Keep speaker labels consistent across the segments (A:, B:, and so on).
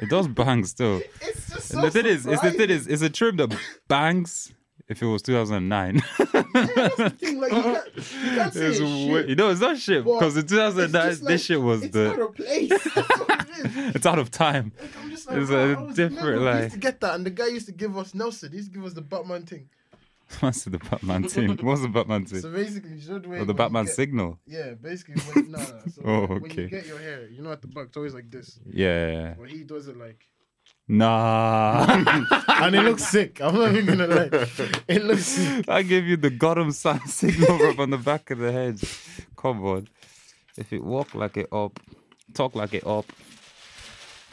A: It does bang still.
B: It's just so
A: And the thing is, it's the
B: surprising.
A: thing is, it's a trim that bangs. If it was 2009,
B: thing, like, you can't, you can't say
A: It's
B: it's
A: wa-
B: shit.
A: you know it's not shit
B: but
A: because in
B: It's
A: 2009
B: just like,
A: this shit was
B: it's
A: the
B: out of place. That's what it is.
A: it's out of time.
B: Like, I'm just
A: It's
B: wow,
A: a
B: I was
A: different,
B: never- We
A: like-
B: used to get that, and the guy used to give us Nelson. He used to give us the Batman thing.
A: What's the Batman team? What's the Batman team?
B: So basically, you know the way
A: Or
B: when you
A: Oh, the Batman
B: get-
A: signal?
B: Yeah, basically, when, no, no. So
A: Oh,
B: when
A: okay.
B: you get your hair, you know, at the back, it's always like this.
A: Yeah, yeah, yeah.
B: But he does it like,
A: Nah.
B: and it looks sick. I'm not even gonna lie, it looks sick.
A: I gave you the Gotham sign signal rub on the back of the head. Come on. If it walk like it up, talk like it up,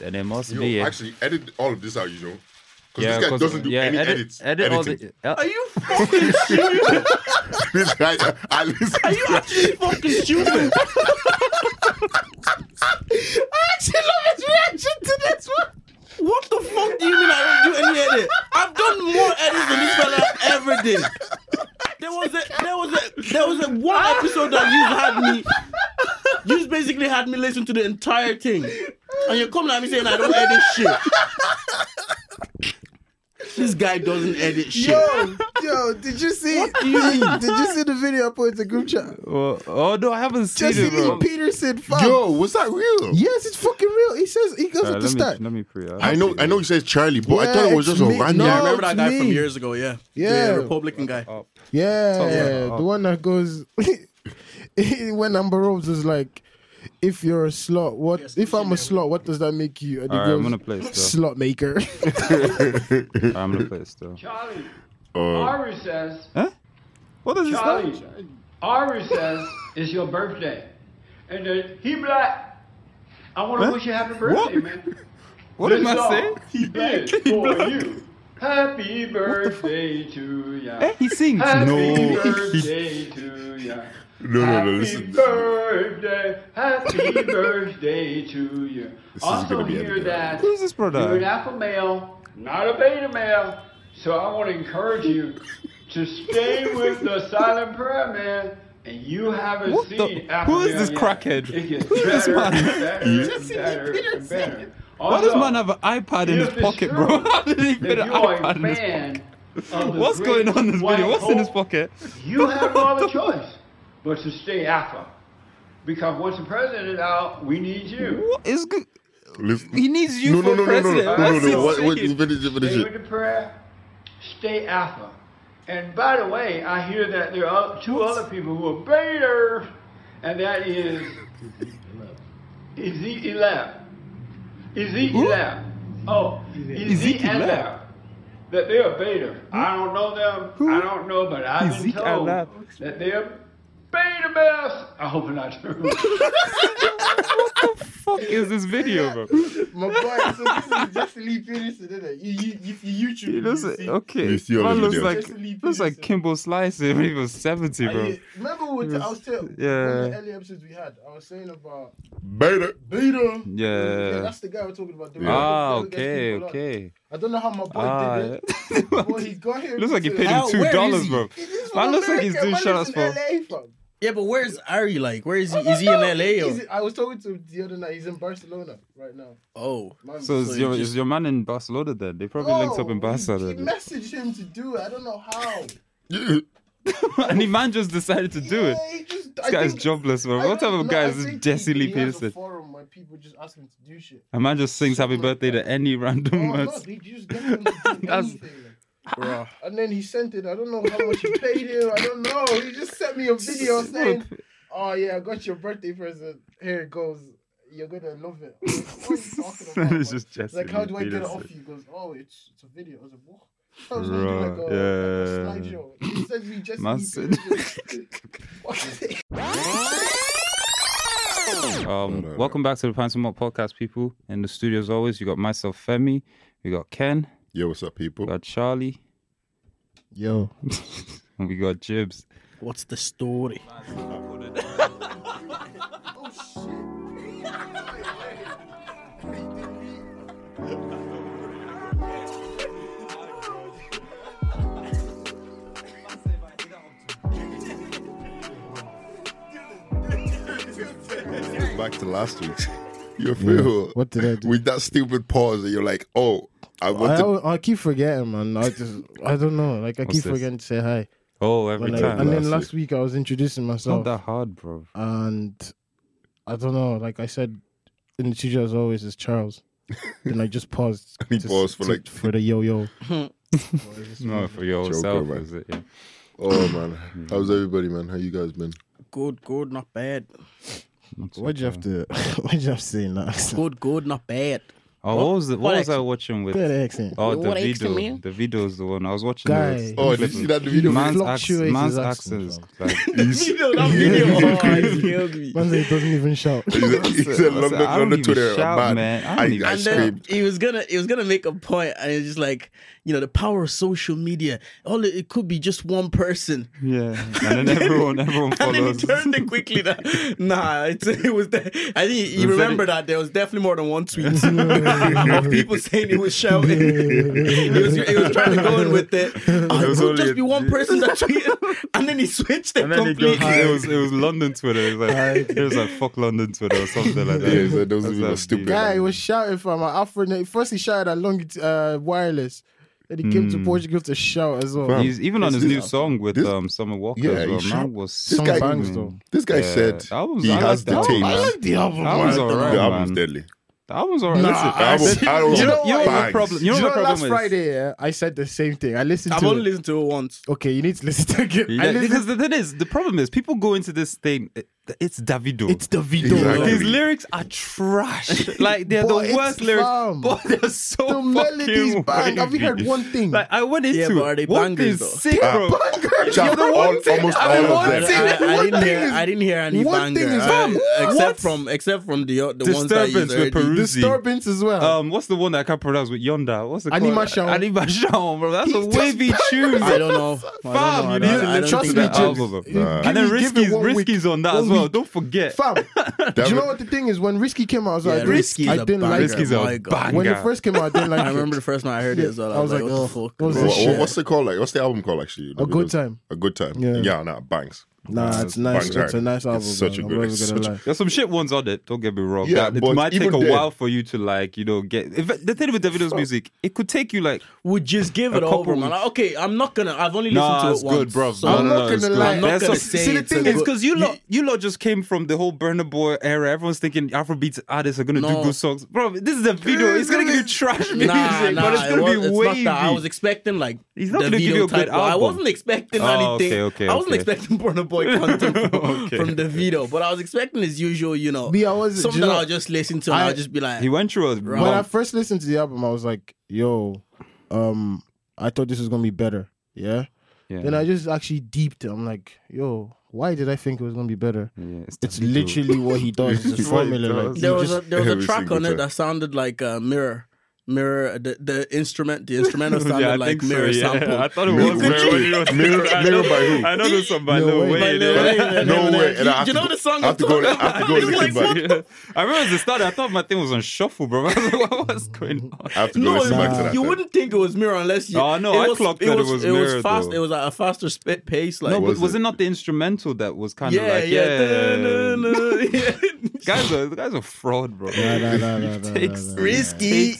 A: then it must
C: You
A: be
C: know,
A: it.
C: actually, edit all of this out, you know. Because
A: yeah,
C: this guy
A: 'cause-
C: doesn't do
A: yeah,
C: any
A: edit,
C: edits.
A: Edit all
C: editing.
A: the, uh,
D: Are you fucking serious?
C: this guy, I listen.
D: Are you actually fucking stupid? What the fuck do you mean I don't do any edit? I've done more edits than this fella ever did. There was a there was a there was a one episode that you had me. You basically had me listen to the entire thing, and you're coming at me saying I don't edit shit. This guy doesn't edit shit.
B: Yo, yo, did you see? did you see the video I put in the group chat?
A: oh, oh, no, I haven't seen
B: Jesse
A: it, bro.
B: Lee Peterson, fam.
C: Yo, was that real?
B: Yes, it's fucking real. He says he goes
A: Uh, let,
B: with the
A: me,
B: stat.
A: let me pre.
C: I know, I know. You says Charlie, but I
B: Yeah,
C: thought it was
B: it's
C: just a
B: me.
C: random.
B: No.
D: I remember that
B: it's
D: guy
B: me.
D: from years ago. Yeah,
B: Yeah.
D: the Republican guy.
B: Yeah,
A: Tell me.
B: the one that goes when Amber Rose was like, "If you're a slut, what?
D: Yes,
B: if I'm a
D: continue.
B: slut, what does that make you?" And he
A: All right,
B: goes,
A: I'm gonna play it still.
B: "Slut maker."
A: I'm gonna play it still.
E: Charlie,
C: Uh,
E: Aru says,
A: What is this?
E: Charlie, Aru says it's your birthday. And then he be like, I want to wish you happy birthday, man.
A: What am
E: This
A: I
E: song
A: saying?
E: is for you. Happy birthday to ya.
A: Eh, he sings.
E: Happy
C: No.
E: birthday to ya.
C: no, no, no.
E: happy
C: Listen.
E: birthday, happy birthday to you.
C: This is
E: Also
C: gonna be
E: hear
C: edited
E: that
C: out.
A: Who's this
E: you're an
A: brother?
E: alpha male, not a beta male. So I want to encourage you to stay with the silent prayer man. And you haven't
A: What the-
E: seen alpha
A: who is
E: male
A: this
E: yet.
A: crackhead?
E: It gets
A: Who is this
E: better
A: man?
E: and better and better and better.
A: Why does
E: Also,
A: man have an iPad in
E: if
A: his
E: it's
A: pocket,
E: true
A: bro? How did he put
E: if
A: an
E: you are
A: iPad
E: a
A: in his pocket?
E: man of the
A: What's
E: great
A: going on in this
E: white
A: video? What's in his
E: hope,
A: pocket?
E: you have no other choice but to stay alpha. Because once the president is out, we need you.
A: What is good?
C: listen.
A: He needs you
C: no,
A: for
C: no, no, no, no,
A: president.
C: no, no,
A: What's
C: no, no.
A: he
C: What, what,
A: saying?
C: finish it, finish
E: Stay with
C: it.
E: the prayer, stay alpha. And by the way, I hear that there are two other people who are better, and that is Ezekiel Lab. Ezekiel Lab. Oh, Ezekiel
A: Elab.
E: Lab. That they are beta. I don't know them. I don't know, but I've been
A: Ezekiel
E: told
A: Elab.
E: that they are beta males. I hope I'm not true.
A: Fuck is this video, bro?
B: My boy, so this is Jesse Lee Peterson, isn't it? You, you, if you YouTube,
A: He looks
B: you see.
A: okay.
C: You see all
A: Man
C: the
A: looks
C: videos.
A: like
B: Just leave
A: looks
B: it
A: like
B: yourself.
A: Kimbo Slice when he was seventy,
B: I-
A: bro.
B: remember what I was telling?
A: Yeah.
B: Yeah, the early episodes we had, I was saying about
C: Beta.
B: Beta.
A: Yeah.
B: that's the guy we're talking about. the
C: Yeah.
B: one
A: Ah,
B: that gets
A: okay,
B: people on.
A: okay.
B: I don't know how my boy
A: Ah,
B: did it. But he got here.
A: looks like he
B: to-
A: paid him
D: How-
A: two
D: where is
A: dollars,
D: he?
A: bro.
B: He's from
A: Man looks like he's
B: America,
A: doing
B: man
A: shout outs
B: lives
A: for.
B: in LA, fam.
D: Yeah, but where's Ari? Like, where is he?
B: I don't
D: Is he in
B: know.
D: LA? Or?
B: He's- I was talking to him the other night. He's in Barcelona right now.
D: Oh,
B: Man,
A: So is
D: So
A: your
D: you
A: is
D: just-
A: your man in Barcelona then? They probably linked up in
B: Bro, he-
A: Barcelona.
B: Oh, He messaged him to do it. I don't know how.
C: Yeah.
A: and the man just decided to do it.
B: Yeah, he just,
A: This guy's jobless, bro. What type of guy is this Jesse Lee Peterson?
B: forum where people just ask him to do shit.
A: A man just sings happy
B: Something like
A: birthday to
B: that.
A: any random
B: Oh, no,
A: person.
B: they just get him to do
A: That's-
B: anything. And then he sent it. I don't know how much he paid him. I don't know. He just sent me a video saying, "Oh yeah, I got your birthday present. Here it goes. You're gonna love it." I'm like, what are you talking about,
A: It's
B: man?
A: just Jesse
B: like, how do I get it
A: Peterson.
B: off you? He goes, "Oh, it's it's a video." I was like, "What?" I was gonna do like a,
A: Bruh,
B: like a
A: yeah.
B: slideshow. He sent me Jesse.
A: Man said-
B: Peterson.
A: Um,
C: no, no.
A: welcome back to the Pants and Mop podcast, people. In the studio, as always, you got myself, Femi. We got Ken.
C: Yo, what's up,
A: We
C: people?
A: got Charlie.
B: Yo,
A: And we got Jibs.
D: what's the story?
C: Back to last week. You feel?
B: What did I do?
C: With that stupid pause, and you're like, oh, I want
B: I,
C: to.
B: al- I keep forgetting, man. I just, I don't know. Like, I
A: What's
B: keep
A: this?
B: forgetting to say hi.
A: Oh,
B: When
A: every
B: I-
A: time.
B: and
C: Last
B: then last week I was introducing
A: it's not
B: myself,
A: that hard, bro.
B: and I don't know. Like I said in the studio, as always, is Charles. then I just paused.
C: He
B: to-
C: paused for
B: to-
C: like-
B: for the yo yo.
A: No, for yourself,
C: man.
A: is it? Yeah.
C: Oh man, how's everybody, man? How you guys been?
D: Good, good, not bad.
B: Why'd you have to? Why'd you have to say in that accent?
D: Good, good, not bad.
A: Oh, what was the, what
D: What
A: was I watching with?
B: Look at the accent.
A: Oh,
D: What
A: the
D: accent,
A: video.
D: man?
A: The video's the one I was watching.
B: Guy.
A: the
C: Oh,
A: clip
C: did you see
A: of-
C: that the video?
A: Man's, acc-
B: fluctuates his
A: man's
B: accent,
A: accents.
B: bro.
A: Like,
D: video, that video. Oh, it killed me.
B: Man said he doesn't even shout.
C: He said- He
A: I don't
C: said London,
A: even
C: London Twitter
A: shout,
C: are bad.
A: man. I don't
C: I,
A: even-
C: I
D: And then
C: screamed.
D: he was gonna he was gonna make a point and it's just like, you know, the power of social media. All it, it could be just one person.
A: yeah, and then everyone, everyone
D: And then he
A: follows.
D: turned it quickly. That, nah, it's, it was. De- I think
A: it-
D: you remember that there was definitely more than one tweet of people saying he was shouting. he, was, he was trying to go in with it. Oh,
A: It
D: it
A: was
D: could
A: only
D: just
A: a-
D: be one person that tweeted, and then he switched it
A: And then he
D: completely.
A: goes, it was it was London Twitter. It was like, it was like fuck London Twitter or something like that.
C: Yeah, he said those
A: That's
C: people
A: how
C: are stupid.
A: deep.
B: Guy was shouting from my Afro. First he shouted at long uh, wireless. Then he came to Portugal to shout as well.
C: Hmm. Fam.
A: He's even on
C: This-
A: his new
C: this-
A: song with
C: this-
A: um Summer Walker.
C: Yeah,
A: as well.
C: he
A: man
C: shot-
A: was
C: This
B: Some
C: guy,
B: bangs though.
C: this guy
A: Yeah,
C: said
A: that was-
C: he
A: I
C: has
A: liked that
C: the
A: one.
C: tapes.
A: I liked
B: the album.
A: That was alright,
C: the album's
A: man.
C: deadly.
A: That was alright. Listen,
C: The album,
B: see-
C: I don't
B: you know
A: you know what the
C: bangs.
A: problem? You know
B: Do
A: what the
B: last
A: problem is?
B: Friday, yeah, I said the same thing. I listened
D: I've
B: to
D: only
B: it.
D: listened to it once.
B: Okay, you need to listen to it again.
A: Yeah,
B: I listened-
A: because the thing is, the problem is, people go into this thing. It, it's Davido.
B: It's the video.
C: Exactly.
A: His lyrics are trash. Like they're
B: But
A: the
B: it's
A: worst lyrics,
B: fam.
A: but they're so
B: The
A: fucking
B: melodies bang. Have
A: wavy.
B: you heard one thing? Ah,
A: Like I went
D: Yeah,
A: into
D: but are
A: it.
D: they
A: One
D: bangers,
A: thing's
D: though?
A: sick, bro.
C: Chap,
A: the one
C: all,
A: thing-
C: almost
A: I
C: all
A: mean,
C: of
A: one
D: I,
A: thing-
C: them.
D: I- I
A: one
D: didn't
A: thing
D: hear.
A: is-
D: I didn't hear any
B: one thing
D: banger,
B: is-
D: I-
A: Fam, what?
D: except from except from the the ones that you
A: Disturbance with Peru. Uzi.
B: disturbance as well.
A: Um, what's the one that I can't pronounce with Yonder? What's the
B: Anima Shaw.
A: Anima Shaw, bro. That's
B: He's
A: a
B: just
A: wavy tune.
D: I don't know.
A: Fam,
D: I
A: you need
D: don't know. I don't, I
A: to
D: don't
A: trust
D: think
A: me,
D: that
A: Jim.
D: album-
B: You-
C: Nah.
B: give
A: And then
B: me- give it
A: Risky's
B: one week.
A: Risky's on that as
B: One
A: well.
B: week.
A: Don't forget.
B: Fam, do
C: Damn
B: you know
C: it.
B: what the thing is? When Risky came out, I was
D: Yeah,
B: like,
D: Risky's
B: I
D: a
B: didn't like
D: banger.
B: it.
A: Risky's
D: my
A: a
D: God.
B: When it
A: banger.
B: first came out, I didn't like it.
D: I remember the first time I heard it as well. I was, like,
B: "Oh,
D: what the
B: what
D: fuck?
B: was
C: Wha-
B: this
C: wha-
B: shit?"
C: what's the call like? What's the album call actually?
B: A Good Time.
C: A good time.
B: Yeah.
C: Yeah, nah, bangs.
B: Nah, it's nice.
C: Bangs
B: It's a
C: hard.
B: nice album.
C: It's such a
B: man.
C: good.
B: I'm
C: It's
B: not even
C: such
B: gonna
C: a
B: lie.
A: There's some shit ones on it. Don't get me wrong.
C: Yeah,
A: That- it
C: but
A: might take
C: even
A: a
C: then-
A: while for you to like, you know, get. In fact, the thing with Davido's music, it could take you like.
D: would just give
A: A
D: it
A: couple
D: over, man.
A: weeks.
D: Okay, I'm not gonna. I've only listened
A: Nah,
D: to it
A: it's
D: once.
A: good, bro.
D: so-
B: I'm not
A: it's
B: gonna
A: good.
B: lie. I'm
D: not
A: There's
D: gonna
A: some-
D: say
A: See, the
D: it's a
A: thing is,
D: good-
A: because you
D: You-
A: lot, you lot just came from the whole Burner Boy era. Everyone's thinking Afrobeat artists are gonna do
D: No.
A: good songs, bro. This is the video. It's gonna give you trash music,
D: Nah, nah,
A: but it's
D: it
A: gonna
D: was-
A: be
D: it's not
A: wavy.
D: that. I was expecting like
A: He's not gonna give you a
D: Davido type-
A: good
D: I
A: album.
D: wasn't expecting
A: Oh,
D: anything.
A: okay, okay,
D: I wasn't
A: okay.
D: expecting Burna Boy content from,
A: Okay.
D: from Davido, but I was expecting his usual, you know,
B: Me, I wasn't-
D: something
B: you know,
D: that I'll just listen to and
B: I-
D: I'll just be like,
A: He went through a
D: Right.
B: When
A: long-
B: I first listened to the album, I was like, "Yo, um, I thought this was gonna be better." Yeah.
A: Yeah.
B: Then I just actually deeped it. I'm like, "Yo, why did I think it was gonna be better?"
A: Yeah,
B: It's
A: Davido.
B: literally what he does. It's
C: It's
B: his
C: what he
B: formula. Like,
C: does.
B: he
D: there was
B: just-
D: a there was a
C: every
D: track
C: single
D: on it
C: time.
D: that sounded like a mirror, mirror. uh, The, the instrument, the instrumental sounded
A: Yeah, I
D: like
A: think
D: mirror
A: so, yeah.
D: sample.
A: I thought it
C: Mirror-
A: was
C: Mirror- Mirror-
A: I
C: Mirror
A: know-
C: by who?
A: I know this song by
B: No
A: Lil
B: way.
A: Wayne.
D: Lil
A: eh?
D: Wayne.
C: No way. And I
D: Do
C: have
D: you
C: to
D: know
C: go-
D: the song
C: I
D: I'm
C: have to go.
D: talking
C: I have to go
D: about?
C: and listen
D: It's
C: back.
A: Yeah. I remember at the start, I thought my thing was on shuffle, bro. I was like, what, what's going on?
C: I have to go
D: No,
C: listen back to
B: nah.
C: that.
D: you
C: then.
D: wouldn't think it was mirror unless you.
A: Oh, no,
D: it
A: I
D: was,
A: clocked
D: it
A: that it
D: was,
A: was
D: it
A: mirror,
D: was fast.
A: though.
D: It was at a faster sp- pace. Like
A: No, but
C: was
A: was
C: it?
A: it not the instrumental that was kind of
D: yeah,
A: like,
D: yeah,
A: yeah,
D: da-na-na-na.
A: guys are guys are fraud, bro.
B: Nah, nah, nah, nah, nah,
A: Takes
B: nah, nah.
D: risky.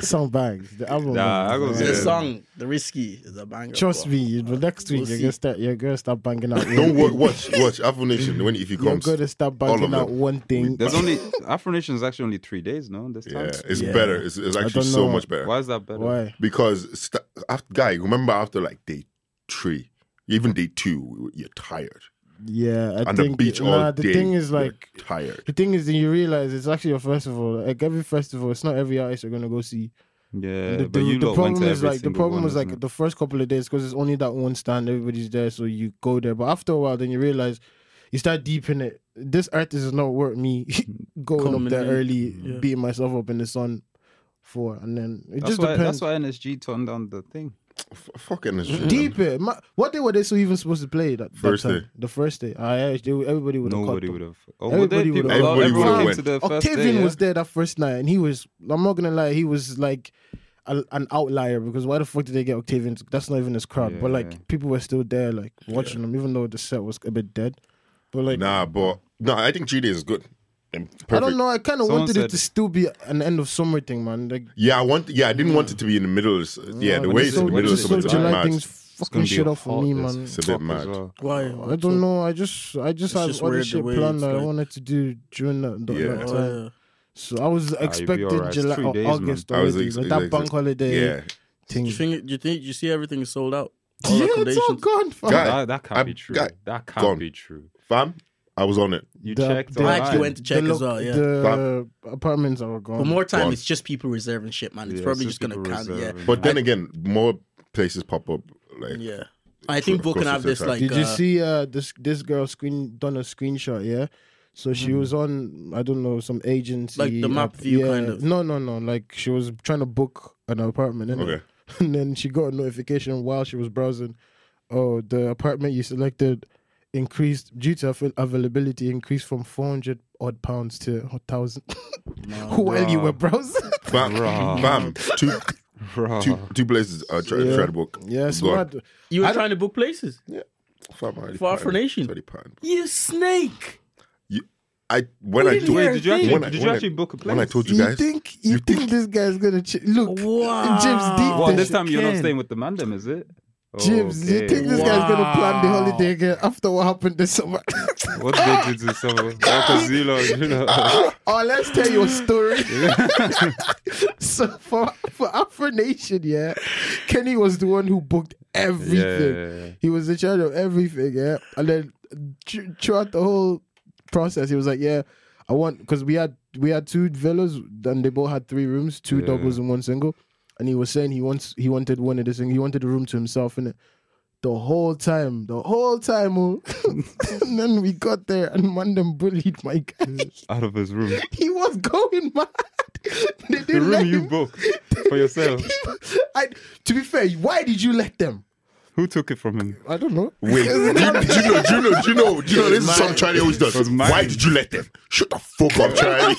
B: Some bangs. The album.
A: Nah, I was-
D: The
A: Yeah.
D: song, the risky, is a banger.
B: Trust
D: bro.
B: me, you- the next week
D: We'll
B: you're
D: see.
B: gonna start. You're gonna start banging out. one
C: Don't
B: thing.
C: wa- watch. Watch Afro Nation when if he
B: You're
C: comes.
B: gonna start
C: all of
B: banging out
C: them.
B: one thing.
A: There's only Afro Nation is actually only three days, no? This time.
C: Yeah, it's
D: Yeah.
C: better. It's, it's actually
B: don't
C: so
B: know.
C: much better
A: Why is that better?
B: Why?
C: because st- after, guy, remember after like day three, even day two, you're tired.
B: Yeah, I
C: On the
B: think.
C: beach
B: nah,
C: all
B: the
C: day.
B: thing is
C: you're
B: like.
C: tired.
B: The thing is, then you realize it's actually a festival. Like every festival, it's not every artist you're gonna go see.
A: Yeah,
B: the,
A: but you
B: the
A: lot went
B: problem
A: to
B: is
A: every
B: like the
A: single
B: problem
A: one,
B: was like
A: isn't
B: the first couple of days because it's only that one stand everybody's there so you go there but after a while then you realize you start deep in it this artist is not worth me going
D: Coming
B: up there
D: in,
B: early
D: yeah.
B: beating myself up in the sun for and then it
A: that's
B: just
A: why that's
B: depends
A: why NSG turned down the thing.
C: F- fucking is
B: deep it Ma- what day were they so even supposed to play that, that
C: First
B: time?
C: day.
B: the first day I, I- they, everybody would have
A: Nobody would have. Oh,
B: Everybody
A: would
B: would've-
A: they? People-
C: Everybody
A: everyone
C: would've
A: came
C: went.
A: to the first
B: Octavian
A: day, yeah?
B: was there that first night, and he was. I'm not gonna lie, he was like a, an outlier because why the fuck did they get Octavian? That's not even his crowd. But
A: Yeah.
B: like people were still there, like watching him, even though the set was a bit dead. But like,
C: Nah, but no, I think G Day is good. And
B: I
C: perfect.
B: don't know. I kind of
A: Someone
B: wanted
A: said-
B: it to still be an end of summer thing, man. Like,
C: Yeah, I want. Yeah, I didn't want it to be in the middle. Of, yeah, the
B: uh,
C: way
B: this
C: it's
B: so,
C: in the middle of
B: this
C: summer
B: so
C: is a bit
B: July
C: mad.
B: thing's fucking shit up for me, man.
C: It's a bit mad.
D: Why?
B: I don't know. I just, I just
D: It's
B: had
D: just
B: other
D: weird the
B: shit
D: way
B: planned
D: it's
B: that I
D: like-
B: wanted to do during that, that,
C: Yeah.
B: that
D: Oh,
B: time.
D: yeah.
B: So I was expecting
A: alright. It's
B: July
A: three
B: or
A: days, man.
B: August
C: I was
B: already,
C: ex-
B: like
C: ex-
B: that bank holiday
C: Yeah,
B: thing.
D: Do you think? Do you think? You see everything is sold out? All
B: Yeah, it's all
D: accommodations.
B: gone. fam.
C: Guy,
A: that, that can't
C: I'm-
A: be true.
C: guy,
A: that can't
C: gone.
A: be true.
C: fam, I was on it.
A: You
B: The-
A: checked.
B: the-
D: I actually
A: online.
D: went to check
B: the
D: as well. Yeah.
B: The apartments are gone.
D: but more time,
C: Gone.
D: it's just people reserving shit, man. It's
A: Yeah,
D: probably
A: it's
D: just gonna
A: people
D: count. Yeah,
A: reserving.
C: But then again, more places pop up. Like,
D: yeah. I think
C: Of
D: Bo
C: course
D: can have
C: it's
D: this
C: a fact.
D: like.
B: Did you
D: uh,
B: see uh, this this girl screen done a screenshot? Yeah, so she
A: Hmm.
B: was on I don't know some agency
D: Like the map
B: app-
D: view kind of.
B: No, no, no. Like she was trying to book an apartment, innit?
C: Okay.
B: and then she got a notification while she was browsing. Oh, the apartment you selected increased due to avail- availability increased from four hundred odd pounds to thousand while you were browsing.
C: fam,
A: Bruh.
C: fam, two,
A: Bruh.
C: two, two places I tried,
B: Yeah.
C: tried to book.
B: yes,
C: Gone.
B: mad.
D: You were
B: I don't-
D: trying to book places.
C: Fam, I already
D: Far
C: planned.
D: for nation.
C: It's already planned.
D: You snake.
C: I when I
D: didn't
C: told
D: hear
A: Did you
D: Thing.
A: actually,
C: When I-
A: did you
C: when I-
A: actually book a place?
C: when I told you
B: You
C: guys,
B: think you, think, this guy's gonna ch- look?
D: Wow.
B: Jibs deep.
A: Well,
B: this
A: this
B: shit.
A: time you're not
D: Ken.
A: staying with the mandem, is it?
B: Jibs, you think this guy's gonna plan the holiday again after what happened this summer?
A: What did you do to someone? Because you know, you know.
B: oh, let's tell your story. so for for Afro Nation, yeah, Kenny was the one who booked everything.
A: Yeah.
B: He was in charge of everything, yeah. And then thr- throughout the whole process, he was like, "Yeah, I want," because we had we had two villas, and they both had three rooms, two
A: Yeah.
B: doubles and one single. And he was saying he wants he wanted one of the thing. He wanted the room to himself in it. The whole time, the whole time, oh. and then we got there, and Mandem bullied my guy.
A: Out of his room.
B: He was going mad. They
A: The
B: didn't let
A: room you
B: him.
A: booked for yourself.
B: He- I, to be fair, why did you let them?
A: Who took it from him?
B: I don't know.
C: wait, do you, do you know, do you know, do you know, do you know, do you know this is something Charlie always does.
A: was mine.
C: Why did you let them? Shut the fuck up, Charlie.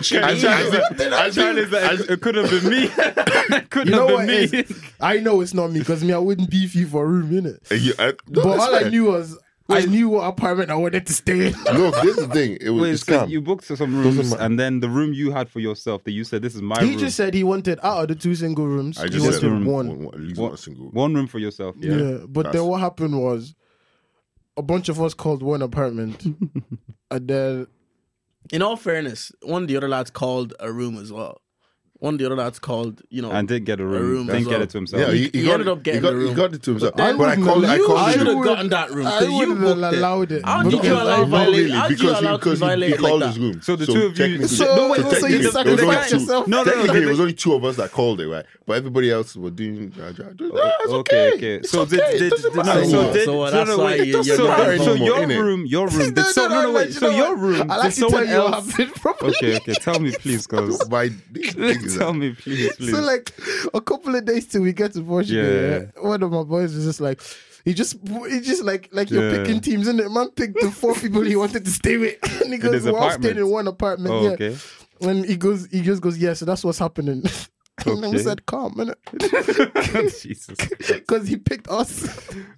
A: Charlie's
C: I think- I
A: like,
C: think-
A: it could have been me. it could
B: You know
A: have
B: what?
A: been me.
B: it is? I know it's not me because me, I wouldn't beef you for a room, innit?
C: Yeah, I- no,
B: But
C: it's
B: all I
C: fine.
B: knew was I knew what apartment I wanted to stay in.
C: Look, this is the thing. It was
A: Wait,
C: it's
A: so
C: scam.
A: you booked some rooms,
C: matter.
A: and then the room you had for yourself that you said this is my
B: He
A: room.
B: just said he wanted out of the two single rooms,
C: I
B: he
C: just
B: wanted
C: said
B: one.
C: At least
A: One-
C: one single.
A: one room for yourself.
B: Yeah.
A: Yeah.
B: But
C: That's-
B: then what happened was a bunch of us called one apartment. and then
D: In all fairness, one of the other lads called a room as well. One of the other lads called, you know,
A: And did get a room.
D: room
A: Didn't
D: as
A: get
D: well.
A: it to himself.
C: Yeah, he, he
D: He
C: got
D: ended
C: it-
D: up
C: he
D: getting
C: got,
D: the room.
C: He got it to himself.
B: then-
C: but I called. I
B: You-
C: called.
D: I
C: him.
D: should have
B: would've-
D: gotten that room.
B: I
D: because you
B: wouldn't
D: booked
B: have
D: it.
B: allowed it.
D: How did you
B: because I-
D: allow
C: No,
D: violate-
C: really,
D: how did you
C: because he,
D: allow to
C: because he,
D: violate
C: he
D: like
C: called
D: that?
C: his room.
A: So the two of you-
C: technically-
A: So- no, wait,
B: so you
C: technically, it was only
B: sacrificed
C: two-
B: yourself?
A: No, no, no,
C: Technically,
A: they-
C: it was only two of us that called it, right? But everybody else were doing. Uh,
A: okay, okay. So did, did, did, no,
D: matter.
A: so did
D: So
A: no,
D: what,
A: no,
D: that's why
A: wait,
D: you-
A: so,
D: you're
A: so,
D: not
A: so
C: anymore,
A: your
C: innit?
A: room, your room. Did so, no, no, wait.
B: you
A: So
B: know
A: your
B: what?
A: room.
B: I'll
A: Did
B: actually tell
A: someone
B: you what
A: else?
B: happened properly.
A: Okay, okay. Tell me, please, cause
C: by
A: tell me, please, please.
B: So like a couple of days till we get to Portugal,
A: Yeah.
B: yeah, one of my boys was just like, he just he just like like you're
A: Yeah.
B: picking teams, and the man picked the four people he wanted to stay with, and he goes,
A: his
B: "We're all
A: apartment.
B: staying in one apartment."
A: Oh,
B: yeah.
A: okay.
B: And he goes, he just goes, "Yeah, so that's what's happening." and then we
A: Okay.
B: said, "Calm, man,"
A: Jesus.
B: because he picked us.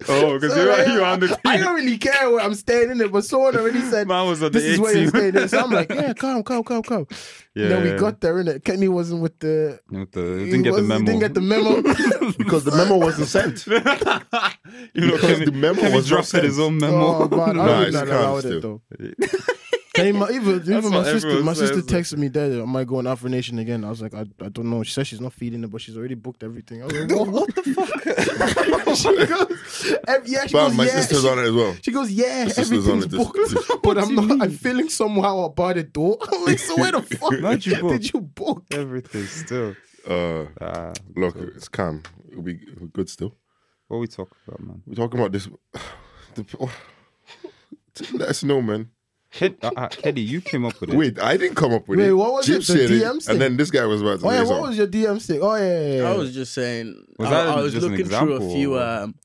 A: Oh, because
B: So,
A: you're
B: like,
A: you're on the
B: I don't really care where I'm staying in it, but someone already said
A: Man was on the
B: this is where you're
A: 18.
B: staying. In. So I'm like, yeah, come, come, come, come.
A: Yeah.
B: then we got there in it. Kenny wasn't with the.
A: What the- you
B: he
A: didn't get the
B: wasn't-
A: memo.
B: He didn't get the memo.
C: because the memo wasn't sent.
A: you know,
C: because
A: Kevin,
C: the memo
A: Kevin
C: was not
A: drafted his own
C: sent.
B: oh
A: memo.
B: man,
C: Nah,
B: I would
C: it's
B: not
C: calm
B: allow it
C: still.
B: though. Hey, my, even even my
A: what
B: sister,
A: everyone
B: my sister
A: says.
B: texted me that am I going Afro Nation again? I was like, I, I don't know. She said she's not feeling it, but she's already booked everything. I was like, what, the fuck? she goes, ev- yeah, she
C: But
B: goes,
C: my
B: yeah.
C: sister's
B: she,
C: on it as well.
B: she goes, yeah,
C: sister's on
B: everything's
C: it.
B: booked, but I'm not. I'm feeling somehow about it though. I'm like, so where the fuck
A: How'd you book?
B: did you book?
A: Everything still.
C: Uh,
A: Ah,
C: look, it's calm. It'll be we're good still.
A: what we talk about, man?
C: We're talking about this. The, oh. let us know, man.
A: Ked, uh, uh, Keddy, you came up with it.
C: Wait, I didn't come up with
B: Wait,
C: it.
B: what was
C: Jip
B: it? The
C: said
B: DM
C: And
B: thing?
C: then this guy was about to
B: Oh yeah,
C: say
B: what
C: something.
B: was your DM stick? Oh yeah, yeah, yeah.
D: I was just saying.
A: Was
D: I,
A: that
D: I was
A: just an
D: looking through a
A: example,
D: few.
A: or-
D: Um,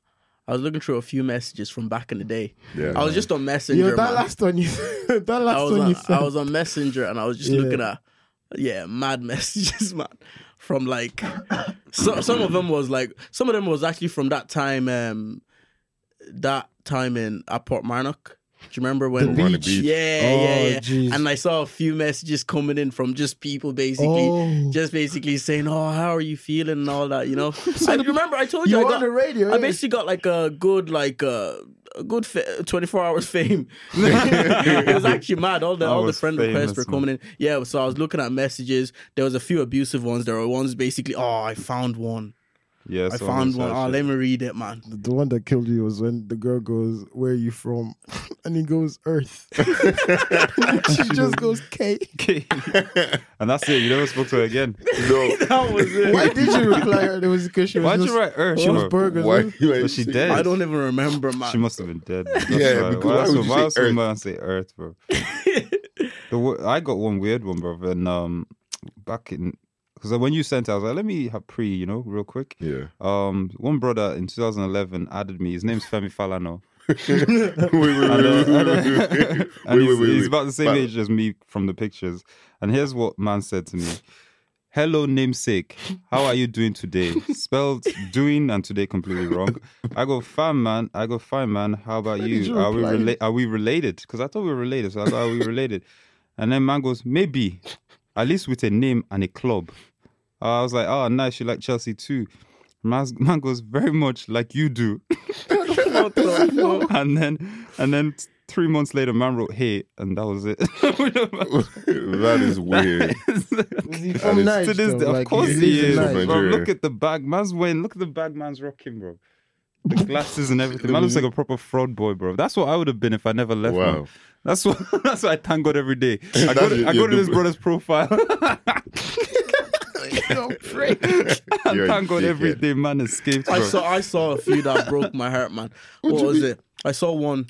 D: I was looking through a few messages from back in the day.
C: Yeah.
D: I was just on Messenger.
B: Yo, that
D: man.
B: last one you, that last
D: I was
B: one
D: on,
B: you said.
D: I was on Messenger and I was just
B: Yeah.
D: looking at yeah, mad messages, man. From like some some of them was like some of them was actually from that time um that time in at Port Marnock. Do you remember when
C: The beach?
D: Yeah,
B: Oh,
D: yeah, yeah.
B: jeez.
D: And I saw a few messages coming in from just people basically,
B: Oh.
D: just basically saying, "Oh, how are you feeling?" and all that. You know. I remember I told you,
F: You
D: I
F: were
D: got,
F: on the radio,
D: I
B: Mm.
F: yeah.
D: basically got like a good like. Uh, a good fa- 24 hours fame. it was actually mad. All the
A: I
D: all the
A: was
D: friend requests
A: famous,
D: were
A: man.
D: coming in. Yeah, so I was looking at messages. There was a few abusive ones. There were ones basically, oh, I found one.
A: Yeah,
D: I found one. Oh, let me read it, man.
B: The one that killed you was when the girl goes, "Where are you from?" and he goes, "Earth." she just goes, "K."
A: and that's it. You never spoke to her again.
C: No.
D: That was it.
B: Why did you reply? Her? There was because she was.
A: Why'd
B: just-
A: you write Earth?
B: She was
A: bro?
B: burgers.
C: Why?
B: huh?
C: why-
A: But she dead.
D: I don't even remember, man.
A: She must have been dead. That's
C: Yeah,
A: why.
C: because
A: why
C: why
A: else
C: would
A: would-
C: you
A: why
C: say
A: else would
C: Earth?
A: man say Earth, bro? the, wo- I got one weird one, bro. And um, back in because when you sent it, I was like, let me have pre, you know, real quick.
C: Yeah.
A: Um, one brother in 2011 added me. His name's Femi Falano.
C: Wait, wait, wait,
A: And, uh,
C: wait, wait, wait, wait, wait.
A: and
C: Wait,
A: he's,
C: wait, wait,
A: he's
C: wait.
A: about the same
C: But-
A: age as me from the pictures. And here's what man said to me. Hello, namesake. How are you doing today? Spelled doing and today completely wrong. I go, fine, man. I go, fine, man. How about you?
B: did you
A: are we
B: reply?
A: rela- Are we related? Because I thought we were related. So I thought, are we related? And then man goes, maybe. At least with a name and a club. I was like, oh, nice. You like Chelsea too. Man, man goes, very much like you do. and then, and then three months later, man wrote, hey, and that was it.
C: that is weird.
F: Was he
C: That
F: from
C: is-
F: Niger?
A: to this day, of
B: like,
A: course
C: he
A: he
C: lives in
A: is.
C: Niger.
A: Bro,
C: Nigeria.
A: look at the bag man's wearing. Look at the bag man's rocking, bro. The glasses and everything. Man looks like a proper fraud boy, bro. That's what I would have been if I never left. man.
C: Wow.
A: That's what. That's what I thank God every day. I go
C: That's
A: to,
C: your-
A: I go
C: your
A: to this
C: dupli-
A: brother's profile. I
C: You're a
A: thank God every
C: dickhead.
A: day, man escaped, bro.
D: I saw I saw a few that broke my heart, man. What was it? I saw one.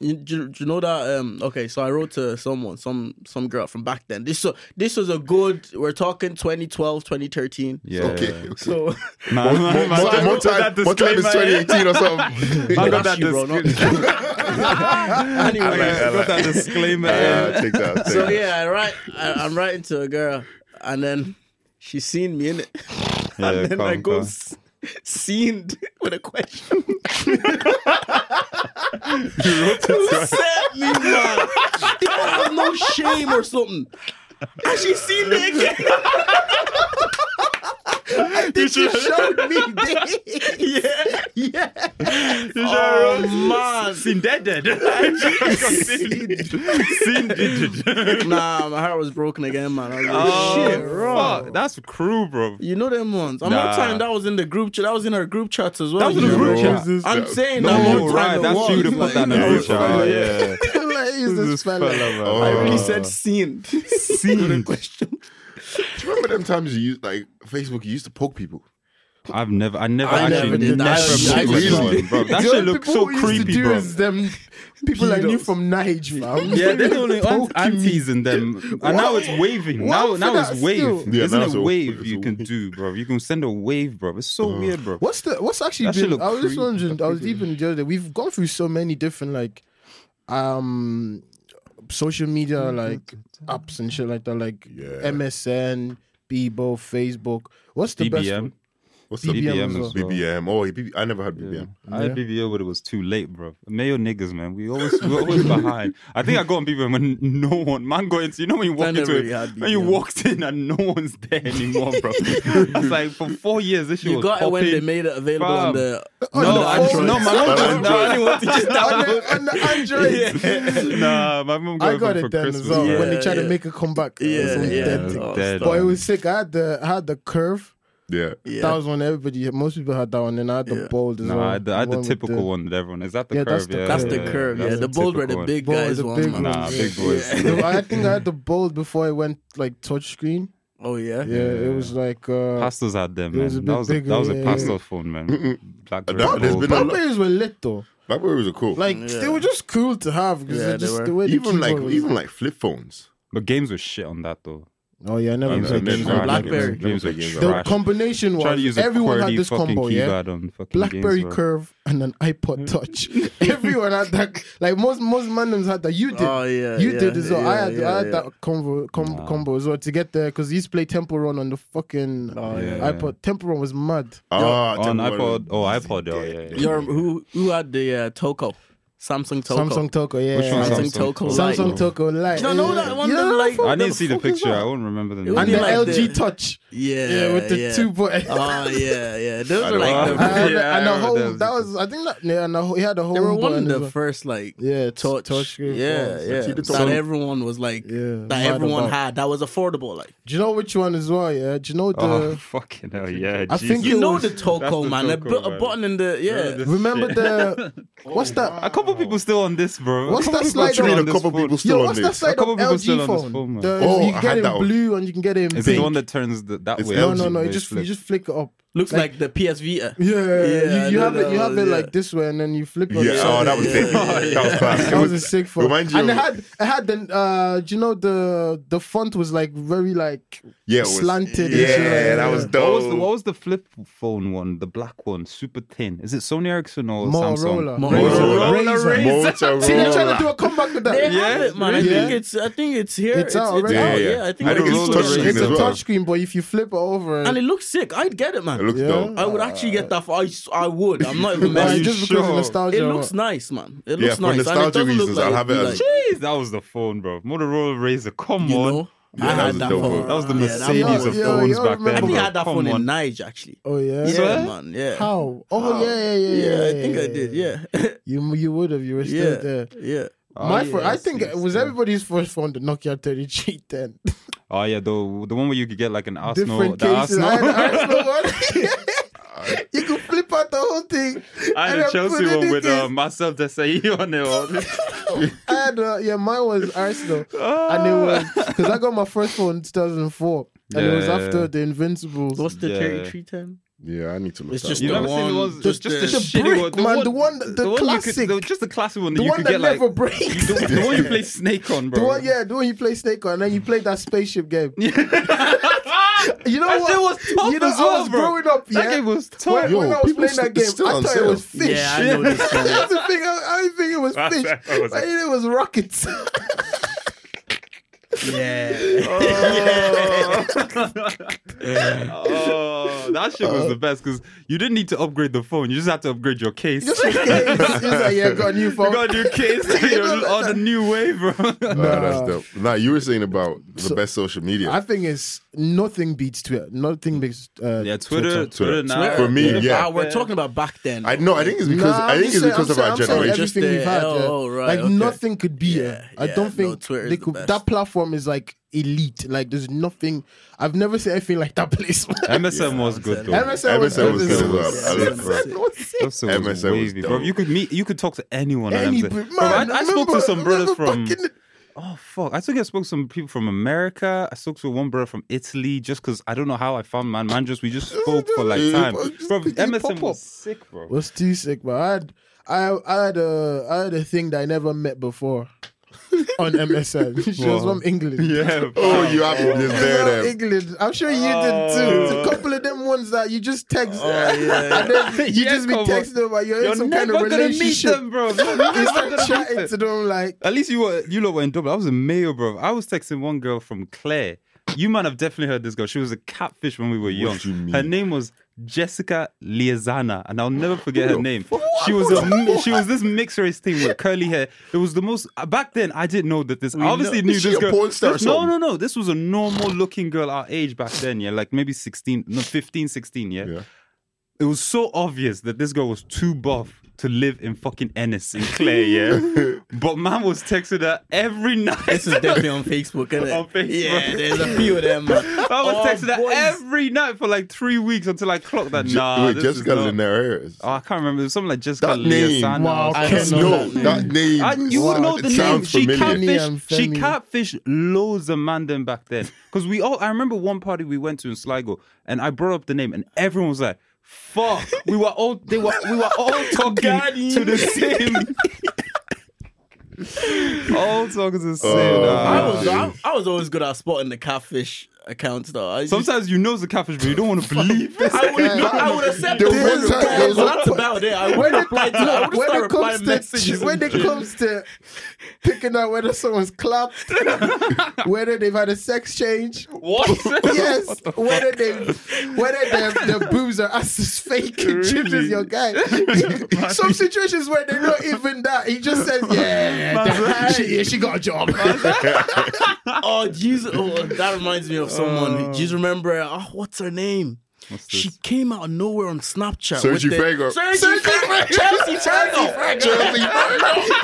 D: You, do, you- do you know that? Um, okay, so I wrote to someone, some some girl from back then. This so this was a good. We're talking 2012, 2013.
A: yeah.
C: Okay.
D: So
A: Man, man, man,
C: More,
A: man
C: more,
A: got that
C: time, more time is
A: disclaimer, yeah.
C: 2018 or something.
A: Man
D: Not
A: got that
D: you, bro, not-
A: disclaimer.
D: anyway,
A: Man got that disclaimer.
C: Uh,
A: yeah.
C: take that. Take
D: so
C: that.
D: yeah, I write. I, I'm writing to a girl, and then she's seen me in it,
A: Yeah,
D: and then I
A: calm,
D: go
A: calm.
D: s- seened with a question. Who sent me, man? They don't have no shame or something. And she seen me again. I think she showed me. this. yeah, yeah. Oh man.
A: Seen dead, dead. Seen dead.
D: Nah, my heart was broken again, man. I was like,
A: Oh.
D: shit, bro.
A: fuck. That's cruel, bro.
D: You know them ones. I'm
A: Nah.
D: not saying that was in the group chat. That was in our group chats as well.
A: That was in the
D: you
A: group
D: know?
A: chat.
D: I'm saying
C: No,
D: that
C: Oh,
D: one
A: right.
D: time
A: That's
D: the
A: you to
D: one.
A: put that in the
D: Like,
A: group chat. Oh, yeah.
B: Like, is this fella?
A: man.
C: Oh.
D: I really
C: Uh,
D: said seen.
A: Seen.
D: question.
C: Do you remember them times you used, like, Facebook, you used to poke people?
A: I've never, I never
D: I
A: actually
D: never did that.
A: never
D: I-
A: poked
C: I-
A: anyone, bro. That
B: The
A: shit
B: only
A: looks
B: people
A: so
B: who used to
A: creepy,
B: do
A: bro.
B: is them people I knew from Nige, fam.
A: Yeah, they're the only
B: Poking
A: aunt- aunties in them. And now it's waving. Now,
B: What
A: now
B: for
A: it's
B: that
A: wave.
B: still?
C: Yeah,
A: Isn't
C: now
A: it
C: it's a-
A: wave
C: it's
A: you
C: a
A: can
C: wave.
A: do, bro? You can send a wave, bro. It's so weird, bro.
B: What's the what's actually
A: That shit
B: been?
A: look
B: I was just
A: creepy.
B: wondering. I was even the other day. We've gone through so many different like, um, social media like apps and shit like that, like
C: Yeah.
B: MSN, Bebo, Facebook. What's the best?
A: BBM.
B: one?
C: What's the
B: BBM
A: BBM
B: as
A: as
B: well.
A: well.
C: BBM? Oh, BB, I never had BBM.
A: I had BBL, but it was too late, bro. Mayo niggas, man. We always we always behind. I think I got on BBM when no one man go into you know when you
D: I
A: walk
D: never
A: into
D: really
A: it,
D: had
A: when you
D: BBM.
A: walked in and no one's there anymore, bro. I was like for four years this shit
D: You
A: was
D: got it when they
A: popping.
D: made it available
A: Fam.
D: on the.
A: no,
D: the
A: I,
D: Android.
A: no, my mom
C: On
A: got no,
C: Android.
A: I didn't want to just
B: on,
A: download.
B: the, on the Android.
A: Nah, my mom got,
B: I got
A: it for
B: it then
A: Christmas.
B: as well
A: bro.
B: when they tried
D: yeah.
B: to make a comeback.
D: Yeah,
B: It was
D: yeah.
B: dead.
A: Oh,
D: dead.
A: stop.
B: But it was sick. I had the I had the curve.
C: Yeah.
D: Yeah.
B: That was one everybody. Most people had that one, and I had the
D: Yeah.
B: bold as
A: Nah,
B: well.
A: I had the, I had the
B: one with
A: typical one that everyone is that the
B: Yeah, that's
A: curve.
B: the-
A: yeah,
D: That's
A: yeah,
D: the
A: yeah,
D: curve. Yeah,
A: that's
D: the bold were the
A: typical
D: big
B: Bold,
D: guys
B: the
D: one,
B: big
D: man.
B: ones,
A: Nah,
B: yeah.
A: big boys.
B: No, I think I had the bold before it went like touchscreen.
D: Oh yeah.
B: Yeah, it was like
A: one.
B: uh,
A: Pastors had them,
B: It was a
A: man.
B: bit
A: That was a,
B: bigger,
A: that was a
B: yeah, yeah.
A: pastor's phone, man. Blackberry
C: That- there's
A: Gold,
C: been a
A: bro.
C: lot-
B: Blackberries were lit though.
C: BlackBerry was a cool.
B: Like
D: Yeah.
B: they were just cool to have because
D: Yeah,
B: yeah,
D: they
B: just
D: were.
B: the way the
C: even like
B: keyboard was-
C: even like flip phones.
A: But games were shit on that though.
B: oh yeah, I never
A: Games were
B: played
C: never
B: games.
C: played
B: on Blackberry.
D: Blackberry.
A: Games were
C: Games were
B: The
A: trash.
B: combination
A: Trying to
B: was
A: use a
B: everyone had
A: QWERTY
B: this
A: fucking
B: combo, yeah.
A: keyboard on fucking
B: Blackberry
A: games, bro.
B: Curve and an iPod Touch. everyone had that. Like most most randoms had that. You did.
D: Oh yeah.
B: You
D: yeah,
B: did as well. I
D: yeah,
B: had,
D: yeah,
B: I had
D: yeah.
B: that combo, com-
A: Nah.
B: combo as well to get there because he used to play Temple Run on the fucking
D: Oh, yeah.
A: Yeah.
B: iPod. Temple Run was mad.
C: Ah,
A: On
C: Temple Run.
A: iPod, oh iPod, oh yeah, yeah.
D: Your, who who had the uh, Toco? Samsung Telco.
B: Samsung Telco, yeah.
A: Which one?
D: Samsung
A: Samsung
D: Telco. Lite.
B: Samsung Telco Lite.
D: No, no, that one that like-
A: I
D: What
A: didn't
D: the
A: see the
D: fuck is
A: picture.
D: that?
A: I won't remember the
D: It was
A: name.
B: And the
D: like
B: LG
D: the-
B: Touch.
D: Yeah,
B: Yeah, with the
D: yeah.
B: two buttons.
D: Oh yeah, yeah. Those
C: I
D: are
C: don't
D: like
A: know.
D: the,
B: and,
A: Yeah,
B: and the
A: I
B: whole
A: remember
B: that was I think that yeah, and the whole, he had a whole
D: they were one
B: button
D: of
B: as
D: the
B: well.
D: first like
B: yeah
D: touch,
B: touchscreen
D: yeah,
B: phones.
D: yeah.
C: See the
D: That
C: touch-
D: everyone was like,
B: Yeah,
D: that
B: mad
D: everyone
B: about.
D: had. That was affordable. Like
B: Do you know which one as well? Yeah, do you know the
A: Oh fucking hell! Yeah,
B: I think
A: Jesus.
D: you
B: it
D: know
B: was-
D: the
A: That's
D: Toco
A: the
D: man, a,
A: Toco,
D: bu- a
A: man.
D: button in the yeah.
B: remember
A: Shit.
B: the what's
A: A
B: that?
A: couple people still on this, bro.
B: What's
A: a couple
B: that
A: people are
B: slide
A: still
B: on?
A: on
C: Between a
A: this
C: couple
A: phone.
C: people still
B: Yo,
C: on
B: what's that
C: this.
A: A
B: side
A: couple
B: of
A: people still
B: LG
A: on this
B: phone?
A: phone, man.
B: The-
C: Oh,
B: you
C: I
B: get
C: had
B: it
C: that
B: in
C: one.
B: blue and you can get it in
A: It's
B: pink.
A: the one that turns the, that
C: It's
A: way.
B: no,
C: LG,
B: no, no.
A: They
B: You just
A: flip.
B: you just flick it up.
D: Looks
B: Like-
D: like, the PS Vita.
B: Yeah,
D: Yeah,
B: you, you
D: I
B: have
D: know
B: it. You
D: that
B: have
D: one,
B: it
D: yeah.
B: like this way, and then you flip.
C: Yeah,
B: On the
C: oh,
B: side.
C: that was
D: Yeah,
C: big. That was class.
B: That was a sick phone.
C: Remind you
B: and it
C: of-
B: had it had the uh, do you know the the font was like very like
C: yeah, it was-
B: slanted. and
C: Yeah,
B: shit like
C: that was dope.
A: What was, the, what was the flip phone one? The black one, super thin. Is it Sony Ericsson or Samsung?
B: Motorola.
C: Motorola.
B: Razor.
C: Motorola.
B: See, they're trying to do a comeback with that.
D: They
A: Yeah,
D: have it, man. I
B: really?
D: think
B: Yeah.
D: it's I think it's here.
B: It's out already.
D: Yeah,
C: Yeah,
D: yeah.
C: yeah.
D: I think
C: I
D: like,
C: don't
D: it's
C: know the
D: still
C: touchscreen
B: It's
D: there.
B: a
C: as well.
B: touchscreen, but if you flip it over,
D: and it looks sick. I'd get it, man.
C: It looks
B: Yeah.
C: dope.
D: I would actually get that for. I, s- I would. I'm not even
B: Nah,
A: Are you
D: messing.
B: just because
A: sure?
B: of nostalgia.
D: It looks nice, man. It
C: Yeah,
D: looks
C: for
D: nice. and it
C: nostalgia
D: doesn't
C: reasons,
D: look
C: I'll
D: like
C: have
D: it'd
C: it
D: be
C: as-
D: like,
A: Jeez, that was the phone, bro. Motorola Razor. Come
D: you
A: on.
D: know.
C: Yeah,
D: I
C: that
D: had
C: was
D: that
C: dope,
D: phone.
C: bro.
A: That was the
D: Yeah, that
A: Mercedes
D: was-
B: one-
A: of
B: Yo,
A: phones
B: yo,
A: back then.
D: I
B: remember-
D: think
A: bro.
D: I had that
A: Come
D: phone in
A: on.
D: Nige actually.
B: Oh yeah.
D: Yeah,
A: Swear?
D: man. Yeah.
B: How? Oh yeah, yeah, yeah,
D: Yeah,
B: yeah.
D: I think I did. Yeah.
B: You you would have. You were still
D: yeah.
B: there.
D: Yeah.
A: Oh,
B: My
A: yeah,
B: first, I think
A: see,
B: it was
A: see.
B: everybody's first phone, the Nokia 3310.
A: Oh yeah, the the one where you could get like an Arsenal.
B: Different
A: the
B: cases. I had
A: Arsenal.
B: an Arsenal one. you could flip out the whole thing.
A: I had
B: and
A: a
B: then put
A: Chelsea
B: it
A: one
B: in
A: with
B: case.
A: uh, myself Desai on it.
B: I had, uh, yeah, mine was Arsenal.
A: Oh.
B: And it was, because I got my first phone in 2004. And it was
A: Yeah.
B: after the Invincibles.
D: What's the
A: Yeah.
D: cherry tree ten?
C: Yeah, I need to look.
D: It's
C: that
D: just
C: up.
A: You
D: the
A: never seen the
D: one-
A: ones? Just,
D: just
A: just
D: the-
A: the,
D: the
A: shitty
B: brick
A: one, the
B: one,
A: one,
B: the one- the
A: You
B: classic.
A: could, the, just the classic one that
B: the
A: you
B: one
A: could
B: that
A: get like
B: never breaks.
A: the, the one you play Snake on, bro.
B: The one, yeah, the one you play Snake on, and then you played that spaceship game. you know
A: That
B: what?
A: shit was tough
B: you know,
A: as well,
B: I was
A: bro.
B: growing up. Yeah,
A: That game was
B: When,
A: tough.
C: Yo,
B: when I was
C: people
B: playing that
C: st-
B: game,
C: still
B: I
C: on
B: thought it
C: sale.
B: was fish.
D: Yeah, I know this one.
B: That's the thing. I, I didn't think it was fish.
A: That was
B: I think it was rockets.
D: Yeah.
A: oh, that shit was the best because you didn't need to upgrade the phone. You just had to upgrade your case.
B: Just like, yeah, it's- it's like, yeah, got a new
A: Oh you
B: phone.
A: got a new case. You're on the new wave, bro.
C: Nah, that's dope. Nah, you were saying about the best social media.
B: uh, I think it's nothing beats Twitter. Nothing beats. Uh,
A: Yeah, Twitter, Twitter now.
C: For me, yeah.
D: Ah, we're talking about back then.
C: I no, I think it's because
B: Nah,
C: I
B: I'm
C: think it's
B: just saying-
C: because
B: I'm
C: of our
B: saying- I'm saying
C: generation.
B: Everything
D: Just
B: we've
D: the-
B: had, yeah.
D: oh, right,
B: like
D: okay.
B: nothing could be
D: Yeah,
B: it. I
D: yeah,
B: don't
D: no,
B: think
D: Twitter is
B: they
D: the
B: could,
D: best.
B: that platform is like elite. Like there's nothing. I've never seen anything like that place.
A: MSN was good though.
B: MSN was
C: MSN was
B: good as
C: good
B: well.
C: as well. I love that.
B: MSN was sick.
A: That's so
C: MSN was
A: wavy, bro.
C: dope.
A: You could meet, you could talk to anyone. on
B: Any
A: MSN.
B: bro-
A: Bro, I,
B: man,
A: I spoke to
B: remember-
A: some brothers
B: remember
A: from.
B: back in the-
A: Oh fuck! I think I spoke to some people from America. I spoke to one brother from Italy, just because I don't know how I found man. Man, just we just spoke for like time.
B: Just
A: Bro,
B: quickly
A: MSN
B: pop
A: was
B: up.
A: sick, bro.
B: was too sick, but I had I, I had a I had a thing that I never met before on MSN. she was
A: Wow.
B: from England.
A: Yeah.
C: Oh, you have this
B: She was
C: there
B: from
C: then.
B: England. I'm sure you
A: Oh.
B: did too. It's a couple of them ones that you just text. And then you
A: Yeah,
B: just be
A: come on.
B: texting them like you're,
A: You're
B: in some kind
A: never
B: of
A: gonna meet
B: relationship.
A: them, bro. You're never
B: You
A: gonna
B: start
A: meet
B: chatting
A: them.
B: to them like
A: At least you were you lot were in Dublin. I was in Mayo, bro. I was texting one girl from Claire. You might have definitely heard this girl. She was a catfish when we were young.
C: do you mean?
A: Her name was Jessica Liazana, and I'll never forget her name. She was a mi- she was this mixed race thing with curly hair. It was the most uh, back then. I didn't know that this. I obviously
C: know-
A: knew
C: Is she
A: this
C: a
A: girl.
C: porn star or
A: this- no,
C: something?
A: no, no. This was a normal looking girl our age back then. Yeah, like maybe sixteen, no, 15, 16,
C: Yeah.
A: it was so obvious that this girl was too buff to live in fucking Ennis in Clare, yeah. but man was texting her every night.
D: This is definitely on Facebook, isn't it?
A: On Facebook.
D: Yeah, there's a few of them. Man.
A: I was
D: Oh,
A: texting her
D: boys.
A: every night for like three weeks until I clocked that.
C: Ju-
A: Nah,
C: Wait,
A: this is
C: Jessica's
A: not-
C: in there. hers.
A: Oh, I can't remember. It was something like Jessica
C: That name.
A: Liasana.
B: Wow,
A: I
B: Ken,
A: don't know.
C: No, that name.
A: And you would
B: Wow,
A: know
C: it
A: the name.
C: sounds
A: She
C: familiar.
B: Femi and
A: catfished. She
B: Femi.
A: catfished loads of man them back then. Because we all, I remember one party we went to in Sligo, and I brought up the name, and everyone was like, "Fuck!" We were all they were we were all talking to the same. all talking to the same.
C: Oh,
A: ah.
D: I
B: Uh,
D: was, I, I was always good at spotting the catfish accounts, though. I used-
A: Sometimes you know it's a catfish, but you don't want to believe. it.
D: I would, no, I would accept
C: There
D: the
C: was
D: one
C: one time- there
D: reply,
C: was
D: but
C: one
D: that's about it. I
B: when
D: wouldn't
B: it,
D: reply to it. I
B: look,
D: wouldn't
B: when
D: start
B: it comes
D: replying
B: to
D: messages.
B: when it comes to picking out whether someone's clapped, whether they've had a sex change,
A: What?
B: yes, whether they whether their, their boobs her ass is fake and Jim is your guy. Some situations where they're not even that. He just says, yeah, that- she, yeah, she got a job.
D: oh, Jesus. Oh, that reminds me of someone.
B: Uh.
D: who- Do you remember? Oh, what's her name? She came out of nowhere on Snapchat. with
C: Sergi
D: the-
C: Fergo.
D: Sergi Fergo. Chelsea Fergo.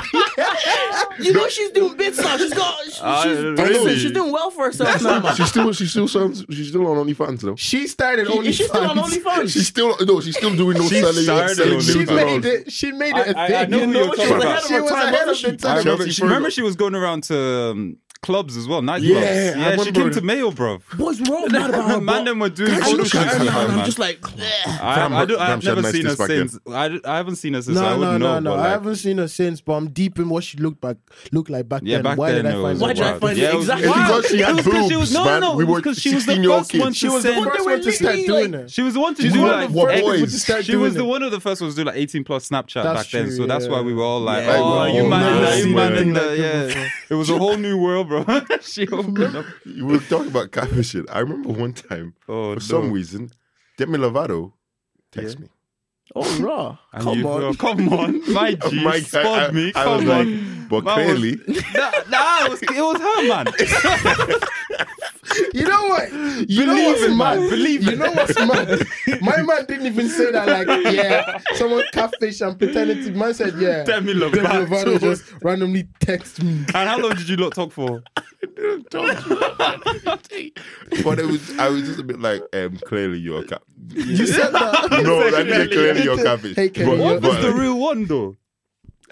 D: You know she's doing bits now. She's got. She's,
C: really?
D: she's doing well for herself now. man.
C: She still, she still sounds, she's still on OnlyFans though.
B: She started
D: She-
B: OnlyFans.
D: She's still on OnlyFans.
C: She's still, no, she's still doing no
A: She
C: selling.
A: started
C: selling
A: on
B: She
A: OnlyFans.
C: things around.
B: made it. She made it a
A: I- I
B: thing.
A: know who
B: You
A: you're
D: she
A: talking
D: was
A: about.
D: ahead of
B: She
D: her
B: was
D: time.
B: ahead of
D: wasn't
B: the
D: she?
A: I
B: time.
A: remember,
C: Chelsea
A: she, remember
C: Fergo.
A: she was going around to um, clubs as well, nightclubs.
C: Yeah, I
A: she
C: remember.
A: came to Mayo, bro.
D: Boys, we're all mad about her.
A: Man,
D: but-
A: them were doing
D: I
A: photo
D: look at
A: shoots.
D: her
A: and
D: now
A: stuff,
D: and I'm
A: man.
D: just like, "Ugh."
A: I, I, do, I have
C: Damn, she had
A: never
C: nice
A: seen her
C: tits back then.
A: since. I, I haven't seen her since. so I
B: No, no,
A: wouldn't
B: no,
A: know.
B: no.
A: but
B: I
A: like-
B: haven't seen her since, but I'm deep in what she looked back, looked like back
A: Yeah,
B: then.
A: back
B: Why
A: then
B: did I
A: it
B: find
A: was
B: her?
D: Why did I
A: wild.
D: find
A: Yeah,
D: it?
A: it was-
D: Exactly.
C: It's because she had
A: It was 'cause she
C: boobs,
A: was- no,
C: man.
A: no,
C: We
A: it
C: were
A: was 'cause she was the
C: 16-year-old
A: first one
C: kids.
A: She was
D: the
A: saying-
D: one
B: First
D: that
B: one
D: went
B: to start
D: literally,
B: doing
D: like-
B: it.
A: She was the one to
B: She's
A: do
B: one of
A: like.
B: the first
A: ex-
B: people to
C: boys.
B: start
A: she
B: doing
A: was
B: it.
A: the one of the first ones to do like 18 plus Snapchat
B: That's
A: back then,
B: true,
A: so that's why
B: yeah.
A: we were all like,
D: Yeah.
A: "Oh,
C: Like,
A: you
C: oh,
A: man,
C: nice,
A: you man
C: man.
A: in the yeah." It was a whole new world, bro. she opened up.
C: We were talking about catfishing. I remember one time,
A: Oh,
C: for
A: no.
C: some reason, Demi Lovato texted me.
D: Oh, raw.
A: And
D: Come
A: you-
D: on.
A: oh, come on, my
C: Oh
A: G,
C: my God,
A: spot
C: I-
A: me,
C: I
A: come
C: was like,
A: on.
C: but
A: Man was-
C: clearly,
A: nah, nah, it was, it was her, man.
B: You know what? You know
A: Believe
B: what's
A: it, man.
B: mad?
A: Believe
B: you
A: it.
B: know what's mad? My man didn't even say that. Like, yeah, someone catfish and pretended to. Man said, yeah.
A: Demi
B: Demi
A: Lovato.
B: Lovato just randomly text me.
A: And how long did you lot talk for?
C: but it was, I was just a bit like, um, clearly you're a cat.
B: You said that.
C: No, I didn't say clearly you're
B: Hey,
C: catfish.
B: Kenny,
C: But-
B: you're-
A: What
C: but-
A: was the real one though?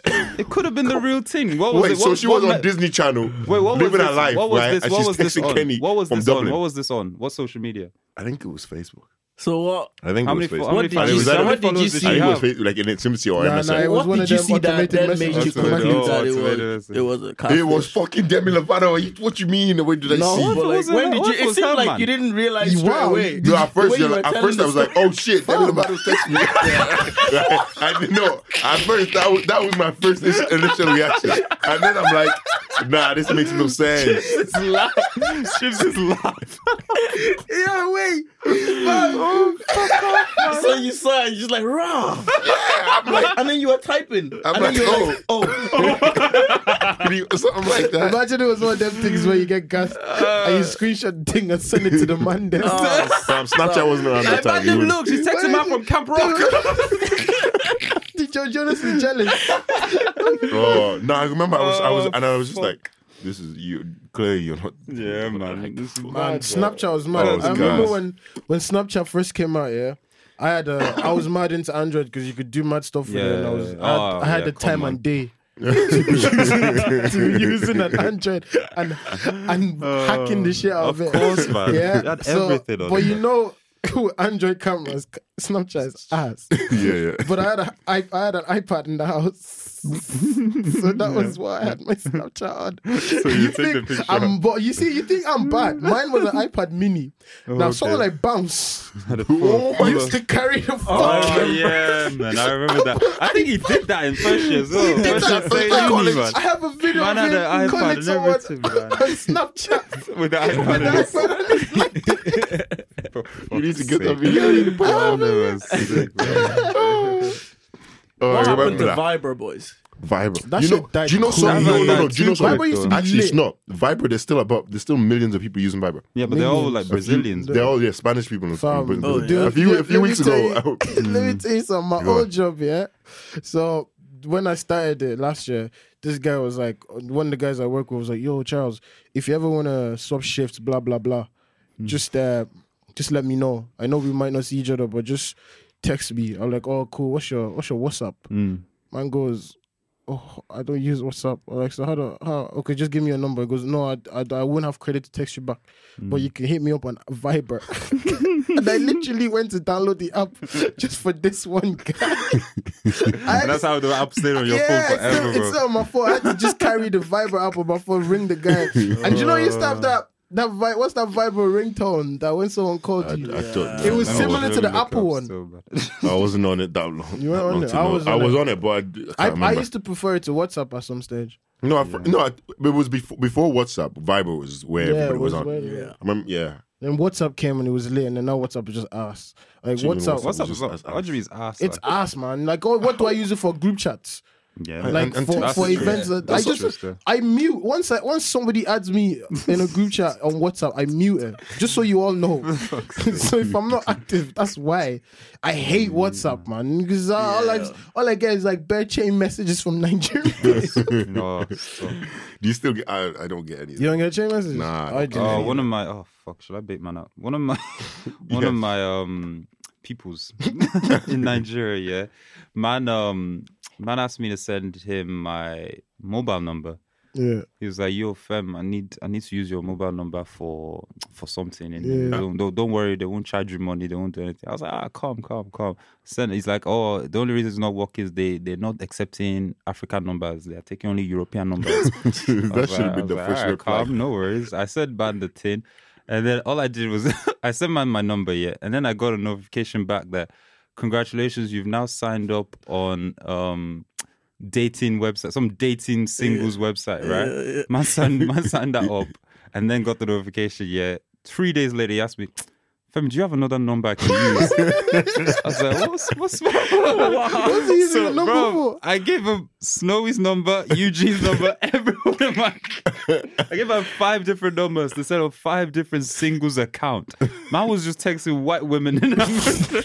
A: It could have been the real thing. What was
C: Wait,
A: it?
C: so
A: What-
C: she was
A: what
C: on
A: me-
C: Disney Channel,
A: Wait, what
C: living
A: was
C: her
A: this?
C: life,
A: what was
C: right?
A: this?
C: And
A: what
C: she's
A: was this
C: texting
A: on?
C: Kenny
A: what was
C: from
A: this
C: Dublin.
A: on? What was this on? What social media?
C: I think it was Facebook.
D: So what?
C: I think
A: How many,
C: it was
A: fo-
C: Facebook.
A: how many
D: What did
A: followers?
C: you see?
A: how many
D: What did you
A: followers did
D: see?
A: she
C: I think it was
A: have?
C: Facebook, like in intimacy or
B: Nah,
C: MSN.
B: nah, It was
D: What
B: one
D: did
B: of
D: you
B: them
D: see that,
B: automated
D: that made you
B: messages.
D: conclude
A: Oh,
D: that
A: automated
D: it was,
A: message.
D: it was a
C: It was
D: catfish?
C: fucking Demi Lovato. You- What you mean? What did I
D: No,
C: see?
D: but like,
A: wasn't
D: when
A: that-
D: did
A: what
D: you? It
A: was
D: seemed
A: her,
D: like
A: man?
D: you didn't realize
B: You-
D: straight
B: wow,
D: away.
C: No, at first,
D: way
C: you're
D: you
C: like,
D: were
C: at
D: telling
C: first I
D: the
C: was like, "Oh shit, Demi Lovato text me." Right? I didn't know. At first, that was that was my first initial initial reaction, and then I'm like, "Nah, this makes no sense."
D: It's live.
A: Chips is live.
B: Yeah, wait.
D: so you saw it, you're just like, raw.
C: I'm like,
D: And then you were typing.
C: I'm
D: and
C: like,
D: then you were
C: "Oh."
D: like, oh.
C: something like that.
B: Imagine it was one of them things where you get gassed and
A: Uh.
B: you screenshot the thing and send it to the man there.
C: Fam, Snapchat wasn't around that time. You
A: Imagine, look,
C: wouldn't-
A: she's texting man from Camp Rock.
B: Did you you're honestly jealous?
C: Oh, no, I remember I was, I was,
A: Oh,
C: and I was just
A: fuck.
C: like, this is you. Clearly, you're not.
A: Yeah, man. This is
B: Man, Snapchat was mad.
C: Oh, it's
B: I remember
C: gas.
B: when when Snapchat first came out. Yeah, I had a, I was mad into Android because you could do mad stuff with it. And I was
A: Yeah.
B: I had,
A: Oh,
B: I had
A: yeah,
B: the time
A: come on.
B: and day to be using an Android and and hacking the shit out of,
A: of
B: it.
A: course, man.
B: Yeah,
A: It had
B: So,
A: everything on
B: But
A: it,
B: you
A: man.
B: know, Android cameras, Snapchat is ass.
C: Yeah, yeah.
B: But I had a, I, I had an iPad in the house, so that was why I had my Snapchat on. So
A: you took the picture.
B: I'm, but you see, you think I'm bad. Mine was an iPad Mini.
A: Oh,
B: now someone like bounce
C: Oh my
B: used to carry the phone.
A: Oh yeah, man! I remember that. I think he did that in first year as well.
B: Did
A: First year,
B: that
A: second
B: for
A: year,
B: college.
A: man.
B: I have a video
A: Man
B: of
A: had
B: him
A: an
B: in
A: iPad
B: college
A: and
B: someone
A: everything, man.
B: on Snapchat.
A: With the iPad in his-
C: You need to get that video. You need to put it
A: Man, that
B: Ah,
C: on there.
A: was sick, man.
C: Oh,
D: What
C: I
D: happened
C: remember
D: to
C: that.
D: Viber, boys?
C: Viber.
B: That
C: you
B: shit
C: know,
B: died
C: do you know
B: quick.
C: something?
A: That
C: No, no, no.
A: died
C: Do you know
A: too quick,
C: something?
B: Viber used to be
C: Actually, it's
B: lit.
C: not. Viber, there's still about, there's still millions of people using Viber.
A: Yeah, but they're all like Brazilians.
C: They're all, yeah, Spanish people. In,
B: Fam,
C: in, in,
D: oh,
C: Brazil.
D: yeah.
C: A few, a
B: Let-
C: few
B: let
C: weeks
B: me tell
C: ago.
B: you-
C: I hope-
B: let me tell you something. My
C: Go on.
B: old job, yeah. So when I started it last year, this guy was like, one of the guys I work with was like, "Yo, Charles, if you ever want to swap shifts, blah blah blah,
C: Hmm.
B: just uh, just let me know. I know we might not see each other, but just text me." I'm like, "Oh, cool. What's your what's your WhatsApp?"
C: Hmm.
A: Mm.
B: Man goes, "Oh, I don't use WhatsApp." I'm like, "So how do how? Okay, just give me your number." He goes, "No, I I, I won't have credit to text you back, but you can hit me up on Viber." and I literally went to download the app just for this one guy. I
A: And that's how the app stayed on your phone
B: it's
A: forever,
B: not-
A: bro.
B: It's not on my phone. I had to just carry the Viber app on my phone, ring the guy. And you know, you used to have that that vi- what's that Viber ringtone that when someone called
C: I, I
B: you.
C: don't
B: It was
C: know.
B: similar to the
A: Look up
B: Apple one.
A: so bad.
C: I wasn't on it that long.
B: You weren't on
C: that long
B: it.
C: to
B: I
C: know.
B: was
C: I
B: on
C: was
B: it.
C: on it, but I, d- I can't
B: I,
C: remember.
B: I used to prefer it to WhatsApp at some stage.
C: no, I, fr- no, I, it was before before WhatsApp. Viber was where
B: yeah,
C: everybody
B: it
C: was,
B: was
C: on.
B: weird.
C: I remember, yeah,
B: Then WhatsApp came and it was lit, and then now WhatsApp is just ass. Like
C: What do you mean
B: WhatsApp,
C: WhatsApp?
A: What's up?
C: Just
A: What's
C: ass.
A: up? Audrey's ass.
B: it's
A: like-
B: ass, man. Like, oh, what do I use it for? Group chats,
A: yeah.
C: And-
B: like
C: and
B: for,
C: text.
B: for
C: That's true.
B: events.
C: Yeah.
B: That I
C: That's
B: just
A: true.
B: I mute once. I once somebody adds me in a group chat on WhatsApp, I mute it just so you all know. so if I'm not active, that's why I hate WhatsApp, man. Because all I
D: Yeah.
B: all I get is like bare chain messages from Nigeria.
A: no. so-
C: Do you still get? I, I don't get any. Of
B: You don't get chain messages?
C: Nah,
B: I
C: I
B: do.
C: don't.
A: Oh, one of my oh fuck, should I bait man up? One of my one of
C: Yes.
A: my um peoples in Nigeria, yeah. Man um man asked me to send him my mobile number.
B: Yeah.
A: He was like, "Yo, fam, I need I need to use your mobile number for for something, and
B: Yeah.
A: don't, don't don't worry, they won't charge you money, they won't do anything." I was like, "Ah, calm, calm, calm." Send. He's like, "Oh, the only reason it's not working is they they're not accepting African numbers; they are taking only European numbers."
C: that should
A: I was like-
C: have
A: I
C: been the
A: was like,
C: first
A: "Alright,
C: reply.
A: Calm, no worries. I said ban the tin, and then all I did was I sent man my number yet, and then I got a notification back that congratulations, you've now signed up on um dating website, some dating singles website, right? Man signed man signed that up, and then got the notification. Yeah, three days later, he asked me. Fem, do you have another number I can use? I was like, what's what's
B: What's he using
A: so,
B: your number
A: bro,
B: for?
A: I gave him Snowy's number, Eugene's number, every one of my. I gave her five different numbers to set up five different singles account. Man was just texting white women in Africa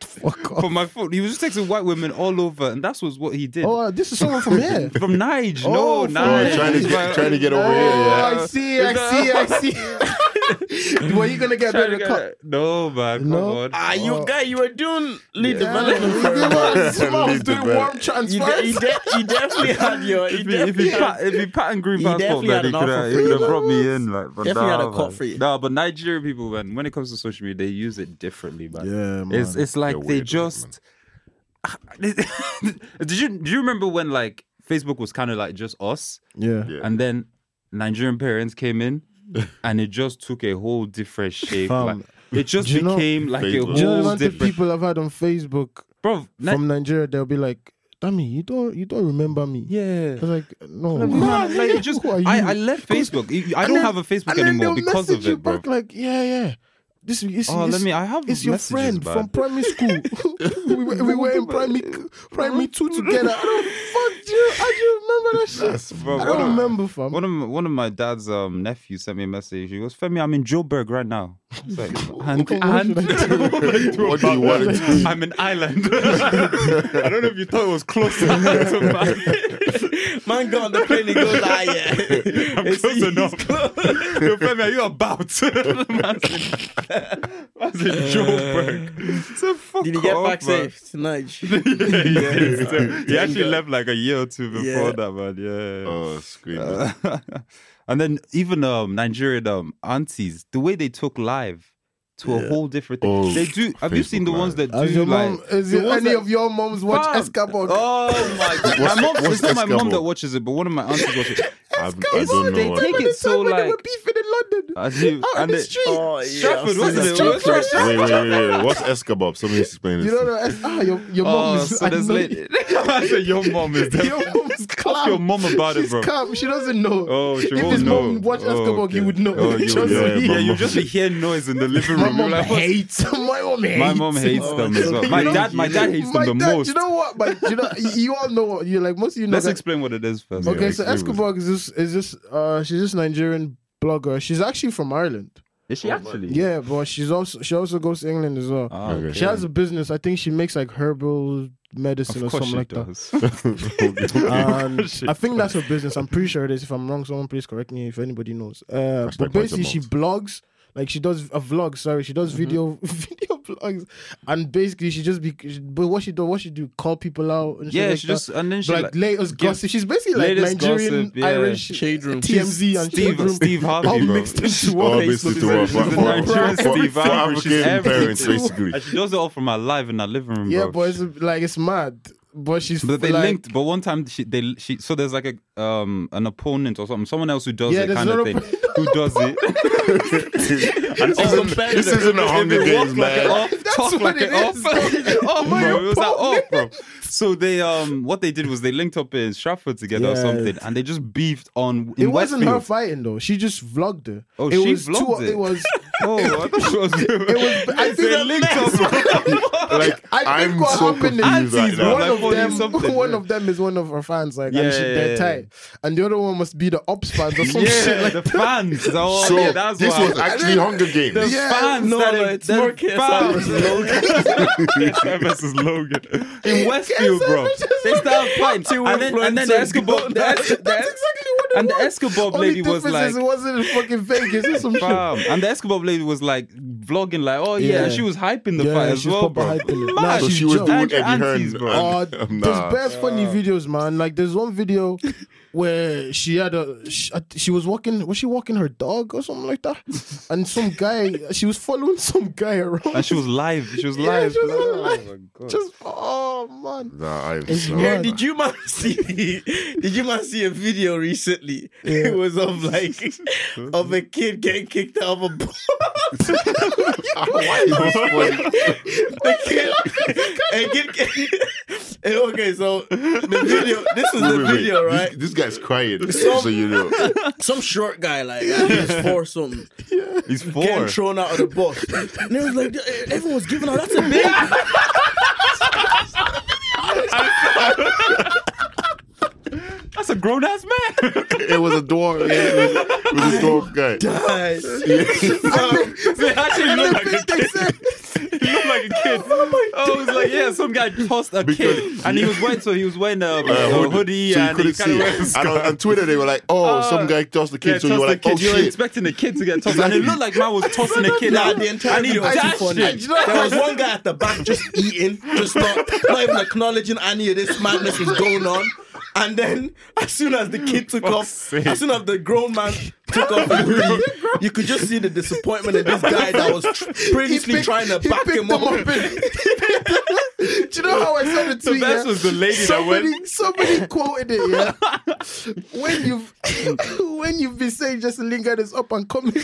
B: Fuck off.
A: from my phone. He was just texting white women all over, and that's was what he did.
B: Oh, this is someone from here.
A: From Nige,
B: Oh,
A: no,
B: from
A: Nige.
C: Oh, trying to
A: But-
C: get trying to get over here.
B: Oh,
C: Yeah.
B: I see, I see, I see. Were you gonna get
A: trying
B: better
A: to
B: cut?
A: get- No, man, come
B: No.
A: on.
D: Ah, you guy, you were doing lead
B: Yeah,
D: development.
B: this man was
C: Lead the
B: doing
C: man.
B: warm
D: You, de- you,
B: transfers.
D: de- you definitely had your.
A: If
D: You
A: he, if
D: definitely
A: he,
D: had-
A: pat, if he pattern green
D: He
A: passport,
D: definitely
A: then
D: had
A: he
D: an
A: could
D: offer
A: have,
D: for
A: he could
D: you.
A: have brought me in. Like, but
D: Definitely had a
A: nah,
D: cut
A: man.
D: for you.
A: Nah, but Nigerian people, man, when it comes to social media, they use it differently, man.
B: Yeah,
A: It's it's like
C: They're
A: they
C: weird,
A: just. did you do you remember when like Facebook was kind of like just us,
B: yeah.
C: Yeah.
A: and then Nigerian parents came in, and it just took a whole different shape.
B: Fam,
A: like, it just
B: do you know-
A: became like a
C: Facebook.
A: whole
B: Do you know the amount of
A: different.
B: people I've had on Facebook
A: Bro, Ni-
B: from Nigeria? They'll be like, "Dummy, you don't, you don't remember me."
A: yeah.
B: I was like, "No,
A: Man, like, it just,
B: Who are
A: I,
B: you?"
A: I left Facebook. I
B: And
A: don't
B: then-
A: have a Facebook
B: and then
A: anymore
B: they'll
A: because
B: message
A: of
B: you
A: it, bro.
B: Back like, yeah, yeah. This, it's,
A: Oh,
B: it's,
A: let me. I have
B: It's your
A: messages,
B: friend
A: man.
B: from primary school. we, were, we were in primary primary two together. I don't fuck you. How do you remember that shit?
C: That's-
A: Bro,
B: I
A: one of-
B: don't remember, fam.
A: One of my, one of my dad's um, nephews sent me a message. He goes, "Femi, I'm in Joburg right now." It's like, and,
B: Okay, what
A: and-
B: should I do?
C: What do you want to do?
A: I'm in Ireland. I don't know if you thought it was closer. to my-
D: Man got on the plane and goes, ah, yeah.
A: I'm
D: It's-
A: close
D: it's
A: enough. Yo, Femi, are you about? Man's in- man's in
B: Uh,
A: Joburg. So fuck
D: Did he get
A: off,
D: back
A: man.
D: safe tonight?
A: yeah, yeah, so he actually
D: Tango.
A: left like a year or two before
D: Yeah.
A: that, man. Yeah.
C: Oh, scream!
A: Uh, and then even um Nigerian um aunties, the way they took live to a whole different thing.
C: Oh,
A: they do. Have you seen
C: Facebook
A: the ones that
C: Live.
A: do
B: Has your
A: like?
B: mom, is
A: the
B: it
A: ones
B: any
A: that-
B: of your moms watch
A: Fam.
B: Escabod?
A: Oh my god! my mom,
C: what's
A: it's not my mom
C: Escabod?
A: that watches it, but one of my aunties watches it.
C: I, I don't
A: they
C: know.
A: take
C: What
A: it so
B: when they
A: like.
B: were beefing in London.
A: I do,
B: Out in
A: and
B: the
A: it-
B: street.
D: Oh, yeah.
A: Stratford,
D: I've seen
A: wasn't
D: that.
A: it? What's
B: Stratford.
A: Stratford?
C: wait, wait, wait, wait. What's escabop? Somebody explain this.
B: You
C: to
B: don't
C: me.
B: know, Es- ah, your, your
A: Oh,
B: mom is.
A: so
B: I
A: there's
B: know-
A: lady. I said your mom is
B: Your
A: definitely.
B: mom's
A: Ask
B: clown.
A: your mom about it,
B: She's
A: bro.
B: calm. She doesn't know.
A: Oh, she
B: if
A: won't
B: his
A: know.
B: mom watched
A: Oh,
B: Escobar,
A: okay.
B: he would know.
A: Oh, you
B: Just
A: would, yeah,
B: me.
A: yeah,
C: my
A: you
C: mom-
A: just hear noise in the living
B: My
A: room. You're
B: mom
A: like, "What's
B: hates. My mom hates.
A: My mom hates
B: it.
A: them as well. My
B: You
A: dad,
B: know-
A: my dad hates
B: my
A: them the
B: dad-
A: most.
B: You know what? But you know, you all know. what- You're like most of you know.
A: Let's
B: that-
A: explain what it is first.
C: Yeah,
B: okay,
C: I
B: so
C: agree with
B: Escobar is this is this uh she's this Nigerian blogger. She's actually from Ireland.
A: Is she actually?
B: Yeah, but she's also she also goes to England as well.
A: Ah,
C: Okay.
B: She has a business. I think she makes like herbal medicine or
A: of course
B: something
A: she
B: like that.
A: does.
B: and
A: Shit.
B: I think that's her business. I'm pretty sure it is. If I'm wrong, someone please correct me if anybody knows. Uh, but
C: like once a
B: basically, she
C: month.
B: blogs. Like she does a vlog. Sorry, she
A: Mm-hmm.
B: does video video blogs, and basically she just be. she- But what she do? What she do? Call people out. And shit
A: yeah,
B: like
A: she
B: that.
A: just and then she
B: like,
A: like,
B: latest
A: give-
B: gossip. She's basically like
A: latest
B: Nigerian,
A: gossip, yeah.
B: Irish,
D: Shade room.
B: TMZ, and
A: Steve
B: shade room.
A: Steve
B: all
A: Harvey, bro.
B: mixed into one.
C: All
D: Facebook
C: this
D: is
C: is for,
D: everything.
C: for, for,
A: She's a Nigerian
C: for,
A: Steve
C: for
A: Harvey, she's
C: African parents,
A: everything.
C: basically.
A: And she does it all from her live in her living room,
B: Yeah,
A: bro.
B: but it's like it's mad. But she's
A: But they
B: like,
A: linked. But one time she they she so there's like a um an opponent or something, someone else who does
B: Yeah,
A: it
B: there's
A: kind
B: no
A: of thing. Who does it?
C: this, isn't, this isn't a Hunger
A: If it
C: Games,
A: walks like an
C: man.
A: off,
B: If that's
A: cough
F: what
A: like
F: it
A: an off.
F: is.
A: oh my bro, it was like off, bro. So they um what they did was they linked up in Stratford together or
B: Yeah.
A: something and they just beefed on
B: It
A: in
B: wasn't her
A: Westfield.
B: fighting though. She just vlogged her.
A: Oh,
B: it
A: she
B: was
A: vlogged
B: two,
A: it.
B: it was
A: Oh, I thought she was
B: It was- I think
A: they
B: that-
A: linked up.
C: Like
B: I think
C: I'm
B: what
C: so
B: happened is
C: confused right
A: aunties, bro,
C: now.
B: one
A: like
B: of
A: 40
B: them,
A: something.
B: one of them is one of her fans, like and she,
A: Yeah.
B: they're tight, and the other one must be the ops fans or some shit.
A: yeah,
B: Like,
A: the fans. Oh,
C: so
A: yeah, that's
C: this
A: why.
C: was actually Hunger Games.
A: the
B: Yeah,
A: fans.
D: no,
A: that
D: no,
A: it-
D: it's
A: the
D: more KSI versus
A: fans. KSI versus Logan in Westfield, bro. They started fighting,
D: Two
A: and then and then the
D: influencers
A: Escobar,
D: go-
A: the, Es- the,
B: that's exactly what it
A: and the
B: was.
A: Escobar
B: Only
A: lady was
B: difference
A: like,
B: is it wasn't in fucking Vegas or some shit.
A: Fam. And the Escobar lady was like vlogging, like, oh yeah,
B: Yeah.
A: and she was hyping the
B: Yeah,
A: fight as
B: she's
A: well,
B: proper
A: bro.
B: hyping it.
A: Mad.
B: Nah,
C: so
B: she
C: she was
B: jumped.
C: doing
A: And
C: Eddie
A: aunties,
C: Hearn.
A: bro.
B: Uh,
C: and- nah.
B: There's best funny videos, man. Like there's one video where she had a she, I- she was walking was she walking her dog or something like that, and some guy she was following some guy around.
A: And she was live. She was
B: Yeah,
A: live.
B: she was
A: Like,
B: live.
A: Oh my god.
B: just oh man.
C: Nah, I
B: It's
C: nah.
D: Hey,
B: mad.
D: did you man see? Did you man see a video recently? It was of like of a kid getting kicked out of a ball.
C: Why is this funny?
D: a kid, a kid, Hey, okay, so the video. This is
C: Wait,
D: the
C: wait, wait.
D: video,
C: This-
D: right?
C: This, guy's crying,
D: So-
C: so, you know.
D: Some short guy, like I think he's four or something,
A: He's
D: getting
A: four.
D: thrown out of the bus, and it was like everyone's giving out. That's a big.
A: That's a grown ass man.
C: It was a dwarf. yeah, It was, it was a dwarf guy. Uh,
D: guy.
A: They actually look like a kid. he looked like a kid. Oh, it was like, yeah, some guy tossed a kid,
C: Because-
A: and he was wearing so he was wearing um, a,
C: Uh,
A: a hoodie,
C: so you
A: and he
C: couldn't see
A: kind
C: it.
A: of
C: And on, on Twitter, they were like, "Oh,
A: Uh,
C: some guy tossed the kid," so you were like,
A: kid.
C: "Oh
A: you were
C: shit!"
A: expecting the kid to get tossed, and it looked like man was tossing a kid
D: Nah,
A: out.
D: the entire
A: and he
D: video was too
A: dashed
D: funny.
A: it.
D: There was one guy at the back just eating, just not, not even acknowledging any of this madness was going on. And then, as soon as the kid took off, as soon as the grown man took off his hoodie, you could just see the disappointment in this guy that was tr- previously
B: picked-
D: trying to
B: he
D: back
B: picked
D: him
B: them
D: up.
B: up Do you know how I saw the
A: The
B: tweet?
A: best
B: yeah?
A: was the lady that went.
B: somebody, somebody quoted it. Yeah, when you've when you've been saying just Lingard is up and coming, he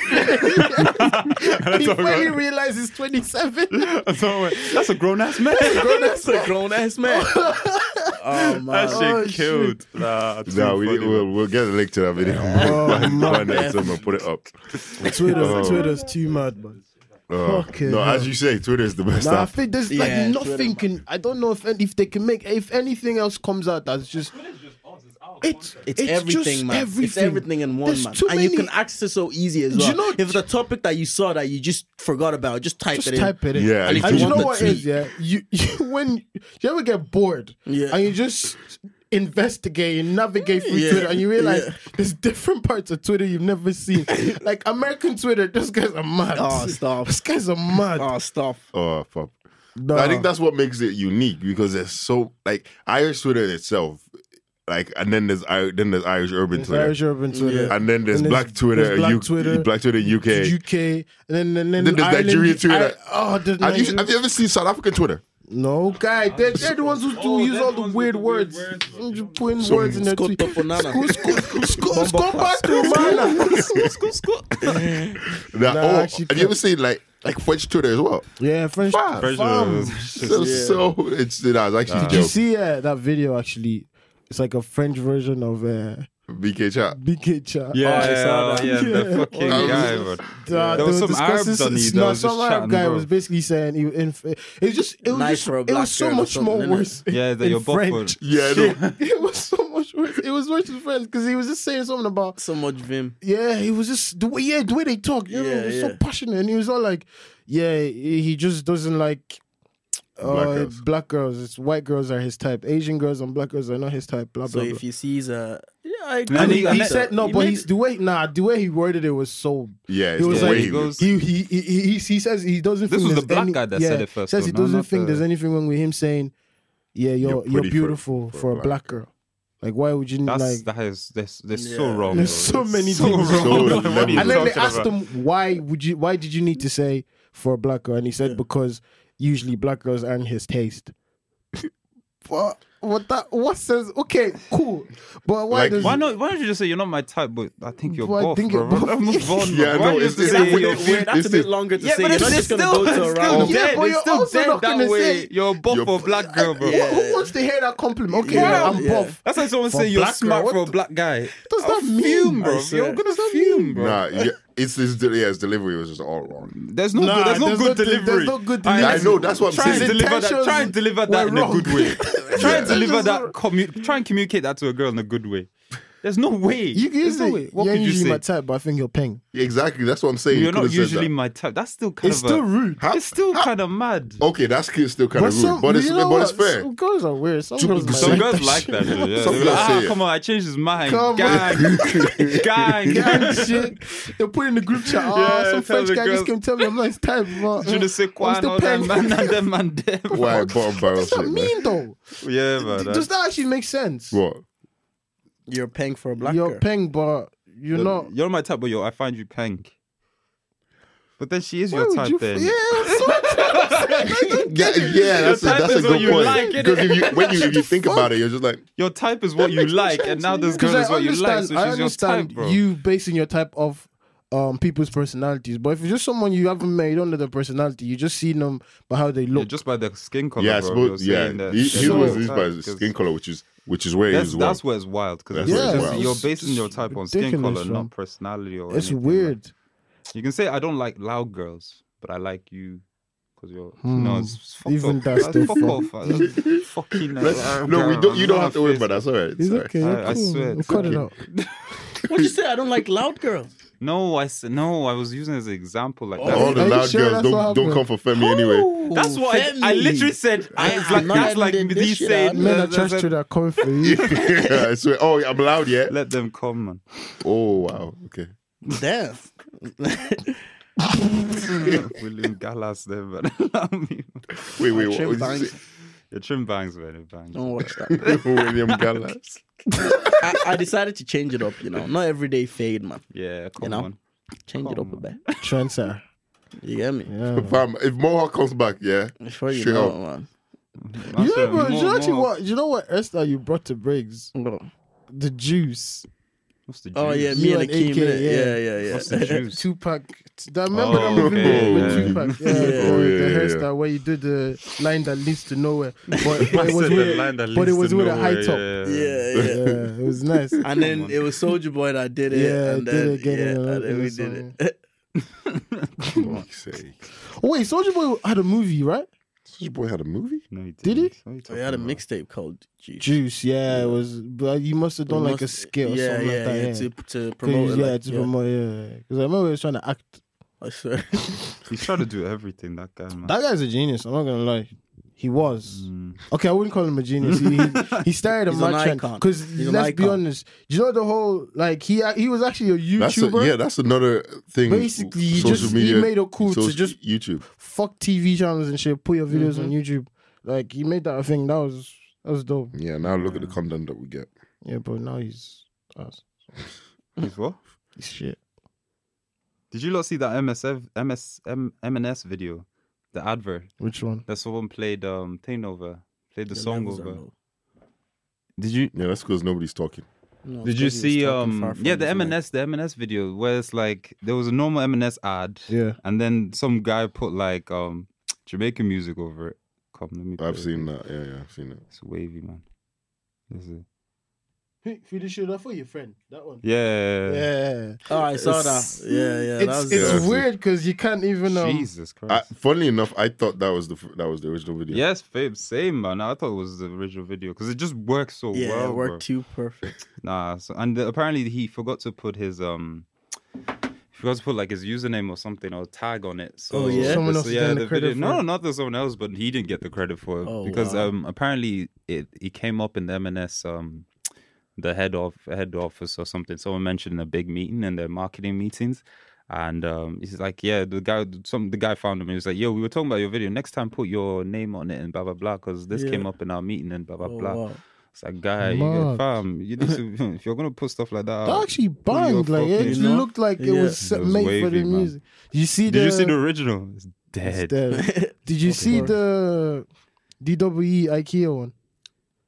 B: finally realized he's 27.
A: Oh, So, that's a grown ass man.
D: That's a grown ass man. Oh
A: That
D: man.
A: shit
B: Oh, shit.
A: killed. Nah, too
C: No, we,
A: funny,
C: we'll, we'll get a link to that video.
B: Oh,
C: find find that somewhere, put it up.
B: Twitter,
C: Oh.
B: Twitter's too mad, man.
C: Uh,
B: Fucking
C: no,
B: hell.
C: as you say, Twitter is the best
B: Nah, I
C: app.
B: think there's
D: Yeah,
B: like
D: Twitter,
B: nothing can. I don't know if any- if they can make if anything else comes out that's just. It's
D: It's,
B: just
D: everything, man. It's everything in one,
B: There's
D: man.
B: too
D: And you
B: many-
D: can access it so easy as
B: Do
D: well.
B: you know-
D: if the topic that you saw that you just forgot about, just type
B: Just
D: it in.
B: type it in.
C: Yeah,
D: And if
B: And
D: you
B: you know
D: want the
B: what is
D: tweet.
B: yeah? You, you when you ever get bored,
D: Yeah.
B: and you just investigate and navigate through
D: Yeah.
B: Twitter, and you realize
D: Yeah.
B: there's different parts of Twitter you've never seen. like American Twitter, those guys are mad.
D: Oh, stop.
B: These guys are mad.
D: Oh, stop.
C: Oh fuck!
B: Nah.
C: I think that's what makes it unique because there's so like Irish Twitter itself, like, and then there's I then there's Irish urban
B: It's
C: Twitter,
B: Irish urban Twitter.
C: and then there's
B: And there's-
C: Black Twitter,
B: there's Black
C: U-
B: Twitter,
C: Black Twitter UK.
B: UK, and then and then,
C: Then there's
B: Ireland,
C: Nigerian Twitter.
B: I- oh, there's
C: Have you,
B: Nigeria-
C: have you ever seen South African Twitter?
B: no, guy, they're, they're the ones who, who
A: Oh,
B: use
A: they're
B: all
A: the
B: the
A: ones with
B: weird
A: the weird
B: words,
A: words.
B: Mm, putting words in their
D: Scoot
B: tweet.
D: up on Nana.
B: Scoot, scoot, scoot,
D: Bumble
B: scoot back to man.
C: Nah,
B: Nah,
C: oh,
B: actually,
C: have you ever seen like like French Twitter as well?
B: Yeah, French.
C: Fam.
A: bro.
B: Fam.
C: So, so it's it was actually a
B: Did you
C: joke.
B: see uh, that video? Actually, it's like a French version of uh,
C: BK chat.
B: BK chat.
A: Yeah,
D: I saw
A: yeah,
D: that.
A: yeah, the
B: Yeah.
A: fucking
C: Oh,
A: guy.
C: Jesus.
A: bro.
B: Uh,
A: There was some Arab
B: discussing-
A: Donny that
B: no,
A: was just
B: some Arab
A: chatting,
B: guy
A: bro.
B: was basically saying he, in, it was just it was
D: Nice
B: just,
D: for a
B: it
D: black
B: was so
D: girl or
B: much
D: something,
B: more
D: innit?
B: worse.
A: Yeah, that
B: in
A: you're buff for
B: French.
A: it.
C: Yeah, I know.
B: it was so much worse. It was worse in French because he was just saying something about
D: So much vim.
B: yeah. He was just the way yeah the way they talk. You know,
D: Yeah,
B: it was
D: yeah.
B: so passionate, and he was all like, yeah, he he just doesn't like. Uh, black, girls.
C: girls.
B: It's white girls are his type. Asian girls and black girls are not his type. Blah
D: So
B: blah. blah.
D: if you see a yeah, I
A: And
B: And
A: he-
B: he,
A: and
B: he
A: that-
B: said no, but he's the way nah the way he worded it was so
C: Yeah,
B: He
C: it's
B: was
C: the
B: like-
C: way
A: he goes-
B: he he he he, he says he doesn't.
A: This
B: think
A: was the
B: there's
A: black
B: any-
A: guy that
B: yeah,
A: said it first,
B: Says
A: though,
B: he
A: no,
B: doesn't
A: not
B: think
A: the-
B: there's anything wrong with him saying, "Yeah,
C: You're
B: you're you're,
C: pretty for-
B: beautiful for, a black girl." Like, why would you
A: That's
B: like?
A: that is that's, that's so
D: Yeah.
A: wrong.
B: There's
A: bro.
B: so many
A: so
B: things.
A: wrong.
C: So
A: What
C: many.
A: are you
B: and then they
A: talking
B: asked
A: about?
B: him why would you why did you need to say for a black girl, and he said because usually black girls aren't his taste. What? what that what says okay, cool. But why
C: Like,
B: does
A: Why not? Why don't you just say you're not my type, but I think you're
B: But I
A: buff,
B: think
A: bro.
B: you're buff.
A: Let's move on,
C: Yeah,
A: bro. Why
C: I know,
A: you
C: it's-
A: just
C: it's-
A: say
C: it's-
A: you're
C: it's-
A: weird?
D: That's
C: This
D: a bit
C: is-
D: longer to
A: Yeah,
D: say.
A: but
D: You're not
A: it's
D: just
A: still,
D: gonna go to
A: it's
D: a
A: still
D: round.
B: Yeah,
A: dead.
B: but
A: it's
B: you're
A: still
B: also
A: dead
B: not
A: that
B: gonna
A: way.
B: say-
A: you're buff
C: You're
A: for a
C: bu-
A: black girl, bro.
B: who, who wants to hear that compliment? Okay,
D: Yeah,
B: I'm
D: yeah.
B: buff.
A: That's like someone saying you're
B: black girl,
A: smart
B: what
A: for a
B: the-
A: black guy.
B: Does that
A: I'll
B: mean?
A: fume, bro?
D: I swear.
A: You're gonna
B: Does that
A: fume,
B: mean?
A: bro.
C: Nah, yeah, it's his yeah, his delivery was just all wrong.
A: There's no
B: Nah,
A: good, there's no
B: there's
A: good
B: no-
A: delivery.
B: there's no good
A: Alright,
B: delivery.
C: I know, that's what I'm
A: Try and
C: saying.
A: deliver that.
B: Intentions
A: Try and deliver that
B: were
A: in a good
B: wrong.
A: way. Try and
B: Yeah.
A: deliver that.
B: Intentions
A: Commu- try and communicate that to a girl in a good way. There's no way.
B: You can
A: There's no
B: say
A: way. What
B: you're
A: could you
B: usually my
A: say?
B: type, but I think you're peng.
C: Exactly, that's what I'm saying.
A: You're
C: He
A: not
C: could've said
A: usually
C: that.
A: my type. That's still kind
B: It's
A: of.
B: still
A: a,
B: Oh, rude.
C: How-
A: It's still kind of mad.
C: Okay, that's ki- still kind of rude, but it's
B: you know
C: but it's
B: what?
C: fair.
B: Some girls are weird. Some
C: To-
B: girls, might
C: some
A: Some
B: like
A: girls
B: that
A: like
B: shit.
A: that. Shit. Yeah.
C: Some
A: They're like,
C: girls
A: ah,
C: say it.
A: come on, I changed his mind.
B: Come on."
A: gang, gang.
B: gang shit. They put in the group chat. Oh,
A: Yeah,
B: some
A: tell
B: French
A: the
B: guy
A: girls.
B: just came tell me I'm not his type. But, uh,
A: Je ne sais quoi,
B: I'm
A: and
B: still
A: all that
B: paying.
A: man, and them, and them.
C: Why bottom barrel
B: That's not
C: shit, man?
B: mean though.
A: Yeah, man. uh,
B: Does that actually make sense?
C: What?
D: You're paying for a black
B: You're
D: girl.
B: peng, but you're not.
A: You're my type, but yo, I find you pank. But then she is
B: Why
A: your
B: would
A: type,
B: you-
A: then.
B: Yeah, so
C: Yeah, yeah, that's a,
A: type
C: that's
A: is
C: a
A: what
C: good
A: you
C: point.
A: like, innit?
C: Because if you when you, if you think
B: fuck?
C: about it, you're just like,
A: Your type is what you
B: makes no
A: like, and
B: sense,
A: now this girl
B: because
A: is
B: I
A: what you like,
B: understand.
A: so
B: I
A: she's your type,
B: understand
A: bro.
B: you basing your type of. Um, people's personalities, but if it's just someone you haven't met, you don't know their personality. You just seen them by how they
A: Yeah,
B: look.
A: just by the skin color,
C: yeah, I
A: bro.
C: suppose,
A: you're
C: yeah.
A: saying that
C: He,
A: they're
C: he
A: your
C: was his
A: type,
C: by his
A: 'cause
C: skin color, which is which is where he
A: That's,
C: is. wrong.
A: that's where it's wild because
C: That's where it's
A: you're,
C: wild.
A: you're basing your type on skin
B: Ridiculous,
A: color, not
B: man.
A: personality or.
B: It's
A: anything, like
B: weird.
A: You can say I don't like loud girls, but I like you because you're you know
B: Hmm.
A: it's it's fucked
B: Even
A: up.
B: that's
A: That's fuck
B: different.
A: off. That's fucking.
C: Let's- no, we don't. You don't have to worry about that. That's all right. It's
B: It's
C: all right.
B: okay.
A: I- I
B: cool.
A: swear,
B: We'll
A: it's
B: cut it
A: okay.
B: out.
D: What'd you say? I don't like loud girls.
A: No, I said no. I was using it as an example like that.
C: All
B: Are
C: the
B: you
C: loud
B: sure
C: girls
B: that's what
C: don't don't come
B: happened?
C: for Femi anyway.
A: That's what I, I literally said. I,
D: I
A: it's like
D: am not
A: that's like
D: ending this
A: me
D: shit,
A: saying.
D: I'm
B: Men are
A: that's-
B: trash
A: that's-
B: to that coming for you.
C: yeah, I swear. Oh, I'm loud, yeah.
A: Let them come, man.
C: Oh wow. Okay.
D: Damn.
A: William Gallas, them, man. Allow me, man.
C: Wait, wait. What
D: Trim
C: was you
D: bangs.
C: say?
A: Your trim bangs, man. It bangs.
D: Don't watch that.
C: William Gallas.
D: I, I decided to change it up, you know. Not everyday fade, man.
A: Yeah, come
D: know?
A: on.
D: Change it up a
A: Come
D: bit.
B: Trendsetter.
D: You get me?
B: Yeah.
C: Fam, if Mohawk comes back, yeah.
D: Before you
C: Straight
D: know,
C: up.
D: man.
A: I'm
B: You know,
A: sorry,
B: bro, you
A: more-
B: know actually
A: more-
B: what? You know what else that you brought to Briggs?
D: Bro.
B: The juice.
A: What's the
D: Oh yeah,
A: juice?
D: me
B: You and
D: and Akeem.
B: AK,
D: innit?
B: yeah.
A: What's
D: Yeah,
A: the
D: yeah, yeah.
A: juice?
B: Tupac. I remember
A: Oh,
B: them with,
A: okay,
B: with
A: yeah.
B: Tupac. Yeah,
D: Yeah.
B: the-
C: Oh, yeah,
B: the
C: yeah,
B: hairstyle
C: yeah.
B: where you do the line that leads to nowhere. But, but
A: I
B: it was
A: said the
B: with,
A: line that
B: but it
A: leads
B: was
A: to
B: with a high
A: nowhere,
B: top.
D: yeah, yeah.
B: Yeah, it was nice.
D: And then it was Soldier Boy that did it.
B: Yeah,
D: and
B: did
D: then,
B: it, get it,
D: yeah,
B: and
D: and then
B: it
D: we
B: was
D: did
B: on.
D: it.
C: Fuck's sake.
B: Oh, wait, Soldier Boy had a movie, right?
C: This boy had a movie.
A: No, he
B: Did he?
A: What are you
D: We had a
A: talking about?
D: mixtape called Juice.
B: Juice, yeah, it was. But you must have
D: We
B: done like a
D: must-
B: skit or
D: yeah,
B: something
D: yeah,
B: like that.
D: Yeah,
B: Yeah,
D: to, to
B: 'Cause,
D: promote it.
B: yeah,
D: like,
B: to promote, yeah. Because I remember he was trying to act.
D: I swear.
A: He's trying to do everything. That guy, man.
B: That guy's a genius. I'm not gonna lie. He was
A: Mm.
B: okay. I wouldn't call him a genius. He he, he started a
D: He's an
B: merchant
D: icon.
B: because
D: He's an
B: let's be
D: icon.
B: honest. You know the whole like he he was actually a
C: That's a,
B: YouTuber.
C: yeah. That's another thing.
B: Basically, he
C: social
B: just- he
C: media,
B: made it cool to
C: social-
B: just-
C: YouTube.
B: Fuck TV channels and shit. Put your videos on YouTube. Like he made that a thing. That was that was dope.
C: Yeah. Now look at the content that we get.
B: Yeah, but now he's us.
A: He's what?
B: He's shit.
A: Did you lot see that MSF MS M, M&S video? The advert
B: Which one?
A: that someone played um thing over, played the
D: The
A: song
D: levels are
A: over.
D: low.
A: Did you
C: Yeah. That's because nobody's talking.
D: No,
A: Did
D: it's
A: you
D: 'cause he was
A: see
D: talking
A: um
D: far
A: yeah
D: from
A: the
D: his mic.
A: M&S the M&S video where it's like there was a normal M&S ad
B: Yeah.
A: and then some guy put like um Jamaican music over it. Come, let me. play
C: I've
A: it.
C: seen that. Yeah. Yeah. I've seen it.
A: It's wavy, man. This is-
B: Feel the shoulder for your friend. That one.
A: Yeah.
B: Yeah.
D: Oh, I saw
B: It's-
D: that. Yeah, yeah. that
B: It's
D: was
B: it's
C: Yeah, I see.
B: weird because you can't even um,
A: Jesus
C: I,
A: Christ.
C: funnily enough, I thought that was the f- that was the original video.
A: Yes, babe, same man. I thought it was the original video because it just works so
D: yeah,
A: well.
D: it
A: bro.
D: worked too perfect.
A: Nah, so, and apparently he forgot to put his um, he forgot to put like his username or something or tag on it. So
D: Oh, yeah?
B: Someone
A: so
B: else is
A: yeah,
B: getting the
A: the
B: credit
A: video- no,
B: for it.
A: not that someone else, but he didn't get the credit for it
D: Oh,
A: because
D: wow.
A: um, apparently it he came up in the M&S um, the head of head office or something. Someone mentioned in a big meeting in their marketing meetings. And um, he's like, yeah, the guy, some the guy found him. He was like, yo, we were talking about your video. Next time, put your name on it and blah blah blah, because this
D: Yeah.
A: came up in our meeting and blah blah
D: Oh,
A: blah.
D: wow.
A: It's like, guy, you get,
B: Mad.
A: fam, you need to, if you're gonna put stuff like that,
B: That
A: out,
B: actually banged. Like
A: fucking-
B: it
D: You know?
B: looked like it
D: Yeah.
B: was, set-
A: It was
B: made for
A: wavy,
B: the
A: man.
B: music. You see the?
A: did you see the original? It's dead.
B: it's there. Did you see the DWE E IKEA one?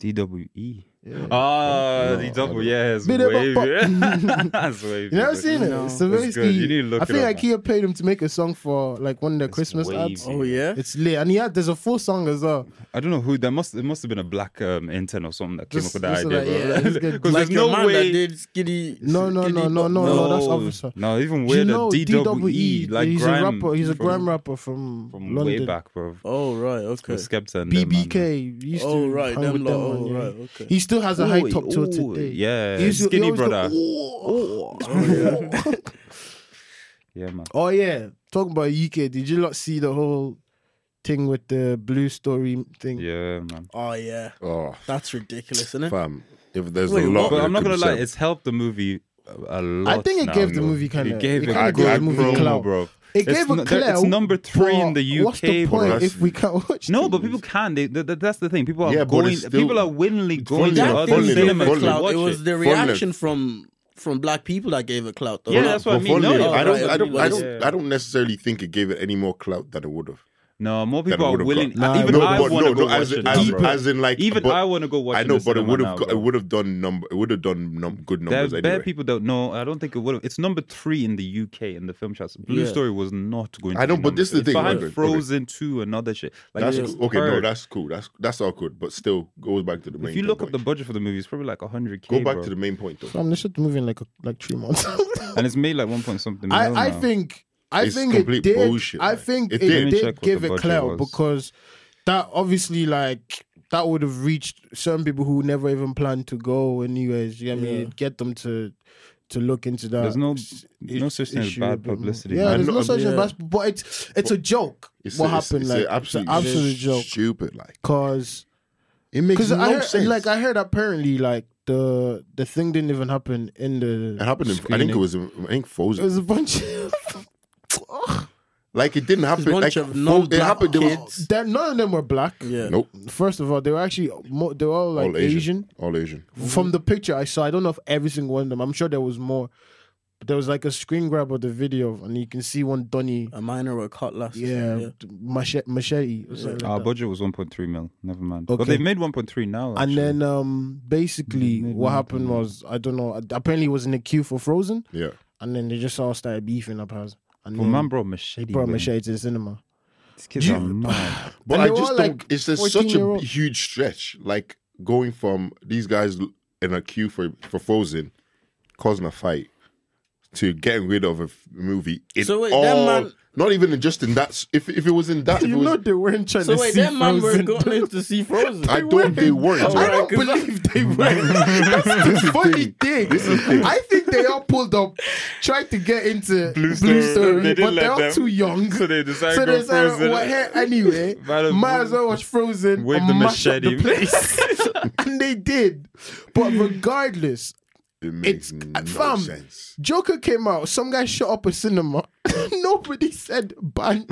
A: DWE.
B: Yeah.
A: Ah, the double, E. yeah, it's
B: Bit of a
A: wavy.
B: pop.
A: That's wavy.
B: You never seen it?
D: No.
A: It's good. You need
B: Savinsky.
A: to look
B: I
A: it
B: think
A: up.
B: IKEA paid him to make a song for like one of their Christmas
A: wavy.
B: ads.
D: Oh yeah.
B: It's lit, and he had there's a full song as well.
A: I don't know who that must. It must have been a black um, intern or something that came
B: Just-
A: up with that
B: just so
A: idea.
B: that, yeah, let's
A: Because
B: get-
A: there's
D: like your
A: no
D: man that
A: way.
D: did skinny.
B: No, no, no,
D: skinny
B: no, no,
D: pop-
B: no. That's officer.
A: No, even
B: Do you
A: weirder.
B: know
A: DWE,
B: DWE?
A: E, like
B: he's
A: grime
B: a rapper. He's a
A: from-
B: grime rapper from
A: from
B: London.
A: way back, bro.
D: Oh right, okay.
A: With Skepta and them, man.
B: BBK used to
D: Oh right,
B: hang
D: them
B: with
D: lot.
B: them.
D: Oh
B: man, yeah.
D: right, okay.
B: He still has a high
A: Ooh,
B: top to it
A: ooh,
B: today.
A: Yeah,
B: He used to- he
A: skinny
B: always go,
A: brother.
B: "Ooh,
D: Oh, yeah.
A: Yeah, man.
B: Oh yeah, talking about UK, did you not see the whole thing with the blue story thing?
A: Yeah, man.
D: oh yeah,
C: Oh,
D: that's ridiculous, isn't it?
C: fam. If there's
D: Wait,
C: a lot,
A: But
C: that
A: I'm not
C: could
A: gonna lie,
C: sell.
A: it's helped the movie a a lot.
B: I think it
A: now,
B: gave the
A: bro.
B: movie kinda-
A: It gave
B: it
A: it
B: kinda
A: a
B: gave
A: good
B: the movie
A: promo,
B: clout.
A: bro.
B: It
A: It's
B: gave a
A: n- there-
B: clear.
A: It's number three in the UK.
B: What's the
A: bro.
B: point
C: bro.
B: if we can't watch?
A: No,
B: the
A: but
B: movie?
A: people can. They, th th- that's the thing. People are
C: Yeah, but
A: going.
C: it's still-
A: people are willingly going
C: funny,
A: to
C: yeah,
A: other
C: funny,
D: gave
A: cinemas
C: yeah,
D: it
A: to
C: funny.
D: clout.
A: watch
D: It was
A: it.
D: the
C: Funny.
D: reaction from from black people that gave it clout. Though.
A: Yeah,
D: Not-
A: that's what I
C: But
A: mean.
C: funnily,
A: No,
C: I don't,
D: right,
C: I don't, I don't,
A: yeah.
C: I don't necessarily think it gave it any more clout than it would have.
A: No, more
C: Than
A: people
C: it
A: are
C: would have
A: willing.
B: got-
A: even
B: No,
A: I
C: but
A: want
C: no,
A: to go
C: no, as
A: watch it.
C: in-
A: now,
C: as-
A: bro.
C: as in, like,
A: even
C: but-
A: I want to go watch.
C: I
A: it
C: know,
A: in the
C: but it
A: cinema
C: would
A: now,
C: have, it
A: bro.
C: would have done number, it would have done num- good
A: There
C: numbers
A: are
C: anyway.
A: bare people that no, I don't think it would have. It's number three in the UK in the film charts. Blue
D: Yeah.
A: Story was not going. to
C: I
A: be
C: know, but this is the
A: number-
C: thing,
A: Behind
C: Robert. Okay.
A: Frozen Two, another shit. Like
C: that's
A: it's
C: cool. okay. No,
A: hard.
C: that's cool. That's that's all good, but still goes back to the main.
A: if you look
C: point.
A: up the budget for the movie, it's probably like hundred k.
C: go back to the main point though.
B: Fam, they should move in like a, like three months.
A: and it's made like one point something.
B: I,
A: mil
B: I
A: now.
B: think I
C: It's
B: think it
C: complete
B: did.
C: bullshit,
B: I
C: man.
B: think
C: It
B: it,
C: did. Let
A: me check
B: did
A: what
B: give
A: the
B: it
A: budget
B: clout
A: was.
B: because that obviously like that would have reached certain people who never even planned to go anyways. You get me?
D: Yeah.
B: It'd Get them to to look into that.
A: There's no
B: s-
A: no such thing as
B: issue a
A: bad
B: bit more.
A: publicity.
B: Yeah,
A: man.
B: there's no
C: know-
B: such thing as
D: yeah.
B: bad- but it's it's a joke.
C: It's
B: what
C: a- it's-
B: happened?
C: it's
B: like
C: a absolute,
B: it's an absolute joke
C: Stupid, like
B: because
C: it makes
B: because
C: no
B: I heard,
C: sense.
B: like I heard apparently like the the thing didn't even happen in the
C: it happened. In, I think it was. In, I think
B: It
C: Frozen.
B: was a bunch of
C: like it didn't happen. Like
D: bunch of
C: Fro- it
D: non-black
C: happened. there was-
D: kids.
B: That none of them were black.
D: Yeah.
C: Nope.
B: First of all, they were actually mo- they were all like
C: all
B: Asian.
C: Asian. All Asian.
B: From the picture I saw, I don't know if every single one of them. I'm sure there was more. But there was like a screen grab of the video, and you can see one Donny,
A: Uh,
D: A minor were caught last.
B: yeah, machete, machete or
C: Ah,
B: something like
A: Our
B: that.
A: budget was 1.3 mil. Never mind. But
B: Okay.
A: they've made 1.3 now.
B: And
A: actually.
B: then um basically
A: Maybe
B: what
A: not,
B: happened
A: yeah.
B: was I don't know. Apparently, it was in the queue for Frozen,
C: Yeah.
B: and then they just all started beefing up as. And
A: But
B: then
A: man brought machete.
B: they mm, brought
A: man.
B: machete to the cinema.
A: These kids are mad.
C: But
B: And
C: I
B: they were
C: just
B: all,
C: don't.
B: like,
C: it's just such a
B: 14-year-old.
C: huge stretch. Like going from these guys in a queue for for Frozen, causing a fight, to getting rid of a f- movie. In
D: So wait,
C: all,
D: that man-
C: not even in just in that. s- If if it was in that, if it
B: You
C: was,
B: know they weren't trying
D: So
B: to
D: wait,
B: see
D: that man were
B: Frozen.
D: going in to see Frozen.
C: I don't. They weren't.
D: Oh,
B: I
C: right?
B: don't
D: Right, 'cause I-
B: believe they were. That's the funny thing. I think they all pulled up, tried to get into Blue Story,
A: Story. They didn't
B: but
A: let
B: they're all
A: them.
B: too young.
A: So they decided
B: So
A: to
B: they
A: go
B: said,
A: Frozen.
B: "We're here anyway.
A: Might as
B: Might as well watch Frozen
A: wave
B: and
A: the
B: mash up the
A: machete."
B: place." and they did. But regardless,
C: It makes
B: It's-
C: no
B: fam.
C: sense.
B: Joker came out. Some guy shut up a cinema. Nobody said ban.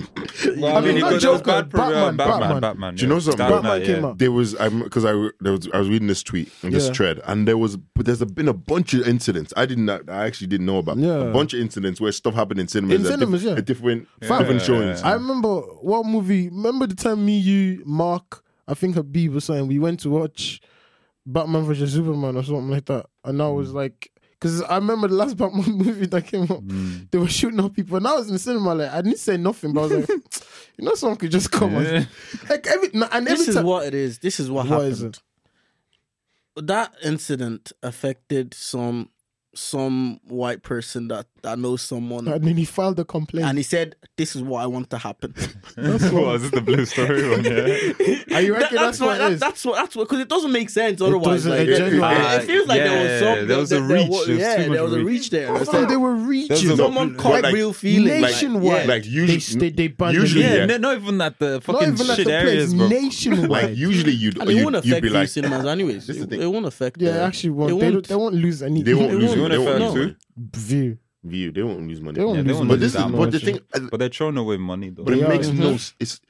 A: Well, I mean,
B: not
A: it was
B: Joker.
A: bad. pro- uh,
B: Batman,
A: Batman.
B: Batman.
A: Batman.
C: Do you know something?
B: Batman came out.
C: There was I'm because I there was I was reading this tweet and this
B: Yeah.
C: thread and there was but there's been a bunch of incidents I didn't I actually didn't know about
B: Yeah.
C: a bunch of incidents where stuff happened in cinemas
B: In
C: at
B: cinemas, yeah.
C: at different
B: Fam.
C: different showings
B: I remember what movie. Remember the time me, you, Mark, I think Habib or something. We went to watch Batman vs Superman or something like that, and I was like, because I remember the last Batman movie that came out. They were shooting up people, and I was in the cinema. Like I didn't say nothing, but I was like, you know, someone could just come.
A: Yeah.
B: And, like every and every
D: This is
B: time.
D: what it is. This is what,
B: What
D: happened.
B: is
D: That incident affected some some white person that that knows someone,
B: and then he filed a complaint.
D: and he said, "This is what I want to happen."
A: well, is this the Blue Story one? Yeah.
B: Are you reckon that's, what, it
D: that-
B: is?
D: that's what that's what because it doesn't make sense otherwise.
B: doesn't-
D: like,
B: it
D: it,
B: genuinely-
D: it feels like there was
A: Yeah,
D: some
A: there was a reach.
D: was-
A: There was
D: yeah,
A: too much
D: there was a
A: reach.
D: reach there.
B: Oh,
D: It's like
B: they were reaching.
A: There's a-
D: someone
C: But
D: caught
C: like,
D: real feeling like,
B: nationwide.
D: yeah.
C: like usually
B: they- they banned
C: usually
B: them.
A: Yeah, no-
C: yeah,
A: not even that the
B: Not
A: fucking
B: even at the
A: shit
B: place.
A: areas, bro.
B: Nationwide.
C: like usually you'd
D: and it
C: you'd,
D: won't affect
C: you'd be
D: few
C: like
D: cinemas anyways.
C: This is the
D: It,
C: thing.
D: it won't affect.
B: yeah,
D: the-
B: actually, won't.
D: It
B: They,
D: won't.
B: don't, they won't lose any
C: they won't
D: It
C: lose
D: won't
C: they won't
A: affect
C: lose
A: you.
C: money.
B: view.
C: view they won't lose money
B: They won't
A: Yeah, they
B: lose
A: won't
B: money
C: but this is
A: that
C: but the
B: much.
C: thing uh,
A: But they're throwing away money though.
C: But it
B: Yeah.
C: makes no.
B: Mhm.
C: It's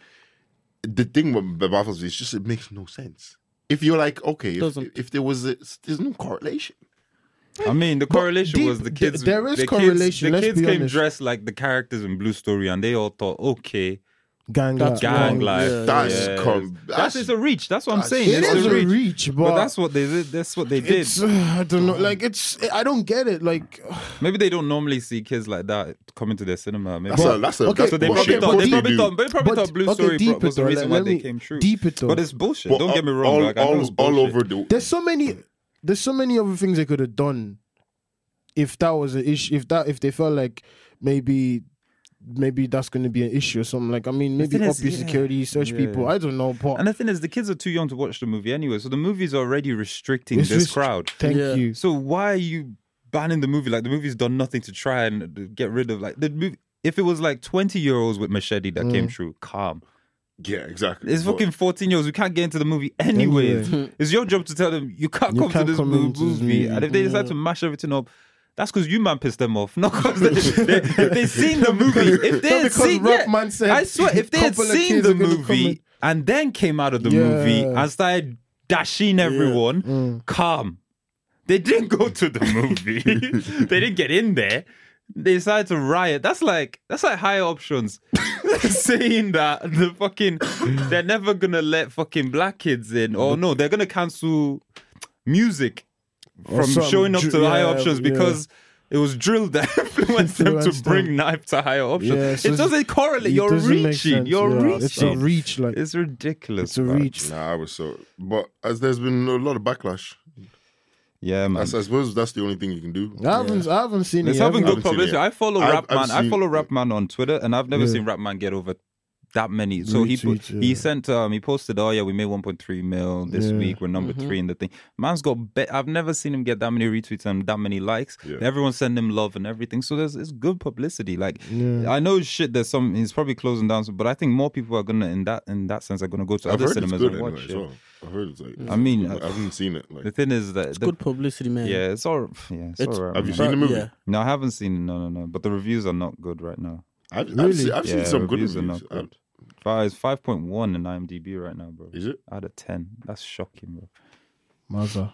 C: the thing with that baffles me. It's just it makes no sense. If you're like, okay, if,
D: Doesn't.
C: if there was, a, there's no correlation.
A: I mean, the correlation
B: deep-
A: was the
B: th-
A: kids.
B: there is
A: the
B: correlation,
A: Kids, the
B: let's
A: kids
B: be
A: came
B: honest.
A: dressed like the characters in Blue Story, and they all thought, okay,
B: Gang
D: That's
B: life.
A: Gang
D: Yeah,
A: life.
D: yeah,
C: That's
A: yes.
C: com-
A: That's,
C: that's-
A: it's a reach. That's what I'm
C: that's-
A: saying.
B: It
A: It's
B: is
A: a reach.
B: reach, but,
A: But that's what they did. That's what they did.
B: it's, uh, I don't know. Like it's, I don't get it. Like
A: Maybe they don't normally see kids like that coming to their cinema. Maybe.
C: That's a that's a
B: okay,
C: that's
A: so they probably,
C: bullshit.
A: thought, they
C: Bullshit,
A: probably
C: dude.
A: thought. They probably
B: But-
A: thought Blue
B: okay,
A: Story
B: deep
A: bro- was
B: it
A: the
B: though,
A: reason
B: let-
A: why
B: let
A: they
B: me-
A: came true.
B: deep it though.
A: But it's bullshit.
C: But
A: don't get me wrong.
C: All,
A: like, I know
C: all,
A: it's
C: all
A: bullshit.
C: over the
B: there's so many there's so many other things they could have done if that was an issue if that if they felt like maybe maybe that's going to be an issue or something like i mean maybe
A: thing
B: up
A: is,
B: your
A: yeah,
B: security search
A: yeah.
B: people i don't know but
A: And the thing is, the kids are too young to watch the movie anyway. So the movie's already restricting
B: It's
A: this
B: rest-
A: crowd.
B: thank
D: Yeah.
B: you
A: So why are you banning the movie? Like the movie's done nothing to try and get rid of like the movie. If it was like twenty year olds with machete that came through, calm.
C: Yeah, exactly.
A: It's
C: But-
A: fucking fourteen year olds. who can't get into the movie anyways. It's your job to tell them you can't
B: You
A: come
B: can't
A: to this
B: come
A: mo-
B: into this
A: movie.
B: movie.
A: And if they decide to mash everything up. That's because you man pissed them off, not because they, they, if they seen the movie. If they
B: Not
A: had
B: because
A: seen,
B: Rock
A: yeah,
B: Man said,
A: I swear, if they had
B: "Couple of
A: seen
B: kids
A: the
B: are gonna come
A: movie
B: in."
A: and then came out of the movie
B: Yeah. Mm.
A: and started dashing everyone, calm. They didn't go to the movie. they didn't get in there. They decided to riot. That's like that's like higher options. Saying that the fucking they're never gonna let fucking black kids in. Or no, they're gonna cancel music from
B: something.
A: showing up to
B: Dr-
A: higher
B: yeah,
A: options
B: yeah.
A: because it was drill that influenced them to
B: Influenced them.
A: bring knife to higher options.
B: Yeah, so
A: it doesn't correlate.
B: It
A: You're
B: doesn't make
A: reaching.
B: sense,
A: You're
B: yeah.
A: reaching.
B: it's a reach like it's,
A: It's ridiculous.
B: a
A: man.
B: reach
C: Nah, I was so. But as there's been a lot of backlash.
A: Yeah, man.
C: That's, I suppose that's the only thing you can do.
B: I haven't, I haven't seen
A: It's
B: it. I
A: having good
B: haven't-
C: haven't seen it
A: publicity.
C: yet.
A: I follow
C: I've-
A: Rap
C: I've
A: Man. I
C: seen-
A: follow Rap Man on Twitter, and I've never
B: Yeah.
A: seen Rap Man get over that many. So he put,
B: Retweets,
A: he
B: yeah.
A: sent um he posted, oh yeah, we made 1.3 mil this
B: Yeah.
A: week. We're number
C: Mm-hmm.
A: three in the thing. Man's got. Be- I've never seen him get that many retweets and that many likes.
C: Yeah.
A: Everyone's sending him love and everything. So there's it's good publicity. Like I know shit. There's some. He's probably closing down, but I think more people are gonna in that in that sense are gonna go to
C: I've
A: other
C: heard it's
A: cinemas
C: good
A: and watch
C: anyway as
A: it.
C: well. I've heard it's like.
A: I mean, uh,
C: I haven't seen it.
A: the
C: Like,
A: thing is that the,
D: good publicity, man.
A: yeah, it's all yeah, it's,
D: It's-
A: all right.
C: have you
A: man.
C: seen the
D: But,
C: movie?
D: yeah.
A: No, I haven't seen it. No, no, no. But the reviews are not good right now.
C: I've, I've,
B: Really?
C: seen, I've seen
A: Yeah,
C: some good
A: reviews Um,
C: reviews. Uh,
A: are not
C: I've-
A: good. Five, it's 5.1 in IMDb right now, bro.
C: Is it?
A: Out of 10. That's shocking, bro.
B: Mazza.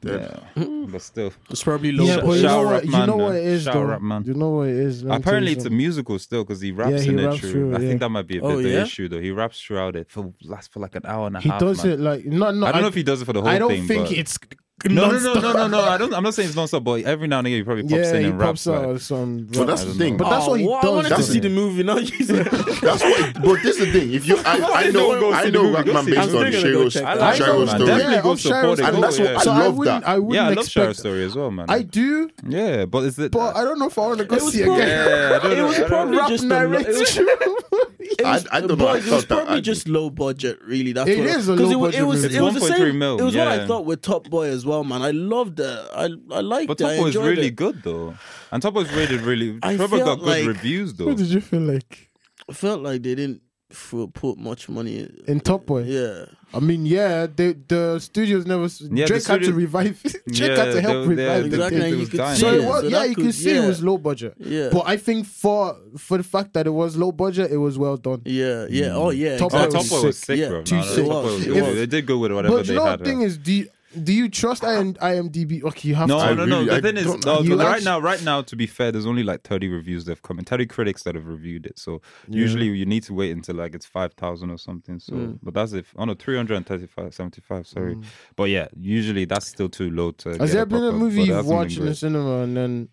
C: Dead.
A: Yeah. but still.
D: It's probably low.
B: Yeah,
A: Shout-
B: but you know
A: shout
B: what?
A: Rap
B: You
A: Man,
B: know
A: man.
B: what it is,
A: Shout
B: though.
A: Rap Man.
B: You know what it is. Let me tell you
A: Apparently, it's a
B: something.
A: musical still because he raps
B: Yeah, he
A: in
B: raps
A: it true.
B: through it,
A: I
B: yeah.
A: think that might be a bit
D: Oh,
A: the
D: yeah?
A: issue, though. He raps throughout it for lasts for like an hour and a
B: He
A: half.
B: does
A: man.
B: it like no, no.
A: I don't know if he does it for the whole
B: I don't
A: thing.
B: think
A: but-
B: it's.
A: No, no, no, no, no, no. I don't. I'm not saying it's nonstop, but every now and again he probably pops
B: Yeah,
A: in
B: he
A: and raps.
B: pops out
A: like-
B: or some.
C: So that's the
A: don't
C: thing.
A: know.
B: But that's what he
D: wow, I
B: does.
D: wanted
C: That's
D: to see
C: it.
D: the movie. Now you said
C: That's what. But this is the thing. If you, I, I
A: Don't
C: know,
A: go
C: I
A: see the
C: know
A: movie. Go
C: Rackman
A: see it.
C: based
A: I'm
C: on
D: still gonna go
C: Shiro's
D: check it
A: I like
B: I know,
A: Shiro's
C: Shiro's
A: man.
C: story.
A: Definitely
B: Yeah,
A: go
B: of
A: support
B: Shiro's
A: it.
C: And
A: Go,
C: that's what
A: yeah.
C: I
B: So I
C: love
B: wouldn't.
C: that.
B: I
A: yeah, I
B: wouldn't
A: love Shiro's
B: expect.
A: story as well, man.
B: I do,
A: yeah, but is it?
B: but I don't know if I want to go see again.
A: yeah, I don't
D: It
A: know.
D: was
A: I don't know.
D: probably
B: Rap
D: just a lo- it was-
B: narrator.
C: I, I don't know. I
D: Boys, it was
C: thought that.
D: probably
C: I-
D: just low budget, really. That's
B: It
D: what
B: is a
D: 'cause it wa-
B: low-budget
D: It was,
B: movie.
D: it was the
A: 1.3
D: same.
A: mil,
D: it was what
A: yeah.
D: I thought with Top Boy as well, man. I loved it. I I liked
A: But
D: it.
A: Topo
D: I
A: is
D: enjoyed
A: really
D: it.
A: good though, and Topo is rated really.
D: I
A: Topo got
D: felt
A: good
D: like-
A: reviews though.
B: What did you feel like
D: I felt like they didn't f- put much money. in
B: in Top Boy?
D: Yeah,
B: I mean, yeah, the the studios never. s
A: the
B: Drake had to
A: studio-
B: revive. Drake had to
A: Yeah, they-
B: help
A: they-
B: revive
A: they-
B: the
A: they-
B: thing.
D: Exactly,
A: they
D: and you
A: was
D: could
A: dying.
D: see
B: So it
D: Yeah,
B: was,
D: so
B: yeah,
D: that
B: you
D: could-
B: could see
D: yeah.
B: it was low budget.
D: Yeah.
B: But I think for for the fact that it was low budget, it was well done.
D: yeah, yeah. Oh yeah,
B: Top
A: Oh,
B: Boy
A: Top
B: was
A: Boy was
B: sick.
A: sick,
D: Yeah,
A: bro.
D: too
A: No, no, Top
D: sick. It
A: Boy
D: was,
A: was
D: it
A: good.
D: was.
A: They did good with whatever
B: but
A: they
B: you know
A: had. uh,
B: the thing
A: man.
B: is, do you, do you trust I and IMDb? Okay, you have
A: no,
B: to.
C: I
A: no, no.
C: really-
A: the
C: I
A: thing is,
C: don't-
A: no,
B: you
A: but right
B: ask-
A: now, right now, to be fair, there's only like 30 reviews that have come in, 30 critics that have reviewed it. So usually you need to wait until like it's 5,000 or something. So,
B: Mm.
A: but that's Oh, if on a 335, 75, sorry. But yeah, usually that's still too low to.
B: Has
A: get
B: there been a
A: proper-
B: movie
A: but
B: you've
A: that's something
B: watched in the
A: great.
B: cinema and then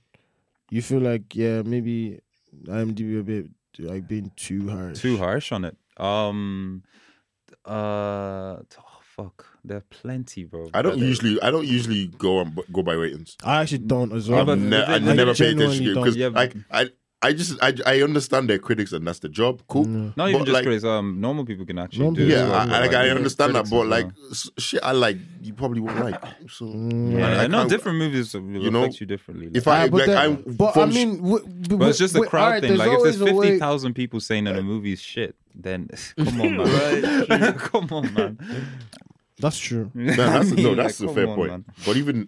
B: you feel like, yeah, maybe IMDb a bit like being too harsh?
A: too harsh on it. Um, uh, t- oh, fuck, there are plenty, bro. uh,
C: I don't
A: There-
C: usually. I don't usually go and go by ratings.
B: I actually don't as well.
A: Yeah, but
C: I've
A: the
C: ne-
A: thing
C: I
A: is-
C: never
A: I
C: pay
B: genuinely
C: attention to
B: don't.
C: because
A: Yeah,
C: like
A: but-
C: I, I just I, I understand they're critics and that's the job. Cool.
A: Not even
C: But,
A: just
C: like,
A: critics. Um, normal people can actually
B: Normal
A: do. it
B: people
A: as
C: Yeah,
A: well,
C: I,
A: but,
C: I- like, I
A: yeah,
C: understand that,
A: critics
C: but
A: as
C: like
A: well.
C: s- shit, I like you probably won't like. So
B: Mm.
A: yeah,
C: I- I
A: no,
C: can't-
A: different movies will
C: you know,
A: affect you differently.
C: If
A: like.
C: I
B: Ah, but
C: like,
B: then-
C: I'm
B: but I
C: from sh-
B: mean, w- w-
A: but it's just the
B: w-
A: crowd
B: alright,
A: thing. Like, if there's
B: always a way-
A: fifty thousand people saying that a movie's shit, then come on, man. come on, man.
B: That's true.
C: No, that's,
A: I mean,
C: no,
A: like,
C: that's a
A: come
C: fair
A: on,
C: point.
A: man.
C: But even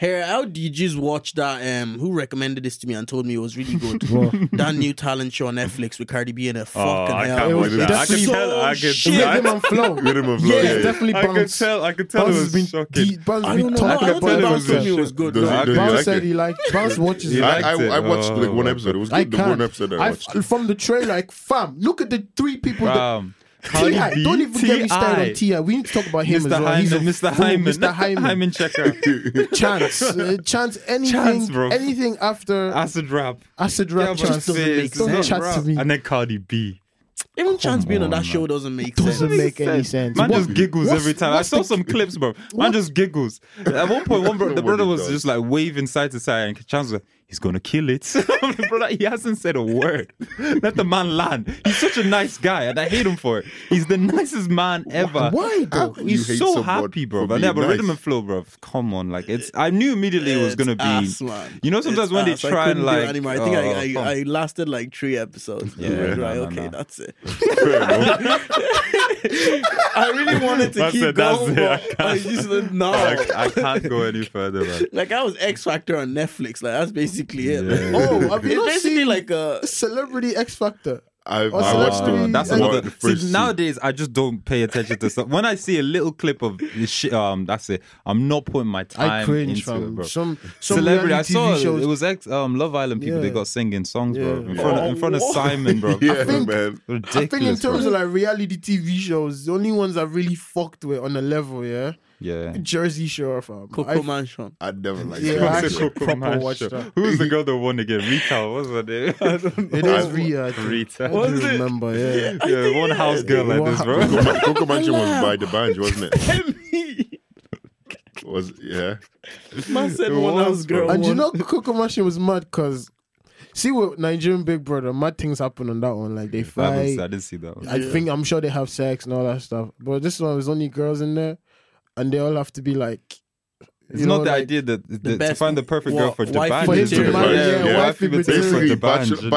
D: Here, how did you watch that? Um, who recommended this to me and told me it was really good? that new talent show on Netflix with Cardi B and a fucking
A: Oh, I
D: hell.
A: can't
B: wait
A: wait
B: for that.
A: I can
B: So
A: tell. I can
D: shit.
A: tell.
B: Rhythm and flow.
C: Rhythm of
B: Yeah,
C: love.
B: it's
C: Yeah.
B: definitely
A: I could
B: bounce.
A: tell. I could tell it
B: Bounce has
A: was
B: been
A: shocking.
B: de- Bounce
D: I
B: has been
D: don't know. I
B: talking
D: don't
B: about
D: think
A: it
D: Bounce
A: was
D: told me it
A: shit.
D: was good.
C: Does
D: no.
C: it-
D: I-
C: does it
B: Bounce
C: like
B: said
C: it?
B: he liked Bounce watches
A: He
B: it.
A: liked
C: I, I,
A: it.
C: I watched like one
A: Oh.
C: episode. It was
B: I
C: good. The one
B: can't.
C: episode that I
B: I
C: watched.
B: from the trailer, like fam, look at the three people. that
A: Um,
B: Ti, don't even get me started on
A: T.
B: Ti. We need to talk about him
A: Mr.
B: as well.
A: Hyman,
B: He's a
A: Mr.
B: fool,
A: Hyman,
B: Mr. Hyman,
A: Hyman checker,
B: Chance, uh, Chance, anything,
A: Chance, bro.
B: anything after
A: acid rap.
B: acid
A: but
B: rap, Chance
A: it's
B: doesn't make
A: his
B: sense.
A: name,
B: Don't chat to
A: bro.
B: me.
A: And then Cardi B.
D: Even Chance being on that
A: on,
D: show doesn't make
B: Doesn't
D: sense.
B: make any sense.
A: Man
B: What-
A: just giggles
B: what's-
A: every time. I
B: what's
A: saw
B: the-
A: some clips, bro. Man just giggles. At one point, one bro, the
C: Nobody
A: brother was
C: does.
A: just like waving side to side, and Chance was like, "He's gonna kill it." I'm like, brother, he hasn't said a word. Let the man land. He's such a nice guy, and I hate him for it. He's the nicest man ever.
B: Why
C: How
B: though?
C: can you
A: He's
C: hate
A: so
C: someone
A: happy, bro.
C: for
A: But yeah,
C: being
A: but
C: nice?
A: rhythm and flow, bro. Come on, like it's. I knew immediately it was gonna
D: It's
A: be.
D: ass, man.
A: You know, sometimes
D: It's
A: when
D: ass.
A: they
D: I
A: try and
D: couldn't do it
A: like,
D: anymore. I think
A: oh,
D: I,
A: come
D: I, I lasted like three episodes. Yeah,
A: Yeah,
D: right,
A: nah, nah,
D: okay,
A: nah.
D: that's it. I really wanted to
A: I
D: keep
A: said, that's
D: going,
A: it,
D: but
A: I can't.
D: I just uh, said, no.
A: I, I can't go any further, man.
D: Like I was X Factor on Netflix. Like that's basically it.
A: Yeah.
D: Like,
B: Oh, have you
D: it's
B: not
D: basically
B: seen
D: like a
B: Celebrity X Factor?
C: I, I
B: Oh, so
C: watched
B: that's
C: the,
B: the-
A: that's
B: I-
A: another.
C: the
A: See,
C: first two.
A: nowadays, I just don't pay attention to stuff. When I see a little clip of this shit, um, that's it. I'm not putting my time
B: I
A: into
B: cringe
A: it,
B: from
A: bro.
B: some some
A: Celebrity, I
B: reality
A: saw
B: TV
A: it. It
B: shows.
A: was ex um Love Island people. They
B: Yeah.
A: got singing songs, bro,
B: Yeah.
A: in front of, in front of Simon, bro.
C: Yeah,
B: think-
C: man.
A: Ridiculous.
B: I think in terms
A: bro.
B: of like reality TV shows, the only ones I really fucked with on a level, yeah,
A: yeah.
B: Jersey Shore, fam.
D: Coco
B: I-
D: Mansion.
C: I never liked
B: Yeah,
C: it.
B: I
C: I
B: actually- proper watched that.
A: Who was the girl that won again? Rita, what was her name? I don't know.
B: It is Ria. I think.
A: Rita.
B: I
D: Was
B: do
D: it?
B: remember, yeah.
A: Yeah, one house girl like this, bro.
C: Coco Mansion was by the band, wasn't it?
D: Me.
C: Was yeah.
D: Man said
A: It
D: one
A: was,
D: house girl.
A: bro.
B: And you
D: won.
B: know, Coco Machine was mad because, see, with Nigerian Big Brother, mad things happen on that one. Like, they
A: I haven't seen-
B: fight.
A: I didn't see that one.
B: I think, I'm sure they have sex and all that stuff. But this one was only girls in there, and they all have to be like.
A: It's
B: you
A: not
B: know,
A: the
B: like-
A: idea that, that to
D: best-
A: find the perfect girl
D: what,
A: for
D: wife
A: Dubai.
B: For him to marry, yeah, wife
A: wifey
B: material.
A: material
C: Basically,
A: for
C: bachelor,
A: Dubai.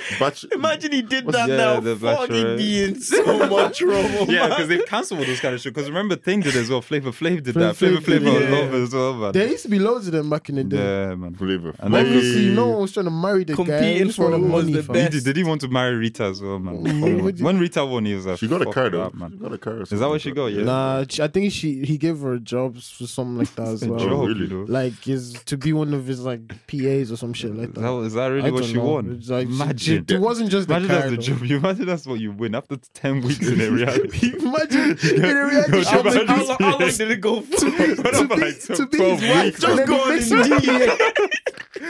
C: bachelorette, bachelor.
D: Imagine he did
A: What's-
D: that
A: yeah,
D: now.
A: the
D: Fuck, he'd
A: Bachelorette.
D: be in so much trouble.
A: Yeah,
D: man.
A: because they've cancelled all those kind of shows. Because remember, Thing did as well. Flavor Flav did
B: Flav
A: that. Flavor Flav
B: Flav did
A: was
B: it.
A: love as well, man.
B: There used to be loads of them back in the day.
A: yeah, man.
C: Flavor.
A: And then-
B: Obviously, no one was trying to marry the guy.
D: Competing
B: he just
D: for
B: wanted
D: who was
B: money,
D: the
B: fam.
A: He
D: best.
A: did, did he want to marry Rita as well, man?
B: Mm,
A: Come on.
B: would you-
A: when Rita won, he was like,
C: She got a
A: "Fuck
C: car though.
A: that,
C: She
A: man.
C: got a car. or
A: that where
C: something
A: she
C: like
A: go?
C: that.
A: Yeah.
B: Nah, she- I think she he gave her jobs or something like that
A: It's
B: as
A: a
B: well.
A: joke,
C: really?
A: you know.
B: Like is to be one of his like PAs or some shit like
A: Is
B: that.
A: that, is that
B: I
A: really what
B: don't
A: she
B: know.
A: won?
B: It's like she-
A: Imagine.
B: it wasn't just the
A: Imagine that's
B: car,
A: the
B: though.
A: job. You imagine that's what you win after ten weeks in a reality.
B: Imagine in a reality show.
D: How,
A: Imagine-
D: long- how long, how long did it go for?
A: What
B: To
A: about,
B: be,
A: like,
B: to be
A: 12
B: his wife,
A: weeks,
B: just
A: bro?
B: go on Indeed.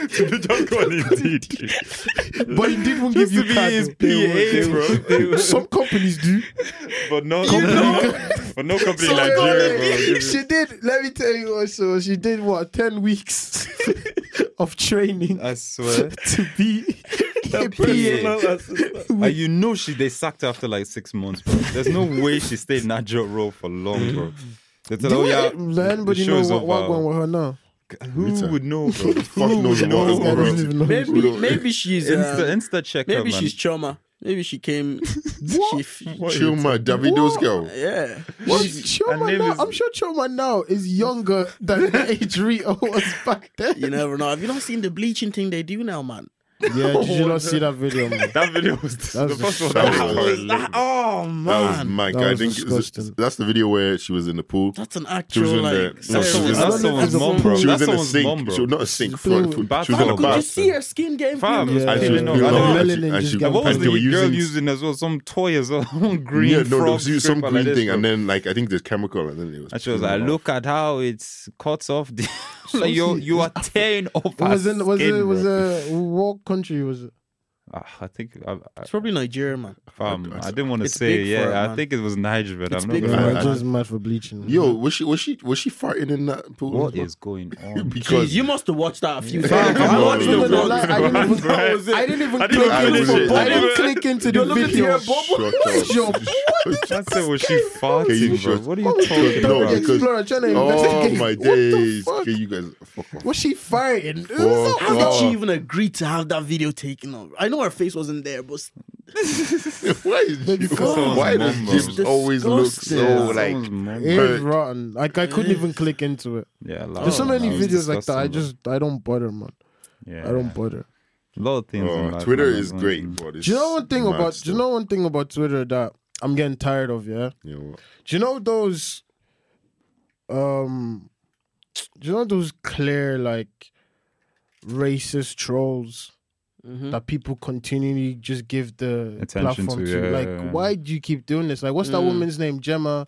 A: Just go on Indeed.
B: But he did won't give
A: Just
B: you
A: to be
B: card,
A: his
B: though. They will, they
A: PA,
B: will.
A: bro.
B: Some companies do.
A: But no, but no company
B: Some
A: in
B: company-
A: Nigeria, bro.
B: she did. Let me tell you also. She did what ten weeks of training
A: I swear.
B: to be a PA.
A: Personal assistant. And you know she they sacked her after like six months, bro. There's no way she stayed in that job role for long, bro. They tell her, oh yeah,
B: Let
A: the
B: anybody
A: show
B: know
A: is
B: what, what
A: over.
B: going with her now?
A: Who
C: Rita.
A: would know, bro?
C: Fuck knows
B: All these guys
C: what,
B: don't
C: bro.
B: even know.
D: Maybe, maybe she's
A: Insta,
D: uh,
A: Insta checker,
D: maybe
A: man.
D: she's trauma. Maybe she came. she, f-
C: Chill, my Davido's
B: What?
C: girl.
D: yeah.
B: Well,
A: her
B: Choma
A: name
B: now,
A: is-
B: I'm sure Choma now is younger than the age Rio was back then.
D: You never know. Have you not seen the bleaching thing they do now, man?
B: Yeah, did you not see that video, man?
A: That video was the first one.
C: that
A: That
C: was-
A: was
D: That- oh
C: That was
D: man,
C: my
B: That
C: guy. I
B: was
C: think it's-
B: disgusting.
C: that's the video where she was in the pool.
D: that's an
C: She was
D: actual
C: in
D: like.
C: the. No, she was
A: someone-
C: in-
A: that's
B: I don't know if
A: someone's
B: it's a
A: mom,
B: phone.
A: bro.
C: She was
A: That's
C: in a
A: someone's
C: sink.
A: mom,
C: She
A: bro.
C: was not a sink.
B: playing
C: front-
A: with
C: She was in a
A: bathroom.
D: Could you
A: Bastard.
C: bath.
D: see her skin getting
A: Fam,
D: peeled?
A: I
B: Yeah.
A: didn't
B: She was
A: know.
B: peeling
A: I
B: off
A: know.
B: melanin
C: And she- and
B: just
C: she-
B: got
A: And what was
C: and
A: the
C: they were
A: girl
C: using-
A: using as well? Some toy as well, some green
C: yeah, no, there
A: frog
C: was used
A: strip
C: some
A: or like
C: green
A: this,
C: thing,
A: bro.
C: and then like I think there's chemical, and then it was.
A: And she was
C: peeling
A: like,
C: off.
A: "Look at how it's cuts off the like you you are tearing off." her
B: was in was
A: skin,
B: it was
A: bro.
B: a what country was it?
A: Ah, I think I, I,
D: It's probably Nigeria, man.
A: fam, I didn't want to
D: It's
A: say.
D: big
A: Yeah,
D: for her,
A: I
D: man.
A: think it was Niger, but
D: It's
A: I'm not
D: big
A: gonna.
C: for her.
A: lie.
B: Nigeria's mad for bleaching.
C: Yo, was she was she was she farting in that pool?
A: What is going on?
C: because
D: Jeez, you must have watched that a few
B: Fam,
D: times.
C: Yeah.
B: I'm not
C: Yeah.
B: even gonna
C: Yeah.
B: lie, I didn't even
A: Right.
B: I didn't even
A: I
B: click
A: didn't
C: even
B: into
C: finish it.
B: I didn't
C: I
B: click into the
D: look at
B: video.
D: your
B: Yo,
C: shut up.
A: That's it. Was she
C: Can you
A: farting, bro?
C: shut-
A: What are
B: What
A: you
B: was
A: talking
B: the
C: No,
A: about?
B: Dog
C: because-
B: Explorer trying to
C: Oh
B: investigate?
C: my
B: What the
C: days!
B: fuck?
C: Can you guys fuck off?
B: Was she firing?
C: Fuck
D: How did
C: off.
D: she even agree to have that video taken off? I know her face wasn't there, but s-
C: Why is James,
B: someone's
C: why does
A: mum, bro.
C: James always look so
A: Yeah,
C: like? oh,
A: someone's mum.
B: It is
C: burnt?
B: rotten. Like I couldn't even click into it.
A: Yeah, like,
B: There's so
A: oh,
B: many
A: man, it's
B: videos like that. I
A: disgusting, bro.
B: just I don't bother, man.
A: yeah.
B: I don't bother.
A: A lot of things. in
C: Oh,
A: life,
C: Twitter
A: man,
C: is
A: man.
C: great, but it's
B: Do you know one thing
C: mad
B: about? Do
C: still.
B: you know one thing about Twitter that I'm getting tired of? Yeah.
C: You know what?
B: Do you know those? Um, do you know those clear like racist trolls that people continually just give the
A: Hmm? Attention
B: platform
A: to,
B: to?
A: yeah,
B: like,
A: yeah, Hmm. yeah.
B: why do you keep doing this? Like, what's that
D: Mm.
B: woman's name? Gemma.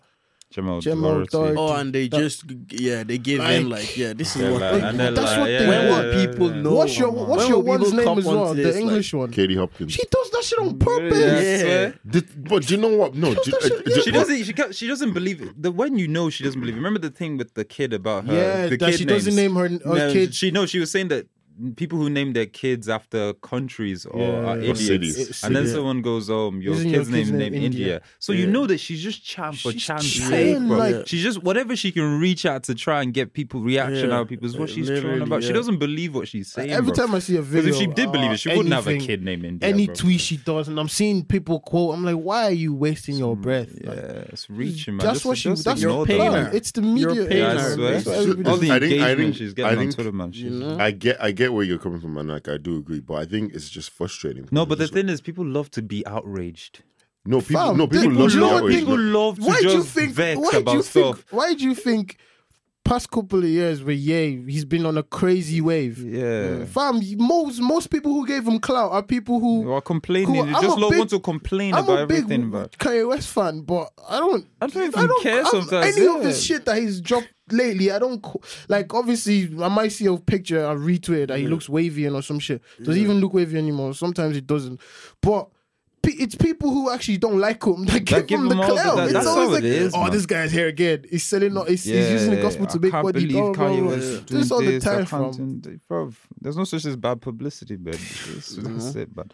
A: Gemma
B: Gemma
A: Doherty.
B: Doherty.
D: Oh, and they just yeah, they give in
B: Like-
D: like yeah, this is
A: Yeah,
D: what.
A: man, and then,
B: That's
A: like,
B: what
A: yeah,
B: they-
A: yeah,
D: when
A: yeah,
D: will
A: yeah,
D: people
A: yeah.
D: know?
B: what's your
D: man?
B: What's
D: When
B: your
D: will people
B: woman's name
D: come
B: as well?
D: onto
B: The
D: this, like-
B: English one.
C: Katie Hopkins.
B: She does that shit on purpose.
A: Yeah.
D: Yeah.
C: Did- but do you know what? No, do-
B: doesn't-
C: uh, do-
A: She doesn't. She can't, she doesn't believe it. The when you know she doesn't believe. It. Remember the thing with the kid about her.
B: Yeah,
A: the
B: that
A: kid
B: she doesn't
A: names.
B: name her, her
A: No,
B: kid.
A: She no. She was saying that people who name their kids after countries or
B: Yeah.
A: are
B: Or
A: idiots.
C: cities.
B: It's-
A: And then
B: yeah.
A: someone goes, um, your
B: Isn't
A: kid's,
B: your
A: name, name India. So you know that she's just trying for
B: She's
A: chance
B: trying,
A: sake, bro.
B: like-
A: she's just whatever she can reach out to try and get people reaction
D: Yeah.
A: out of people is what she's trying
D: Literally,
A: about. She
D: yeah.
A: doesn't believe what she's saying.
B: Every
A: bro.
B: time I see a
A: because
B: video,
A: if she did believe
B: uh,
A: it, she wouldn't have a
B: anything-
A: kid named India.
B: Any
A: bro.
B: tweet she does, and I'm seeing people quote, I'm like, why are you wasting your breath?
A: Yeah,
B: Like,
A: it's reaching, man.
B: That's
A: Just-
B: what she.
A: just
B: That's
A: ignore
B: what
A: that,
D: paying
B: no,
A: man.
D: her.
B: It's the media.
D: You're paying
A: Yeah, I
D: her.
A: swear.
B: It's everybody's-
A: All the
C: I think- I
A: engagement
C: think-
A: she's
C: I
A: getting on
C: think-
A: Twitter, man.
D: You
A: she's-
D: know?
C: I get, I get where you're coming from, and like I do agree, but I think it's just frustrating.
A: No, but the
C: It's
A: thing is, people love to be outraged.
C: like- no, people,
B: Fam,
C: no, people
B: people
C: love
B: know
C: that
B: what
C: way.
B: people
A: People love to
B: Why do you
A: just
B: think?
A: vex
B: Why do
A: about
B: you
A: stuff.
B: think? Why do you think? Past couple of years, where yeah, he's been on a crazy wave.
A: Yeah.
B: Fam, most most people who gave him clout are people who
A: You are complaining.
B: Cool,
A: you
B: I'm
A: just
B: a
A: love
B: big-
A: want to complain
B: I'm
A: about
B: a big
A: everything, but
B: Kanye West fan, but I don't.
A: I don't even care
B: I'm-
A: sometimes,
B: Any of
A: yeah.
B: his shit that he's dropped lately, I don't co- like. Obviously, I might see a picture I retweeted that he looks wavy and or some shit. Does he even look wavy anymore? Sometimes it doesn't, but. pe- It's people who actually don't like him that give
A: give
B: him the
A: him all the-
B: clout.
A: that-
B: it's
A: that's
B: always
A: how it
B: like,
A: is,
B: oh,
A: man.
B: this guy's here again. He's selling. Out, he's, he's using the gospel to
A: I
B: make
A: can't
B: money.
A: believe
B: Blah, blah,
A: Kanye
B: blah.
A: West
B: Do
A: is doing
B: this all the
A: this, I
B: time,
A: can't
B: fam.
A: do that. Bro, There's no such thing as bad publicity, but that's, that's it, but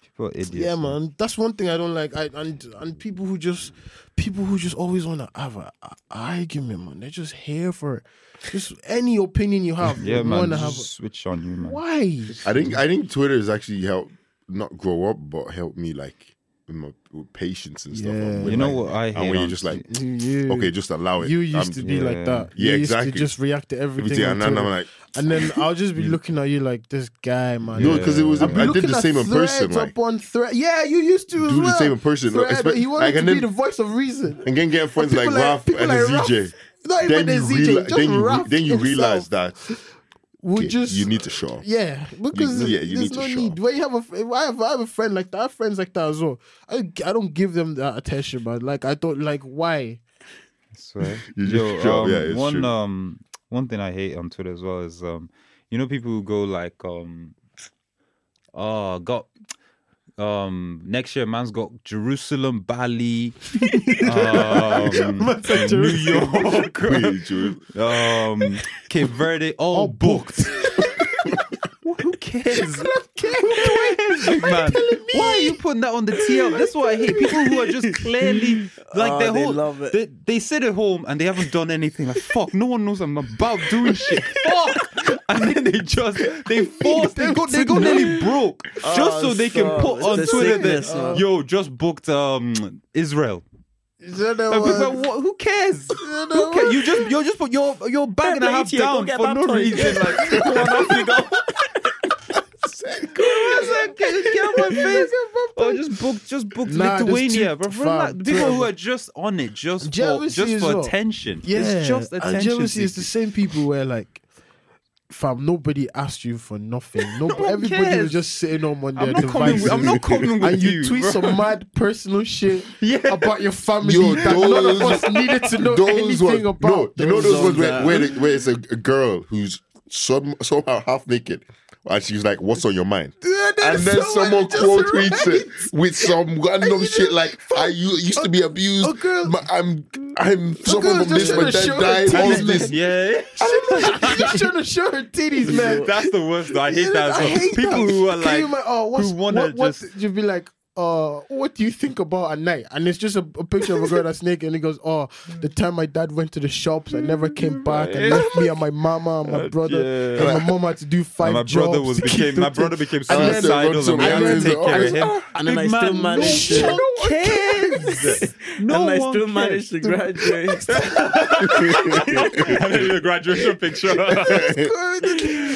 A: people are idiots.
B: Uh-huh. Yeah, man. That's one thing I don't like. I and and people who just people who just always want to have an argument, man. They're just here for it. Just any opinion you have,
A: Yeah,
B: you
A: man.
B: want to have.
A: Just switch on you, man.
B: Why?
C: I think, I think Twitter has actually helped not grow up, but helped me like with my with patience and stuff.
B: Yeah.
C: and with,
A: You know
C: like-
A: what I hate?
C: and when you're
A: on-
C: just like,
B: You,
C: okay, just allow it.
B: you used
C: I'm-
B: to be like that.
C: Yeah,
B: you used
C: exactly.
B: To just react to everything,
C: everything,
B: on
C: and then I'm
B: Twitter.
C: like,
B: and then I'll just be looking at you like this guy, man.
C: no, because it was,
A: I've been
C: I did the
B: Looking at
C: same in person,
B: threads
C: like,
B: upon thread. Yeah, you used to as
C: do the
B: well.
C: same in person. like,
B: Thread,
C: expect-
B: he wanted
C: like,
B: to
C: and
B: be
C: then
B: the voice of reason.
C: and then getting friends like
B: People
C: Raf and
B: people like Raph-
C: ZJ.
B: Not even
C: Then
B: the
C: you,
B: ZJ,
C: reali-
B: just
C: then you, re-
B: Raph
C: then you
B: himself.
C: realize that
B: would
C: okay,
B: just
C: you need to show up.
B: yeah because
C: yeah, you
B: there's
C: need to
B: no
C: show
B: need
C: up.
B: when you have a fr- I have, I have a friend like that I have friends like that as well I, I don't give them that attention man like I don't like
A: I
B: why
A: swear.
C: You just show-
A: um,
C: yeah, it's
A: one
C: true.
A: um one thing I hate on Twitter as well is um you know people who go like um oh got um next year man's got Jerusalem, Bali, um, New York,
C: Wait, Drew.
A: um Cape Verde, Oh, all,
C: Oh,
A: booked. Who cares? Who cares, big man? Why are you putting that on the TL? That's what I hate. People who are just clearly like
D: Oh,
A: their
D: they
A: whole
D: love it.
A: They, they sit at home and they haven't done anything. Like fuck, no one knows I'm about doing shit. Fuck, and then they just they force they go they go nearly broke just so
D: Oh,
A: they can
D: so
A: put
D: it's
A: on
D: the
A: Twitter
D: sickness,
A: that
D: man.
A: yo just booked um Israel.
D: Oh,
A: Like, people
D: uh,
A: are, "What- who cares? Who cares? You just you're just put your your bag and a half
D: Plenty, go
A: down
D: get
A: for no
D: baptized.
A: reason. Like, go on, off you go. It's like, get, get out my face. Oh, just booked, just booked
B: Nah, there's
A: Lithuania,
B: two-
A: bro.
B: fam,
A: Relax. People who
B: terrible.
A: are just on it, just for,
B: Jealousy
A: just
B: as
A: for
B: well.
A: attention.
B: yeah
A: it's just attention.
B: and jealousy is the
A: seeking.
B: same people where like fam nobody asked you for nothing no, everybody
A: cares.
B: was just sitting home on
A: I'm
B: their
A: not coming.
B: devices
A: With, I'm not coming with
B: and you, tweet
A: bro.
B: some mad personal shit
A: Yeah.
B: about your family
C: Yo,
B: that none of
C: those-
B: us needed to know
C: Those
B: anything
C: ones,
B: about
C: no, you know
B: Those
C: those
B: are
C: ones where,
D: ones
C: where, the, where it's a, a girl who's some, somehow half naked, and she's like, "What's on your mind?" and then someone
B: just
C: quote tweets
B: writes-
C: it with some random shit like, "I u- used to be abused.
B: a girl-
C: my- I'm I'm
B: girl
C: suffering from
B: just
C: this, but
B: had a
C: then
B: show
C: died. All
B: titties,
C: this."
A: yeah.
B: She's just trying to show her titties, man.
A: That's the worst. though. I hate that. as
B: I
A: well.
B: hate
A: People
B: that.
A: who are
B: Can
A: like
B: you ima- oh, what's,
A: who wanna
B: what, what-
A: just-
B: you'd be like, uh, what do you think about at night? And it's just a, a picture of a girl that's naked, and he goes, oh, the time my dad went to the shops, I never came back, and left me and my mama and my brother,
A: yeah.
B: and my mom had to do five
A: And my brother
B: jobs
A: was
B: to keep
A: became my
B: the-
A: brother became
C: And then-
A: suicidal and we had to
C: And then-
A: take care of him.
D: And then I still managed to.
A: No one cares. No
D: and I
A: one
D: still
A: cares.
D: managed to graduate.
A: and then your graduation picture. oh,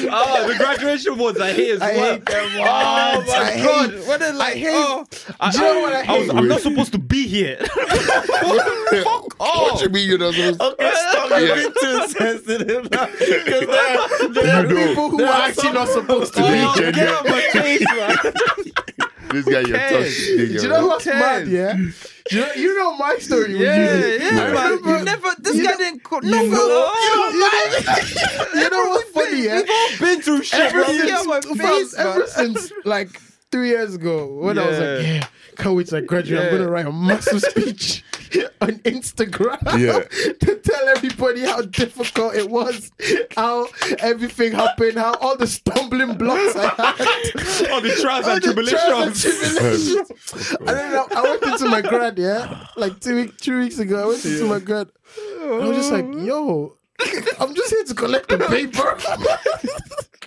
A: Ah, the graduation ones I hate as well. Oh my god! What is like? I hate. Oh, I,
B: Do you know what I
A: was,
B: hate?
A: I'm not supposed to be here.
C: Fuck What you mean you're not supposed to?
D: okay, stop. You're
C: Yeah.
D: being too sensitive now. 'Cause there, there
C: You know.
B: People who
D: There
B: are
D: are
B: actually
D: some-
B: not supposed to
D: Oh,
B: be.
C: Legion,
D: get out
C: yeah.
D: my face, man.
C: This guy, you're
A: cares?
C: touched.
B: Do you know
C: nigga.
B: what's mad? Yeah, Do you know, you know my story. with
A: yeah,
B: you.
A: yeah,
B: I
A: man.
B: remember-
A: You never. This guy didn't. Co- no,
B: you
A: you
B: know-
A: know,
B: You know what's funny? Yeah,
A: been through shit.
B: ever
A: bro.
B: since,
A: Get out my
B: fam,
A: face, man.
B: ever since like three years ago, when I was like,
A: Yeah.
B: yeah, can't wait till I graduate, I'm
A: Yeah.
B: gonna write a massive speech on Instagram
C: Yeah.
B: to tell everybody how difficult it was, how everything happened, how all the stumbling blocks I had.
A: All Oh, the trials
B: all
A: and
B: the trials
A: tribulations.
B: and tribulations. And then I, I went into my grad, yeah, like two week, three weeks ago. I went into my grad. And I was just like, yo, I'm just here to collect the paper.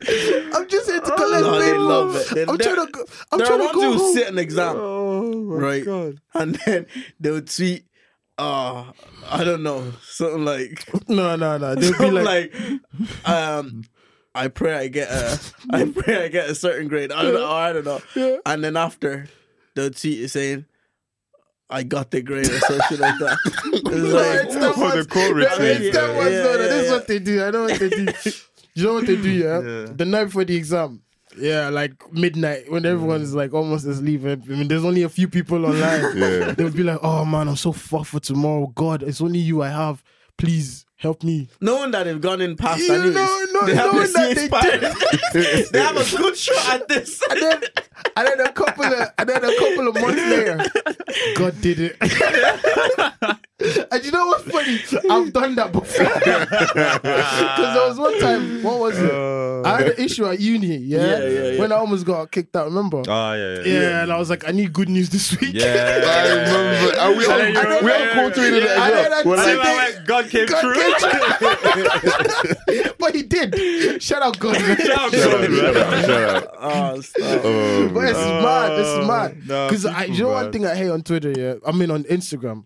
B: I'm just here to collect
D: no, Oh, they
B: paper.
D: love it. They-
B: I'm
D: they're-
B: trying to go. I'm
D: There are
B: trying to
D: ones
B: go
D: who
B: home.
D: sit an exam,
A: Oh my
D: right? And then they'll tweet, uh, I don't know, something like,
B: No, no, no. They'd be like,
D: like, um, I pray I get a, I pray I get a certain grade. I don't know, I don't know. And then after, they'll tweet you saying, I got the grade or something like that. It's
B: no, it's
D: like,
B: that
A: Oh, the
B: one's-
A: cold
B: no,
A: retreat.
B: it's that
D: Yeah,
B: one's
D: yeah,
B: no, no,
D: yeah,
B: This is
D: yeah.
B: what they do. I know what they do. you know what they do, yeah?
A: Yeah.
B: The night before the exam. Yeah, like midnight when everyone's like almost asleep. and- I mean, there's only a few people online.
C: Yeah.
B: They'll be like, "Oh man, I'm so fucked for tomorrow. God, it's only you I have. Please help me."
D: knowing that they've gone in past,
B: You
D: anyways,
B: know, no,
D: they have a
B: knowing that they
D: CH pattern. they have a good shot at this.
B: And then, and then a couple of, and then a couple of months later, God did it. and you know what's funny? I've done that before. Because there was one time, what was it? I had an issue at uni, yeah,
D: Yeah, yeah, yeah.
B: when I almost got kicked out. Remember?
A: Ah, yeah,
B: yeah, and I was like, I need good news this week.
A: Yeah.
C: I remember. And we all,
A: And then you
C: we all
A: remember-
C: quoted it
B: Yeah, I know
C: as
B: that
C: well. We're
B: too.
C: like,
B: I
A: Wait, wait, God came
B: God
A: through.
B: did. but he did. Shout out God.
A: Shout out
C: shut up,
A: God.
C: shut up, shut up.
D: Oh, stop.
C: Um,
B: But it's mad. It's mad.
A: Nah,
B: Because I, you know,
A: people,
B: one
A: man.
B: thing I hate on Twitter. Yeah, I mean on Instagram.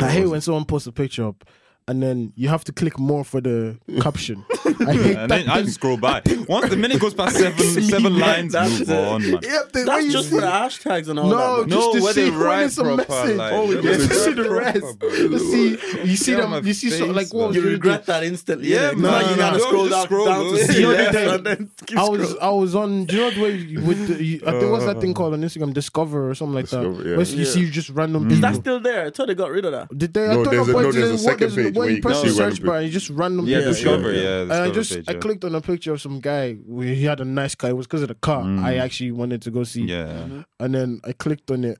B: I hate when someone posts a picture up, and then you have to click more for the caption. I hate
A: And
B: that.
A: then I just scroll by. Once the minute goes past seven, seven lines,
D: That's
A: move
D: it.
A: on, man.
B: yeah, the way
D: That's
B: you
D: just
B: see-
D: for the hashtags and all
B: No,
D: that. man.
A: No,
B: just to
A: where
B: see
A: they
B: when
A: write
B: it's a
A: proper,
B: message.
A: like-
B: oh,
A: Yeah,
B: you see the
A: proper,
B: rest.
A: bro.
B: You see, you see
A: Yeah,
B: them.
A: my
B: You see
A: face,
B: something like
A: man.
B: what was
D: You
B: the other day?
D: regret that instantly.
A: Yeah,
D: innit?
A: man.
D: Now you
A: Nah,
D: gotta
A: nah.
D: scroll
A: Just
D: down,
A: scroll,
D: down
A: bro.
D: to
A: The
D: see
B: other
D: left
B: day,
D: and then keep
B: I was
D: scrolling.
B: I was on do you know the way you- with the, you, I think what's that thing called on Instagram Discover or something like that.
C: Discover, yeah.
B: Where you
D: Yeah.
B: see just
A: Mm.
B: random
D: Is
B: people.
D: that still there? I thought they got rid of that.
B: Did they? I
C: No,
B: don't
C: there's
B: know,
C: a-
B: but
C: no, there's a
B: what-
C: second
B: there's-
C: page
B: When
C: where
B: you
C: you
B: press
C: can
B: the
C: see random
B: search bar, you just random.
A: Yeah,
B: people.
A: discover. Yeah,
C: yeah.
A: discover
B: And I just
A: page,
B: I
A: yeah.
B: clicked on a picture of some guy. where He had a nice car. It was because of the car. I actually wanted to go see.
A: Mm. Yeah.
B: And then I clicked on it,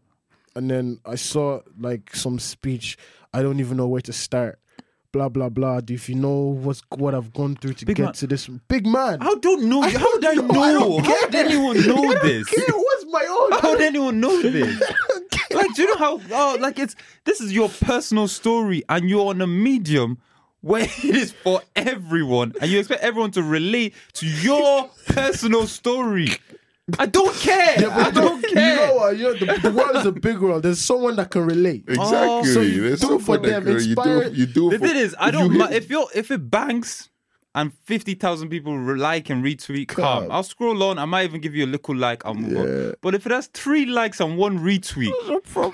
B: and then I saw like some speech. I don't even know where to start. Blah blah blah. If you know what's what I've gone through to get
A: man.
B: to this big man,
A: How don't know?
B: I
A: How
B: don't
A: did I
B: know. I
A: know?
B: don't
A: How
B: care.
A: did anyone know this?
B: Yeah, what's my own?
A: How did anyone know this? Like, do you know how? Oh, like it's this is your personal story, and you're on a medium where it is for everyone, and you expect everyone to relate to your personal story. I don't care. I don't
B: You know
A: care.
B: what? You know, the, the world is a big world. There's someone that can relate.
A: Oh,
C: Exactly.
B: so you
C: There's
B: do
C: some
B: for
C: fun
B: them,
C: that girl, You do,
B: inspired-
C: you do
A: The
C: for
A: thing is, I don't.
C: you-
A: mi- if you're if it banks and fifty thousand people re- like and retweet, calm. I'll scroll on. I might even give you a little like. I'll move on. But if it has three likes and one retweet,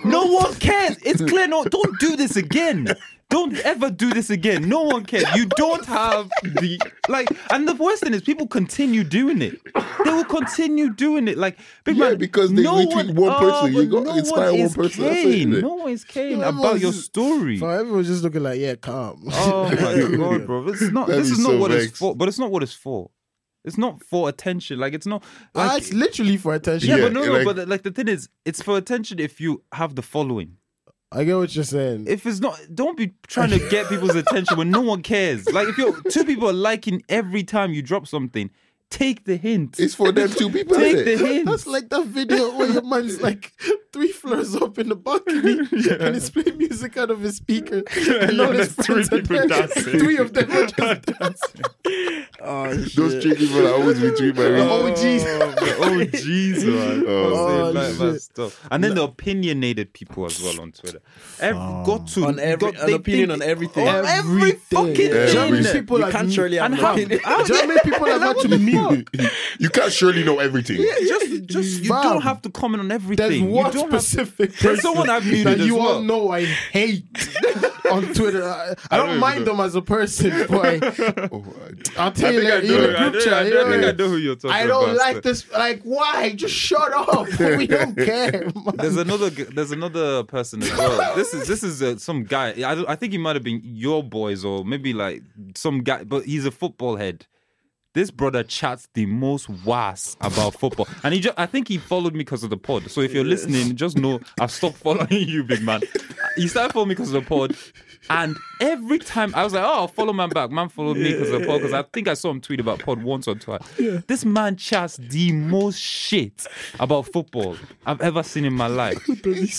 A: no one cares. It's clear. No, don't do this again. Don't ever do this again. No one cares. You don't have the like. And the worst thing is, people continue doing it. They will continue doing it. Like, big
C: Yeah,
A: man,
C: because they
A: no one-
C: retweet one person.
A: but
C: You got- inspire one
A: is
C: person. That's it,
A: Caring.
C: innit?
A: No one is caring
B: No,
A: about your
B: everyone's-
A: story.
B: So everyone's just looking like, yeah, calm.
A: Oh my god, bro! This is not.
C: That'd
A: this
C: be
A: is not
C: so
A: what
C: vexed.
A: it's for. But it's not what it's for. It's not for attention. Like it's not.
B: Ah,
A: Like,
B: it's literally for attention.
A: yeah,
C: yeah,
A: but no, no.
C: like-
A: but like the thing is, it's for attention if you have the following.
B: I get what you're saying.
A: If it's not, don't be trying to get people's attention when no one cares. Like if you're two people are liking every time you drop something, Take the hint.
C: It's for them two people.
A: Take
C: is
A: the
C: it?
A: hint.
B: That's like that video where your man's like three floors up in the balcony and he's playing music out of his speaker. And all his
G: there's three
B: friends are
G: people
B: there.
G: dancing.
B: Three of them are just
D: Oh, shit.
C: Those three people are always between my
B: Oh,
C: reach.
B: geez.
A: oh jeez, man.
C: Oh,
A: Honestly, like
B: shit.
A: that stuff. And then the opinionated people as well on Twitter. Every, got to
D: on every
A: got,
D: an
A: they
D: opinion
A: think-
D: on everything.
A: on every fucking
C: Every-
A: thing.
B: Oh, German
C: Yeah.
B: people
D: you
B: have
D: can't surely have
A: And
D: an
A: how,
D: opinion.
A: how
B: German people have had to meet.
C: You can't surely know everything.
A: just just you
B: Fam.
A: don't have to comment on everything.
B: There's
A: You
B: one
A: don't have-
B: specific
A: There's someone I've
B: person
A: muted
B: that you
A: as well.
B: all know I hate on Twitter. I, I don't
C: even
B: mind
C: know.
B: them as a person, boy.
C: Oh,
B: I'll tell
C: I
B: you
C: think I
B: later.
C: do.
B: In the
C: I
A: I,
B: group
A: don't,
B: chat,
A: I,
B: you
A: don't, think I
B: know,
A: know who you're talking
B: I don't
A: about.
B: like this. Like, why? Just shut up. we don't care.
A: There's another. g- There's another person as well. This is this is uh, some guy. I don't, I think he might have been your boys or maybe like some guy, but he's a football head. This brother chats the most was about football, and he. Just, I think he followed me because of the pod. So if you're listening, just know I've stopped following you, big man. He started following me because of the pod, and every time I was like, "Oh, I'll follow man back." Man followed me because of the pod because I think I saw him tweet about pod once or twice. This man chats the most shit about football I've ever seen in my life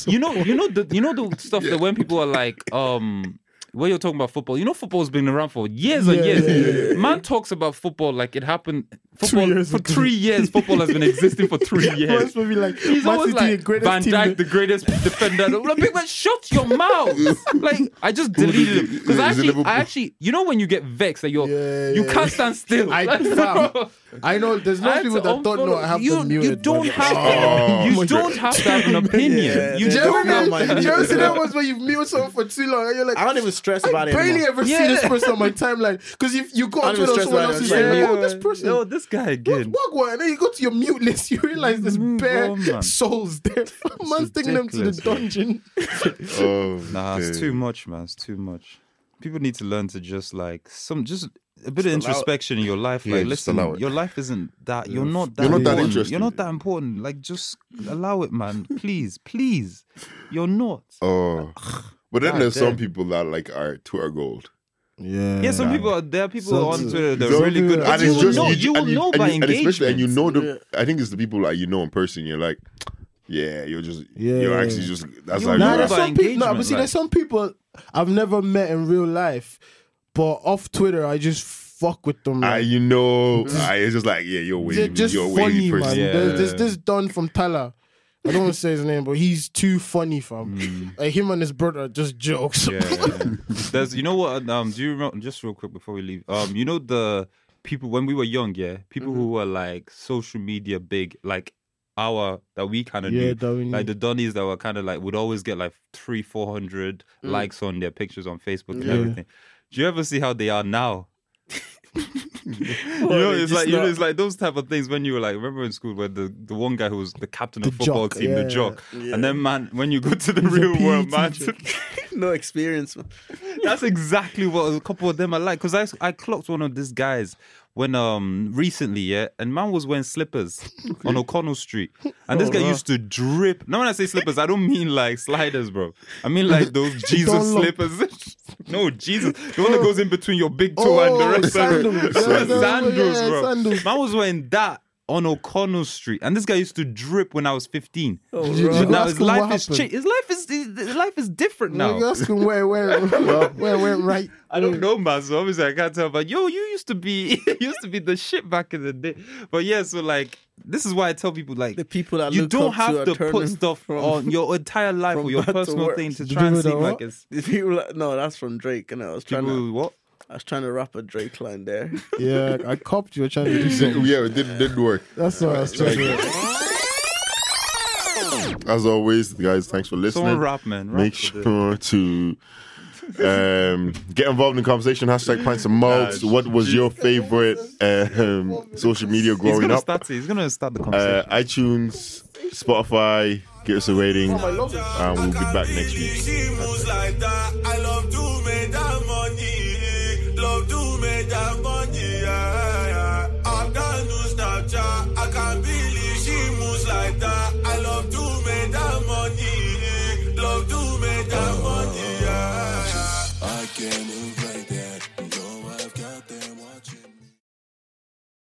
A: you know, you know the you know the stuff that when people are like, um, when you're talking about football, you know football's been around for years and years. Man talks about football like it happened football
B: years
A: for
B: ago.
A: three years. Football has been existing for three years.
B: Must be like,
A: He's
B: Man
A: always
B: City,
A: like
B: greatest
A: Van
B: team
A: Dijk,
B: in-
A: the greatest defender. Like, Big man, shut your mouth! Like I just deleted him because I
C: He's a
A: actually,
C: Liverpool-
A: I actually, you know when you get vexed that you're
B: Yeah,
A: you
B: yeah.
A: can't stand still.
B: I-
A: Like,
B: fam,
A: bro.
B: I know there's
A: I
B: no
A: had
B: people
A: to
B: that don't know
A: unfollow-
B: I have
A: you,
B: them muted.
A: you don't
B: but-
A: have
C: Oh,
A: you
C: my
A: don't have to have an opinion.
D: Yeah,
A: you
D: that's
A: don't
D: not
A: have
D: my
B: Jeremy,
D: muted.
B: Jeremy, see that ones where you mute someone for too long and you're like,
D: I don't even stress
B: I
D: about it.
B: barely
D: anymore.
B: ever see
A: Yeah.
B: this person on my timeline because if you go
D: I
B: on
D: don't
B: Twitter,
D: even stress
B: someone
D: about it.
B: else is
D: It's like,
B: like,
D: Yeah.
B: "Oh, this person."
A: Oh, this guy
B: What,
A: again.
B: what, what? And then you go to your mute list, you realize there's
A: Move
B: bare
A: on, man.
B: souls there. Man's taking them to the
A: ridiculous, man.
B: dungeon.
C: oh,
A: Nah, it's
C: damn.
A: too much, man. It's too much. People need to learn to just like some just a bit of introspection in your life.
C: Yeah,
A: like,
C: just
A: listen,
C: allow it.
A: your life isn't that. You're not that.
C: You're not that
A: important.
C: interesting.
A: You're not that important. Like, just allow it, man. Please, please. You're not.
C: Oh. But then
A: God
C: there's
A: damn.
C: some people that like are Twitter gold.
B: Yeah.
A: Yeah, some people are there. Are people
B: So-
A: on Twitter. They're
C: So-
A: really good.
B: and
A: But
B: it's
A: you will
B: just-
A: know.
C: you-
A: You will
C: and
A: know by
C: and, you- and especially
A: engagement.
C: and you know the I think it's the people that you know in person. You're like, yeah, you're just you're
B: Yeah.
C: actually just that's
A: You
C: how
A: know
B: Nah,
C: you
B: there's
A: by
C: are.
B: some people. Nah,
A: engagement,
B: but see,
A: like-
B: there's some people I've never met in real life, but off Twitter, I just fuck with them.
C: Ah,
B: like,
C: you know,
A: Mm-hmm.
C: ah, it's just like yeah, you're a
B: they're
C: wavy,
B: just
C: you're a
B: funny,
C: wavy
B: man.
C: person.
A: Yeah.
B: There's, there's this Don from Tala. I don't want to say his name, but he's too funny, fam. Like him and his brother are just jokes.
A: Hmm. yeah, yeah, yeah. There's, you know what? Um, do you remember? Just real quick before we leave. Um, you know the people when we were young, yeah, people
B: Mm-hmm.
A: who were like social media big, like our that we kind of
B: Yeah,
A: knew,
B: that we
A: like
B: knew.
A: the Donnies that were kind of like would always get like three, four hundred likes on their pictures on Facebook and
B: Mm. Yeah.
A: everything. Do you ever see how they are now?
D: Well,
A: you know,
D: they
A: it's
D: just
A: like you know,
D: not-
A: it's like those type of things when you were like, remember in school where the, the one guy who was the captain of
B: The
A: football
B: jock,
A: team,
B: yeah.
A: the jock,
D: Yeah.
A: and then man, when you go to the
B: He's a
A: real
B: PE
A: world, man,
B: teacher.
D: no experience. Man.
A: that's exactly what a couple of them are like. Because I, I clocked one of these guys when um recently, yeah, and man was wearing slippers on O'Connell Street, and
B: Oh,
A: this guy used to drip. Now when I say slippers, I don't mean like sliders, bro. I mean like those Jesus
B: Dunlop.
A: slippers. no Jesus, the one that goes in between your big toe and
B: Oh,
A: the rest
B: sandals.
A: of it.
B: Yeah, that's what-
A: sandals,
B: yeah,
A: bro.
B: sandals.
A: Man was wearing that. On O'Connell Street, and this guy used to drip when I was fifteen.
D: Oh,
B: Did you
A: But
B: go
A: now
B: ask
A: his
B: him what
A: life is
B: happened?
A: changed. His life is his life is different now.
B: Like, ask him where, where, where, where it went right.
A: I
D: Mm.
A: don't know, man. So obviously I can't tell. But yo, you used to be you used to be the shit back in the day. But yeah, so like this is why I tell people like
D: The people that
A: you
D: look
A: don't
D: up
A: have
D: to,
A: to,
D: are turning
A: put stuff
D: from,
A: on your entire life
D: from
A: or your
D: bad to
A: personal
D: worse.
A: thing to
B: The
A: try and
B: people that
A: seem like
B: what?
A: it's
D: The people that- no, that's from Drake. And I was trying to,
A: people what?
D: I was trying to rap a Drake line there.
B: Yeah, I copped you. I tried to do
C: Yeah,
B: something.
C: it didn't, didn't work.
B: That's what I was trying to do.
C: As always, guys, thanks for listening.
A: Someone rap, man. Rap
C: Make
A: for the-
C: sure to um, get involved in the conversation. Hashtag pints and malts. what was your favorite um, social media
A: He's
C: growing
A: gonna
C: up?
A: start it. He's gonna start the
C: Uh,
A: conversation.
C: iTunes, Spotify. Give us a rating, and we'll be back next week.
H: She moves like that. I love to make that money. Love to make that money. Yeah, yeah. I'm done to Snapchat. I can't believe she moves like that. I love to make that money. Love to make that money. Yeah, yeah. I can't invest.